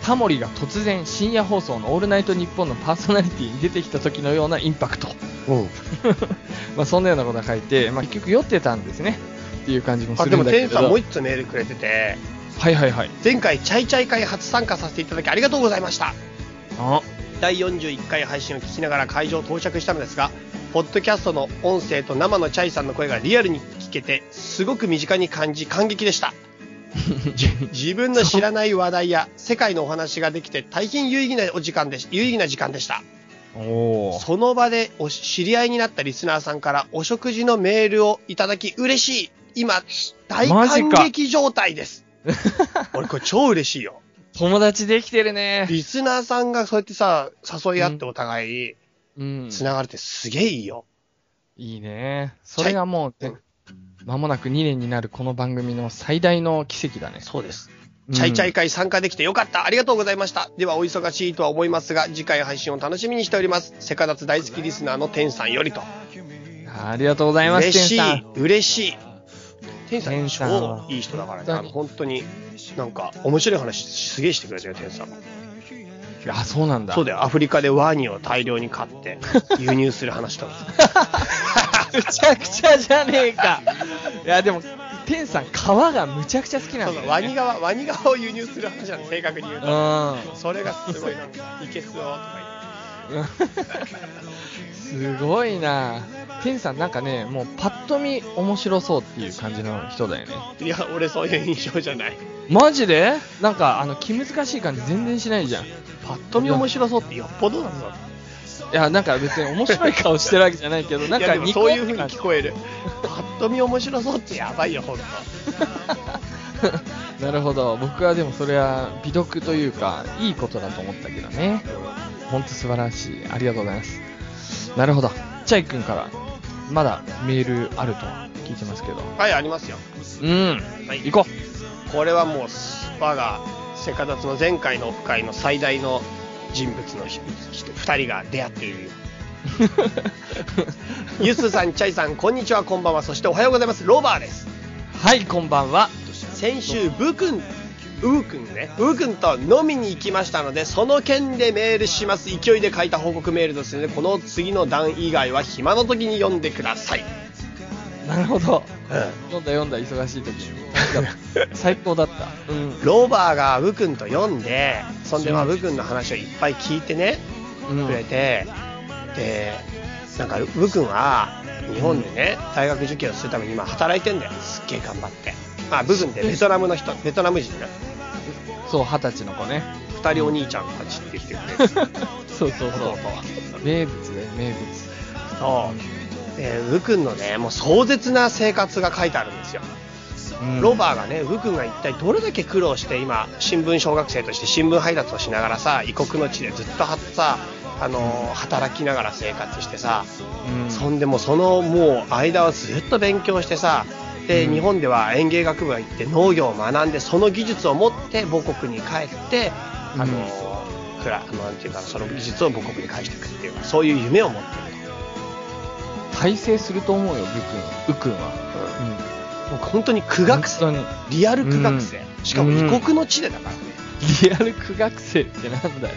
Speaker 1: タモリが突然深夜放送のオールナイトニッポンのパーソナリティに出てきた時のようなインパクト。
Speaker 3: うん
Speaker 1: まあ、そんなようなことが書いて、まあ、結局酔ってたんですね。っていう感じも
Speaker 3: あ
Speaker 1: す
Speaker 3: で
Speaker 1: るん
Speaker 3: も
Speaker 1: だ
Speaker 3: テ
Speaker 1: け
Speaker 3: ン
Speaker 1: ど。
Speaker 3: さんもう一つメールくれてて
Speaker 1: はいはいはい。
Speaker 3: 前回チャイチャイ会初参加させていただきありがとうございました
Speaker 1: あ
Speaker 3: 第41回配信を聞きながら会場到着したのですがポッドキャストの音声と生のチャイさんの声がリアルに聞けてすごく身近に感じ感激でした自分の知らない話題や世界のお話ができて大変有意義なお時間でし有意義な時間でした
Speaker 1: おー
Speaker 3: その場でお知り合いになったリスナーさんからお食事のメールをいただき嬉しい今大
Speaker 1: マジ
Speaker 3: 感
Speaker 1: か
Speaker 3: 激状態です俺これ超嬉しいよ
Speaker 1: 友達できてるね。
Speaker 3: リスナーさんがそうやってさ誘い合ってお互い
Speaker 1: うん。
Speaker 3: 繋がるってすげえいいよ
Speaker 1: いいね。それがもうね、まもなく2年になるこの番組の最大の奇跡だね。
Speaker 3: そうですチャイチャイ
Speaker 1: イ。
Speaker 3: 会参加できてよかったありがとうございましたではお忙しいとは思いますが次回配信を楽しみにしておりますセカダツ大好きリスナーのテンさんよりと
Speaker 1: ありがとうございます、
Speaker 3: 嬉し
Speaker 1: 天さ
Speaker 3: い
Speaker 1: ん。
Speaker 3: 嬉しい天さ
Speaker 1: 天
Speaker 3: ん
Speaker 1: さん
Speaker 3: 超いい人だからねあの本当になんか面白い話すげえしてくれたよ天さんも
Speaker 1: あ、そうなんだ。
Speaker 3: そうだよアフリカでワニを大量に買って輸入する 話とか
Speaker 1: むちゃくちゃじゃねえか。いや、でも、天さん、皮がむちゃくちゃ好きな
Speaker 3: そ
Speaker 1: ん
Speaker 3: う
Speaker 1: だ
Speaker 3: そ
Speaker 1: よ、
Speaker 3: う
Speaker 1: ね。
Speaker 3: ワニ側ワニ側を輸入する話なんで正確に言うと
Speaker 1: う
Speaker 3: それがすごいなんかいけすをとか
Speaker 1: ん。 すごいな。天さん、なんかね、もうパッと見面白そうっていう感じの人だよね。
Speaker 3: 言っていや俺そういう印象じゃない
Speaker 1: マジでなんか、あの、気難しい感じ全然しないじゃん。い
Speaker 3: パッと見面白そうってよっぽどだぞ
Speaker 1: や、なんか別に面白い顔してるわけじゃないけど、なん
Speaker 3: いや
Speaker 1: か
Speaker 3: でも
Speaker 1: ニ
Speaker 3: そ
Speaker 1: コ
Speaker 3: う
Speaker 1: っ
Speaker 3: いう風
Speaker 1: て
Speaker 3: に
Speaker 1: 感じ
Speaker 3: 聞こえるパッと見面白そうってやばいよほんと
Speaker 1: なるほど。僕はでもそれは美読というか、いいことだと思ったけどね。ほんと素晴らしい。ありがとうございます。なるほど。チャイ君から、まだメールあると聞いてますけど。
Speaker 3: はいありますよ
Speaker 1: うん。
Speaker 3: はい
Speaker 1: 行こ
Speaker 3: これはもう我がセカダツの前回のオフ会の最大の人物のひひ二人が出会っている
Speaker 1: う。
Speaker 3: ユスさんチャイさんこんにちはこんばんはそしておはようございますロバーです
Speaker 1: はい、こんばんは。
Speaker 3: 先週ブーくんウーくんねウーくんと飲みに行きましたのでその件でメールします勢いで書いた報告メールですのでこの次の段以外は暇の時に読んでください、
Speaker 1: なるほど。読んだ読んだ、忙しい時 に。最高だった。うん。
Speaker 3: ロバーがウーくんと読んでそんでまあウーくんの話をいっぱい聞いてね
Speaker 1: うん
Speaker 3: くれて、でなんかウーくんは日本でね大学受験をするために今働いてんだよすっげえ頑張ってまあブーくんってベトナムの人ベトナム人な
Speaker 1: そう、二十歳の子 ね。
Speaker 3: 2人お兄ちゃんたちって言ってくれる
Speaker 1: そうそう
Speaker 3: 弟
Speaker 1: そう。
Speaker 3: は
Speaker 1: 名物だよ、名物。
Speaker 3: そうでウくんのねもう壮絶な生活が書いてあるんですよ、
Speaker 1: うん
Speaker 3: ロバーがねウくんが一体どれだけ苦労して今新聞小学生として新聞配達をしながらさ異国の地でずっとはさあのー働きながら生活してさ、
Speaker 1: うん
Speaker 3: そんでもうそのもう間はずっと勉強してさで、
Speaker 1: うん
Speaker 3: 日本では園芸学部が行って農業を学んでその技術を持って母国に帰ってあのー、くらなんていうかなその技術を母国に返していくっていうかそういう夢を持ってる
Speaker 1: 大成すると思うよ、ウくん。ウくんは。
Speaker 3: と、うん
Speaker 1: うん。
Speaker 3: もう本当に苦学生
Speaker 1: 本当に
Speaker 3: リアル苦学生、
Speaker 1: うん
Speaker 3: しかも異国の地でだからね、
Speaker 1: リアル苦学生ってなんだよ。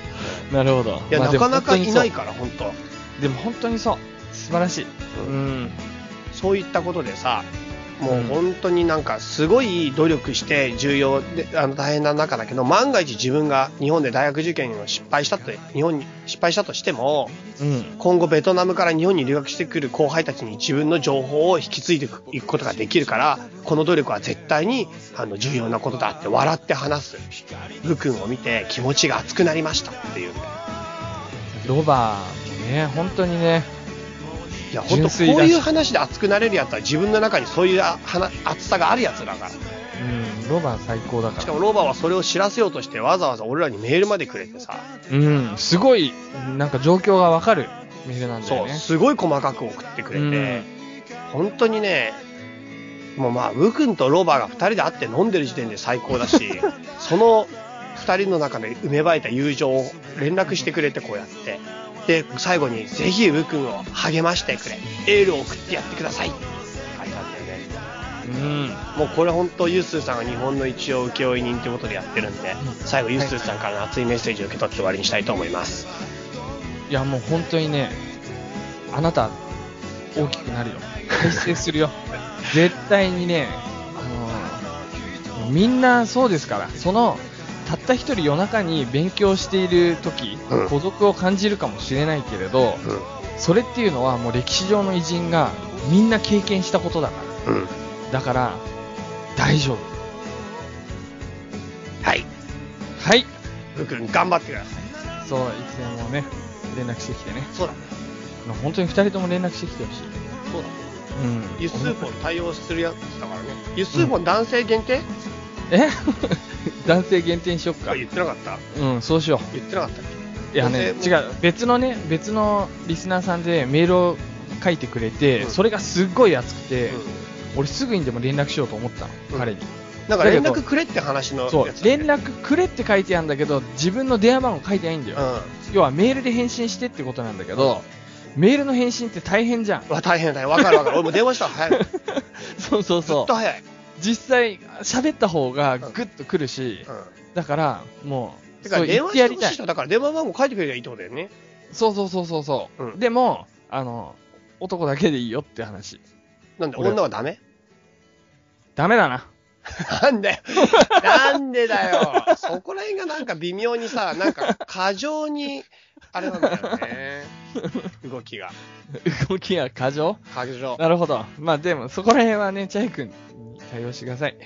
Speaker 1: なるほど。
Speaker 3: いや、
Speaker 1: まあ
Speaker 3: なかなかいない
Speaker 1: でも本
Speaker 3: から本当
Speaker 1: 当にそう。でも本当にそう。素晴らしい。うん。
Speaker 3: そういったことでさもううん本当になんかすごい努力して重要であの大変な中だけど万が一自分が日本で大学受験を失敗したと日本に失敗したとしても
Speaker 1: うん。
Speaker 3: 今後ベトナムから日本に留学してくる後輩たちに自分の情報を引き継いでいくことができるからこの努力は絶対にあの重要なことだって笑って話すル君を見て気持ちが熱くなりましたっていう
Speaker 1: ロバーもね、本当にね、
Speaker 3: いや本
Speaker 1: 純
Speaker 3: 当こう
Speaker 1: 粋だし
Speaker 3: いう話で熱くなれるやつは自分の中にそういうあ話熱さがあるやつだから
Speaker 1: うん、ロバー最高だ
Speaker 3: し
Speaker 1: か。
Speaker 3: からもローバーはそれを知らせようとしてわざわざ俺らにメールまでくれてさ、
Speaker 1: うん、すごい、なんか状況がわかるメールなんだ
Speaker 3: そ
Speaker 1: よ
Speaker 3: う
Speaker 1: ね。
Speaker 3: すごい細かく送ってくれて、本当にねもうまあウ君とローバーが2人で会って飲んでる時点で最 高だしその2人の中で埋めばえた友情を連絡してくれてこうやってで最後に「ぜひウ君を励ましてくれエールを送ってやってください」って書いてあったよね
Speaker 1: うん。
Speaker 3: もうこれ本当ユースーさんが日本の一応請負人ということでやってるんで最後ユースーさんからの熱いメッセージを受け取って終わりにしたいと思います
Speaker 1: いや、もう本当にね、あなた、
Speaker 5: 大きくなるよ。
Speaker 1: 改正するよ。絶対にね、あのみんなそうですから、その、たった一人夜中に勉強している時、
Speaker 3: うん
Speaker 1: 孤独を感じるかもしれないけれど、それっていうのはもう歴史上の偉人がみんな経験したことだか
Speaker 3: うん。うん。
Speaker 1: ら。だから、大丈夫。
Speaker 3: はい。
Speaker 1: はい。
Speaker 3: ふうくん、頑張ってください。
Speaker 1: そう、いつでもね、連絡してきてね。
Speaker 3: そうだ。
Speaker 1: あの本当に二人とも連絡してきてほしい。
Speaker 3: そうだ。
Speaker 1: うん。
Speaker 3: 輸数本対応するやつだからね。輸数本男性限定、
Speaker 1: え 男性限定にしよっか
Speaker 3: あ。言ってなかった
Speaker 1: うん、そうしよう。
Speaker 3: 言ってなかったっけ
Speaker 1: いやね、違
Speaker 3: 女性も
Speaker 1: う、別のね、別のリスナーさんでメールを書いてくれて、
Speaker 3: うん
Speaker 1: それがすっごい熱くて、
Speaker 3: う
Speaker 1: 俺すぐにでも連絡しようと思ったの、
Speaker 3: うん
Speaker 1: 彼に。
Speaker 3: んなんか連絡くれって話のやつ
Speaker 1: そう、
Speaker 3: だね
Speaker 1: 連絡くれって書いてあるんだけど、自分の電話番号書いてないんだよ。要はメールで返信してってことなんだけど、メールの返信って大変じゃん
Speaker 3: う。ん。わ、大変だよ。わかるわかる。俺も電話したら 早い。ずっ
Speaker 1: そうそうそ
Speaker 3: と早い。
Speaker 1: う。実際、喋った方がグッとくるし、
Speaker 3: う
Speaker 1: だから、もう、
Speaker 3: ん。てか、
Speaker 1: そう
Speaker 3: 電
Speaker 1: 言っ
Speaker 3: 話
Speaker 1: てや
Speaker 3: して
Speaker 1: り
Speaker 3: ほ
Speaker 1: た
Speaker 3: しい
Speaker 1: い
Speaker 3: 人。だから電話番号書いてくれりゃいいってことだよね。
Speaker 1: そうそうそうそうそう、
Speaker 3: うん
Speaker 1: でも、あの、男だけでいいよって話。
Speaker 3: なんで、
Speaker 1: 俺
Speaker 3: 女はダメ
Speaker 1: ダメだな。
Speaker 3: なんだよ。なんでだよ。そこら辺がなんか微妙にさ、なんか過剰に、あれなんだよね。動きが。
Speaker 1: 動きが過剰
Speaker 3: 過剰。
Speaker 1: なるほど。まあでも、そこら辺はね、チャイ君に対応してください。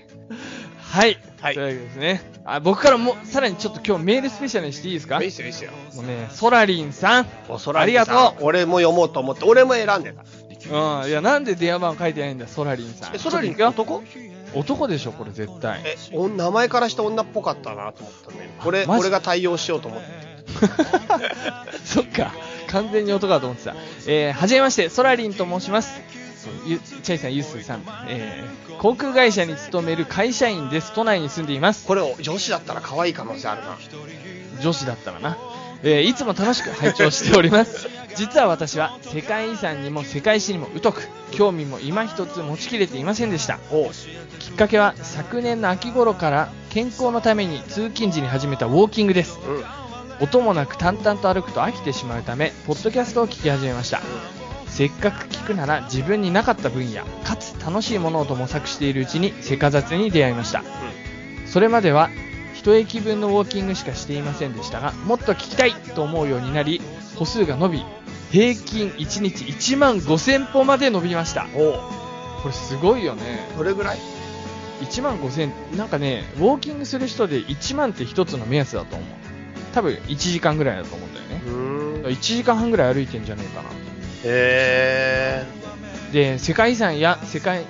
Speaker 1: はい。
Speaker 3: はい
Speaker 1: というわけですね。あ、僕からも、さらにちょっと今日メールスペシャルにしていいですか
Speaker 3: いいっすよ、いいっすよ。
Speaker 1: もうね、ソラリンさん。
Speaker 3: おそら
Speaker 1: ありがと
Speaker 3: う。俺も読もうと思って、俺も選んでた。
Speaker 1: うん。いや、なんで電話番号書いてないんだ、ソラリンさん。
Speaker 3: え、そらりん
Speaker 1: ちょっと
Speaker 3: 男
Speaker 1: 行くよ男でしょ、これ絶対。
Speaker 3: え、お名前からして女っぽかったなと思ったね。俺、
Speaker 1: マジ
Speaker 3: 俺が対応しようと思って。
Speaker 1: そっか。完全に男だと思ってた。えー、はじめまして、ソラリンと申します。ゆチャイさん、ユースさん。えー、航空会社に勤める会社員です。都内に住んでいます。
Speaker 3: これを女子だったら可愛い可能性あるな。
Speaker 1: 女子だったらな、えーいつも楽しく拝聴しております 実は私は世界遺産にも世界史にも疎く興味も今一つ持ちきれていませんでした
Speaker 3: おう
Speaker 1: きっかけは昨年の秋頃から健康のために通勤時に始めたウォーキングです
Speaker 3: うん。
Speaker 1: 音もなく淡々と歩くと飽きてしまうためポッドキャストを聞き始めましたせっかく聞くなら自分になかった分野かつ楽しいものをと模索しているうちにセカザツに出会いましたそれまでは一駅分のウォーキングしかしていませんでしたがもっと聞きたいと思うようになり歩数が伸び平均1日1万5000歩まで伸びました
Speaker 3: おう
Speaker 1: これすごいよね
Speaker 3: どれぐらい
Speaker 1: 1万5000なんかねウォーキングする人で1万って一つの目安だと思う多分1時間ぐらいだと思うんだよね
Speaker 3: うん。
Speaker 1: 1時間半ぐらい歩いてんじゃねえかな
Speaker 3: へ
Speaker 1: で世界遺産や世界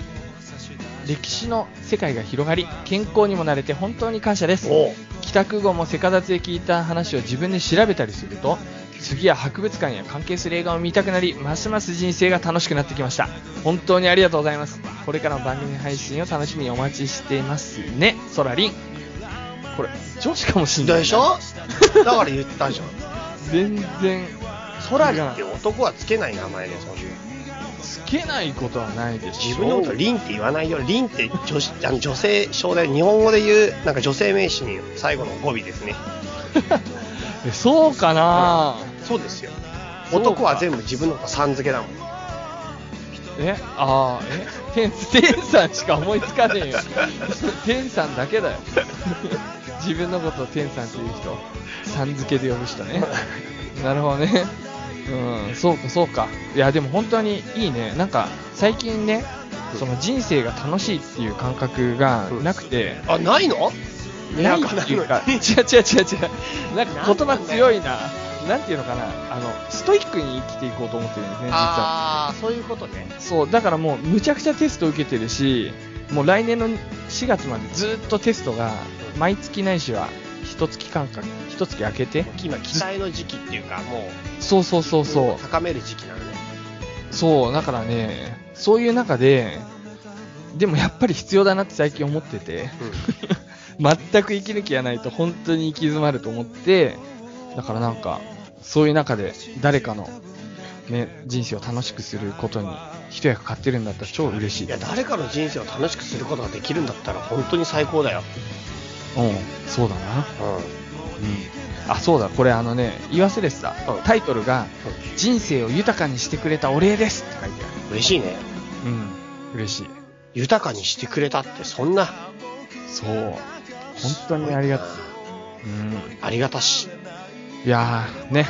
Speaker 1: 歴史の世界が広がり健康にもなれて本当に感謝です
Speaker 3: ー。おう
Speaker 1: 帰宅後もせかざつで聞いた話を自分で調べたりすると次は博物館や関係する映画を見たくなりますます人生が楽しくなってきました本当にありがとうございますこれからの番組配信を楽しみにお待ちしていますねソラリンこれ女子かもしんない
Speaker 3: でしょだから言ったじゃん。
Speaker 1: 全然
Speaker 3: ソラリンって男はつけない名前で、そんな
Speaker 1: つけないことはないでしょ
Speaker 3: 自分のことリンって言わないよ。リンって女子、あの女性、将来、日本語で言う、なんか女性名詞に最後の語尾ですね。
Speaker 1: えそうかな、
Speaker 3: そうですよ。
Speaker 1: そうか
Speaker 3: 男は全部自分のことさん付けだもん。
Speaker 1: えああえ天天さんしか思いつかねえよ 天さんだけだよ 自分のことを天さんっていう人さん付けで呼ぶ人ねなるほどねうんそうかそうかいやでも本当にいいねなんか最近ねその人生が楽しいっていう感覚がなくて、
Speaker 3: あ、ないの
Speaker 1: ないっていうか、違う違う違う違う、なんか言葉強いな、なんていうのかな、あのストイックに生きていこうと思ってるんですね、実は。
Speaker 3: あー、そういうことね。
Speaker 1: そう、だからもうむちゃくちゃテスト受けてるし、もう来年の4月までずっとテストが、毎月ないしは、一月間隔、一月明けて、
Speaker 3: 今、期待の時期っていうか、もう、
Speaker 1: そうそうそうそ
Speaker 3: 高める時期なのね。
Speaker 1: う、そう、だからね、そういう中で、でもやっぱり必要だなって最近思ってて、 全く息抜きがないと本当に行き詰まると思って、だからなんか、そういう中で誰かの、ね、人生を楽しくすることに一役買ってるんだったら超嬉しい
Speaker 3: いや、誰かの人生を楽しくすることができるんだったら、本当に最高だよ。
Speaker 1: うん、そうだな。
Speaker 3: う
Speaker 1: うん、あそうだこれあのね言い忘れてた、
Speaker 3: うん
Speaker 1: タイトルが「人生を豊かにしてくれたお礼です」って書いてある
Speaker 3: 嬉しいね。
Speaker 1: うん。嬉しい。
Speaker 3: 豊かにしてくれたって、そんな。
Speaker 1: そう。本当にありがたい。うん。
Speaker 3: ありがたし。
Speaker 1: いやー、ね。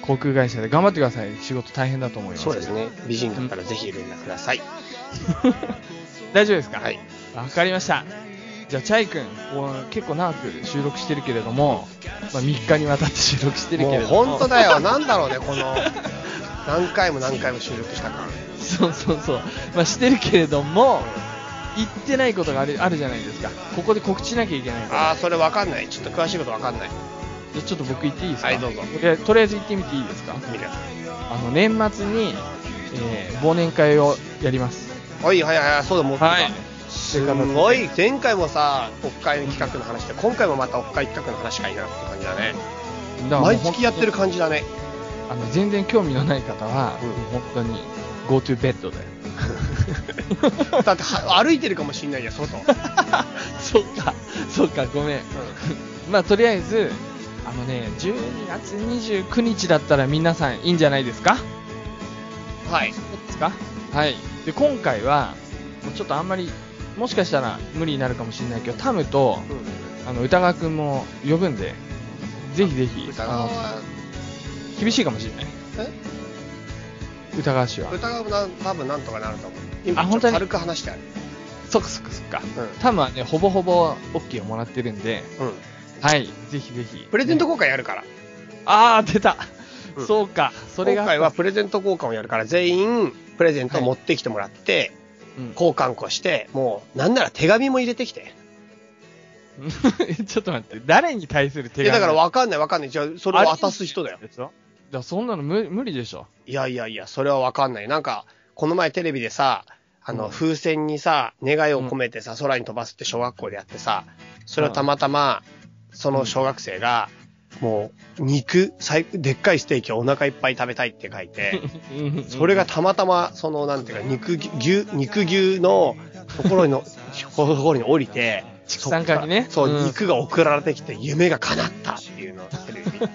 Speaker 1: 航空会社で頑張ってください。仕事大変だと思います。
Speaker 3: そうです。ね。美人だったらぜひ連絡ください。
Speaker 1: 大丈夫ですか
Speaker 3: はい。
Speaker 1: わかりました。じゃあ、チャイ君、こう結構長く収録してるけれども、まあ、3日にわたって収録してるけれ
Speaker 3: もう
Speaker 1: ども。
Speaker 3: 本当だよ。なんだろうね、この、何回も何回も収録した感。
Speaker 1: そうそうそう。まあ、してるけれども、言ってないことがあるあるじゃないですか。ここで告知しなきゃいけないから。
Speaker 3: ああ、それわかんない。ちょっと詳しいことわかんない。
Speaker 1: じゃあちょっと僕言っていいですか
Speaker 3: はいどうぞ
Speaker 1: とりあえずとりあえず言ってみていいですか
Speaker 3: 見る。
Speaker 1: あの、年末に、えー忘年会をやります。
Speaker 3: はいはいはい、そうだ、もう。
Speaker 1: はい。
Speaker 3: すごい。前回もさ、北海の企画の話で、今回もまた北海企画の話かいなって感じだね。
Speaker 1: だからもう
Speaker 3: 毎
Speaker 1: ほん
Speaker 3: 月やってる感じ だね。
Speaker 1: あの、全然興味のない方は、
Speaker 3: うん
Speaker 1: もう本当に、GoTo ベッドで。
Speaker 3: だっては歩いてるかもしんないじゃん、外。
Speaker 1: そっか、そっか、ごめん。まあ、とりあえず、あのね、12月29日だったら皆さんいいんじゃないですか
Speaker 3: はい。
Speaker 1: そうですかはい。で、今回は、もうちょっとあんまり、もしかしたら無理になるかもしれないけど、タムと、あの、歌川くんも呼ぶんで、ぜひぜひ、
Speaker 3: 歌川
Speaker 1: あ
Speaker 3: は、
Speaker 1: の、厳しいかもしれない。
Speaker 3: え
Speaker 1: 歌川氏は。
Speaker 3: 歌川もなん多分なんとかなると思
Speaker 1: あ
Speaker 3: う。今、ちょ
Speaker 1: 本
Speaker 3: っと
Speaker 1: 当に
Speaker 3: 軽く話してある。
Speaker 1: そっかそっかそっか。
Speaker 3: うん
Speaker 1: タムはね、ほぼほぼ OK をもらってるんで、
Speaker 3: うん。
Speaker 1: はい。ぜひぜひ。
Speaker 3: プレゼント
Speaker 1: ね
Speaker 3: 交換やるから。
Speaker 1: あー、出た、
Speaker 3: うん
Speaker 1: そうか。それが。
Speaker 3: 今回はプレゼント交換をやるから、全員、プレゼントを持ってきてもらって、
Speaker 1: うん、
Speaker 3: 交換こして、もう、なんなら手紙も入れてきて。
Speaker 1: ちょっと待って、誰に対する手
Speaker 3: い
Speaker 1: 紙
Speaker 3: や、だからわかんないわかんない。じゃあ、それを渡す人だよ。
Speaker 1: だからそんなの無無理でしょ。
Speaker 3: いやいやいや、それはわかんない。なんか、この前テレビでさ、あ
Speaker 1: う
Speaker 3: の、
Speaker 1: ん
Speaker 3: 風船にさ、願いを込めてさ、空に飛ばすって小学校でやってさ、それをたまたま、その小学生が、もう、肉、最でっかいステーキをお腹いっぱい食べたいって書いて、それがたまたま、その、なんていうか、肉牛、肉牛のとこ ろの、ところに降りて、畜
Speaker 1: 産家にね
Speaker 3: そう、
Speaker 1: うん
Speaker 3: 肉が送られてきて、夢が叶ったっていうのをテレビで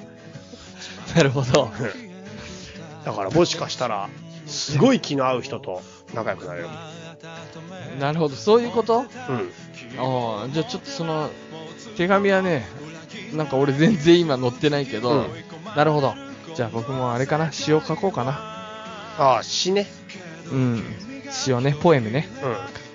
Speaker 1: なるほど。
Speaker 3: だからもしかしたら、すごい気の合う人と仲良くなれる。
Speaker 1: なるほど。そういうこと
Speaker 3: うん。
Speaker 1: ああ、じゃあちょっとその、手紙はね、なんか俺全然今載ってないけど、
Speaker 3: うん
Speaker 1: なるほど。じゃあ僕もあれかな、詩を書こうかな。
Speaker 3: ああ、死ね。
Speaker 1: うん。詩をね、ポエムね。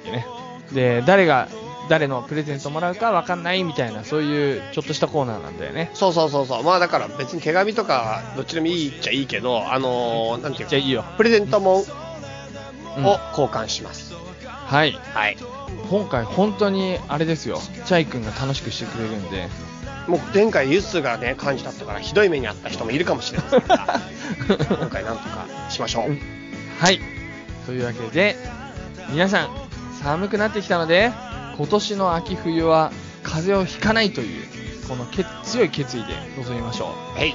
Speaker 3: うん。
Speaker 1: ねで、誰が、誰のプレゼントもらうかわかんないみたいな、そういうちょっとしたコーナーなんだよね。
Speaker 3: そうそうそうそう。まあだから別に手紙とかどっちでもいいっちゃいいけど、あのー、なんていう
Speaker 1: じゃあ
Speaker 3: か、
Speaker 1: いいよ。
Speaker 3: プレゼントも、を
Speaker 1: うん
Speaker 3: 交換します。
Speaker 1: はい。
Speaker 3: はい。
Speaker 1: 今回本当にあれですよ。チャイ君が楽しくしてくれるんで。
Speaker 3: もう前回ユースがね、感じだったからひどい目にあった人もいるかもしれません から、今回なんとかしましょう。
Speaker 1: はい。というわけで、皆さん、寒くなってきたので、今年の秋冬は風邪をひかないという、このけ強い決意で臨みましょ
Speaker 3: はい。
Speaker 1: う。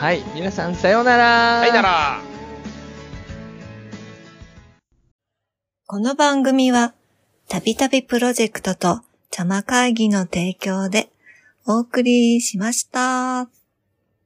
Speaker 1: はい。皆さん、さようなら。
Speaker 3: はいなら。
Speaker 6: この番組は、たびたびプロジェクトと、ちゃま会議の提供で、お送りしました。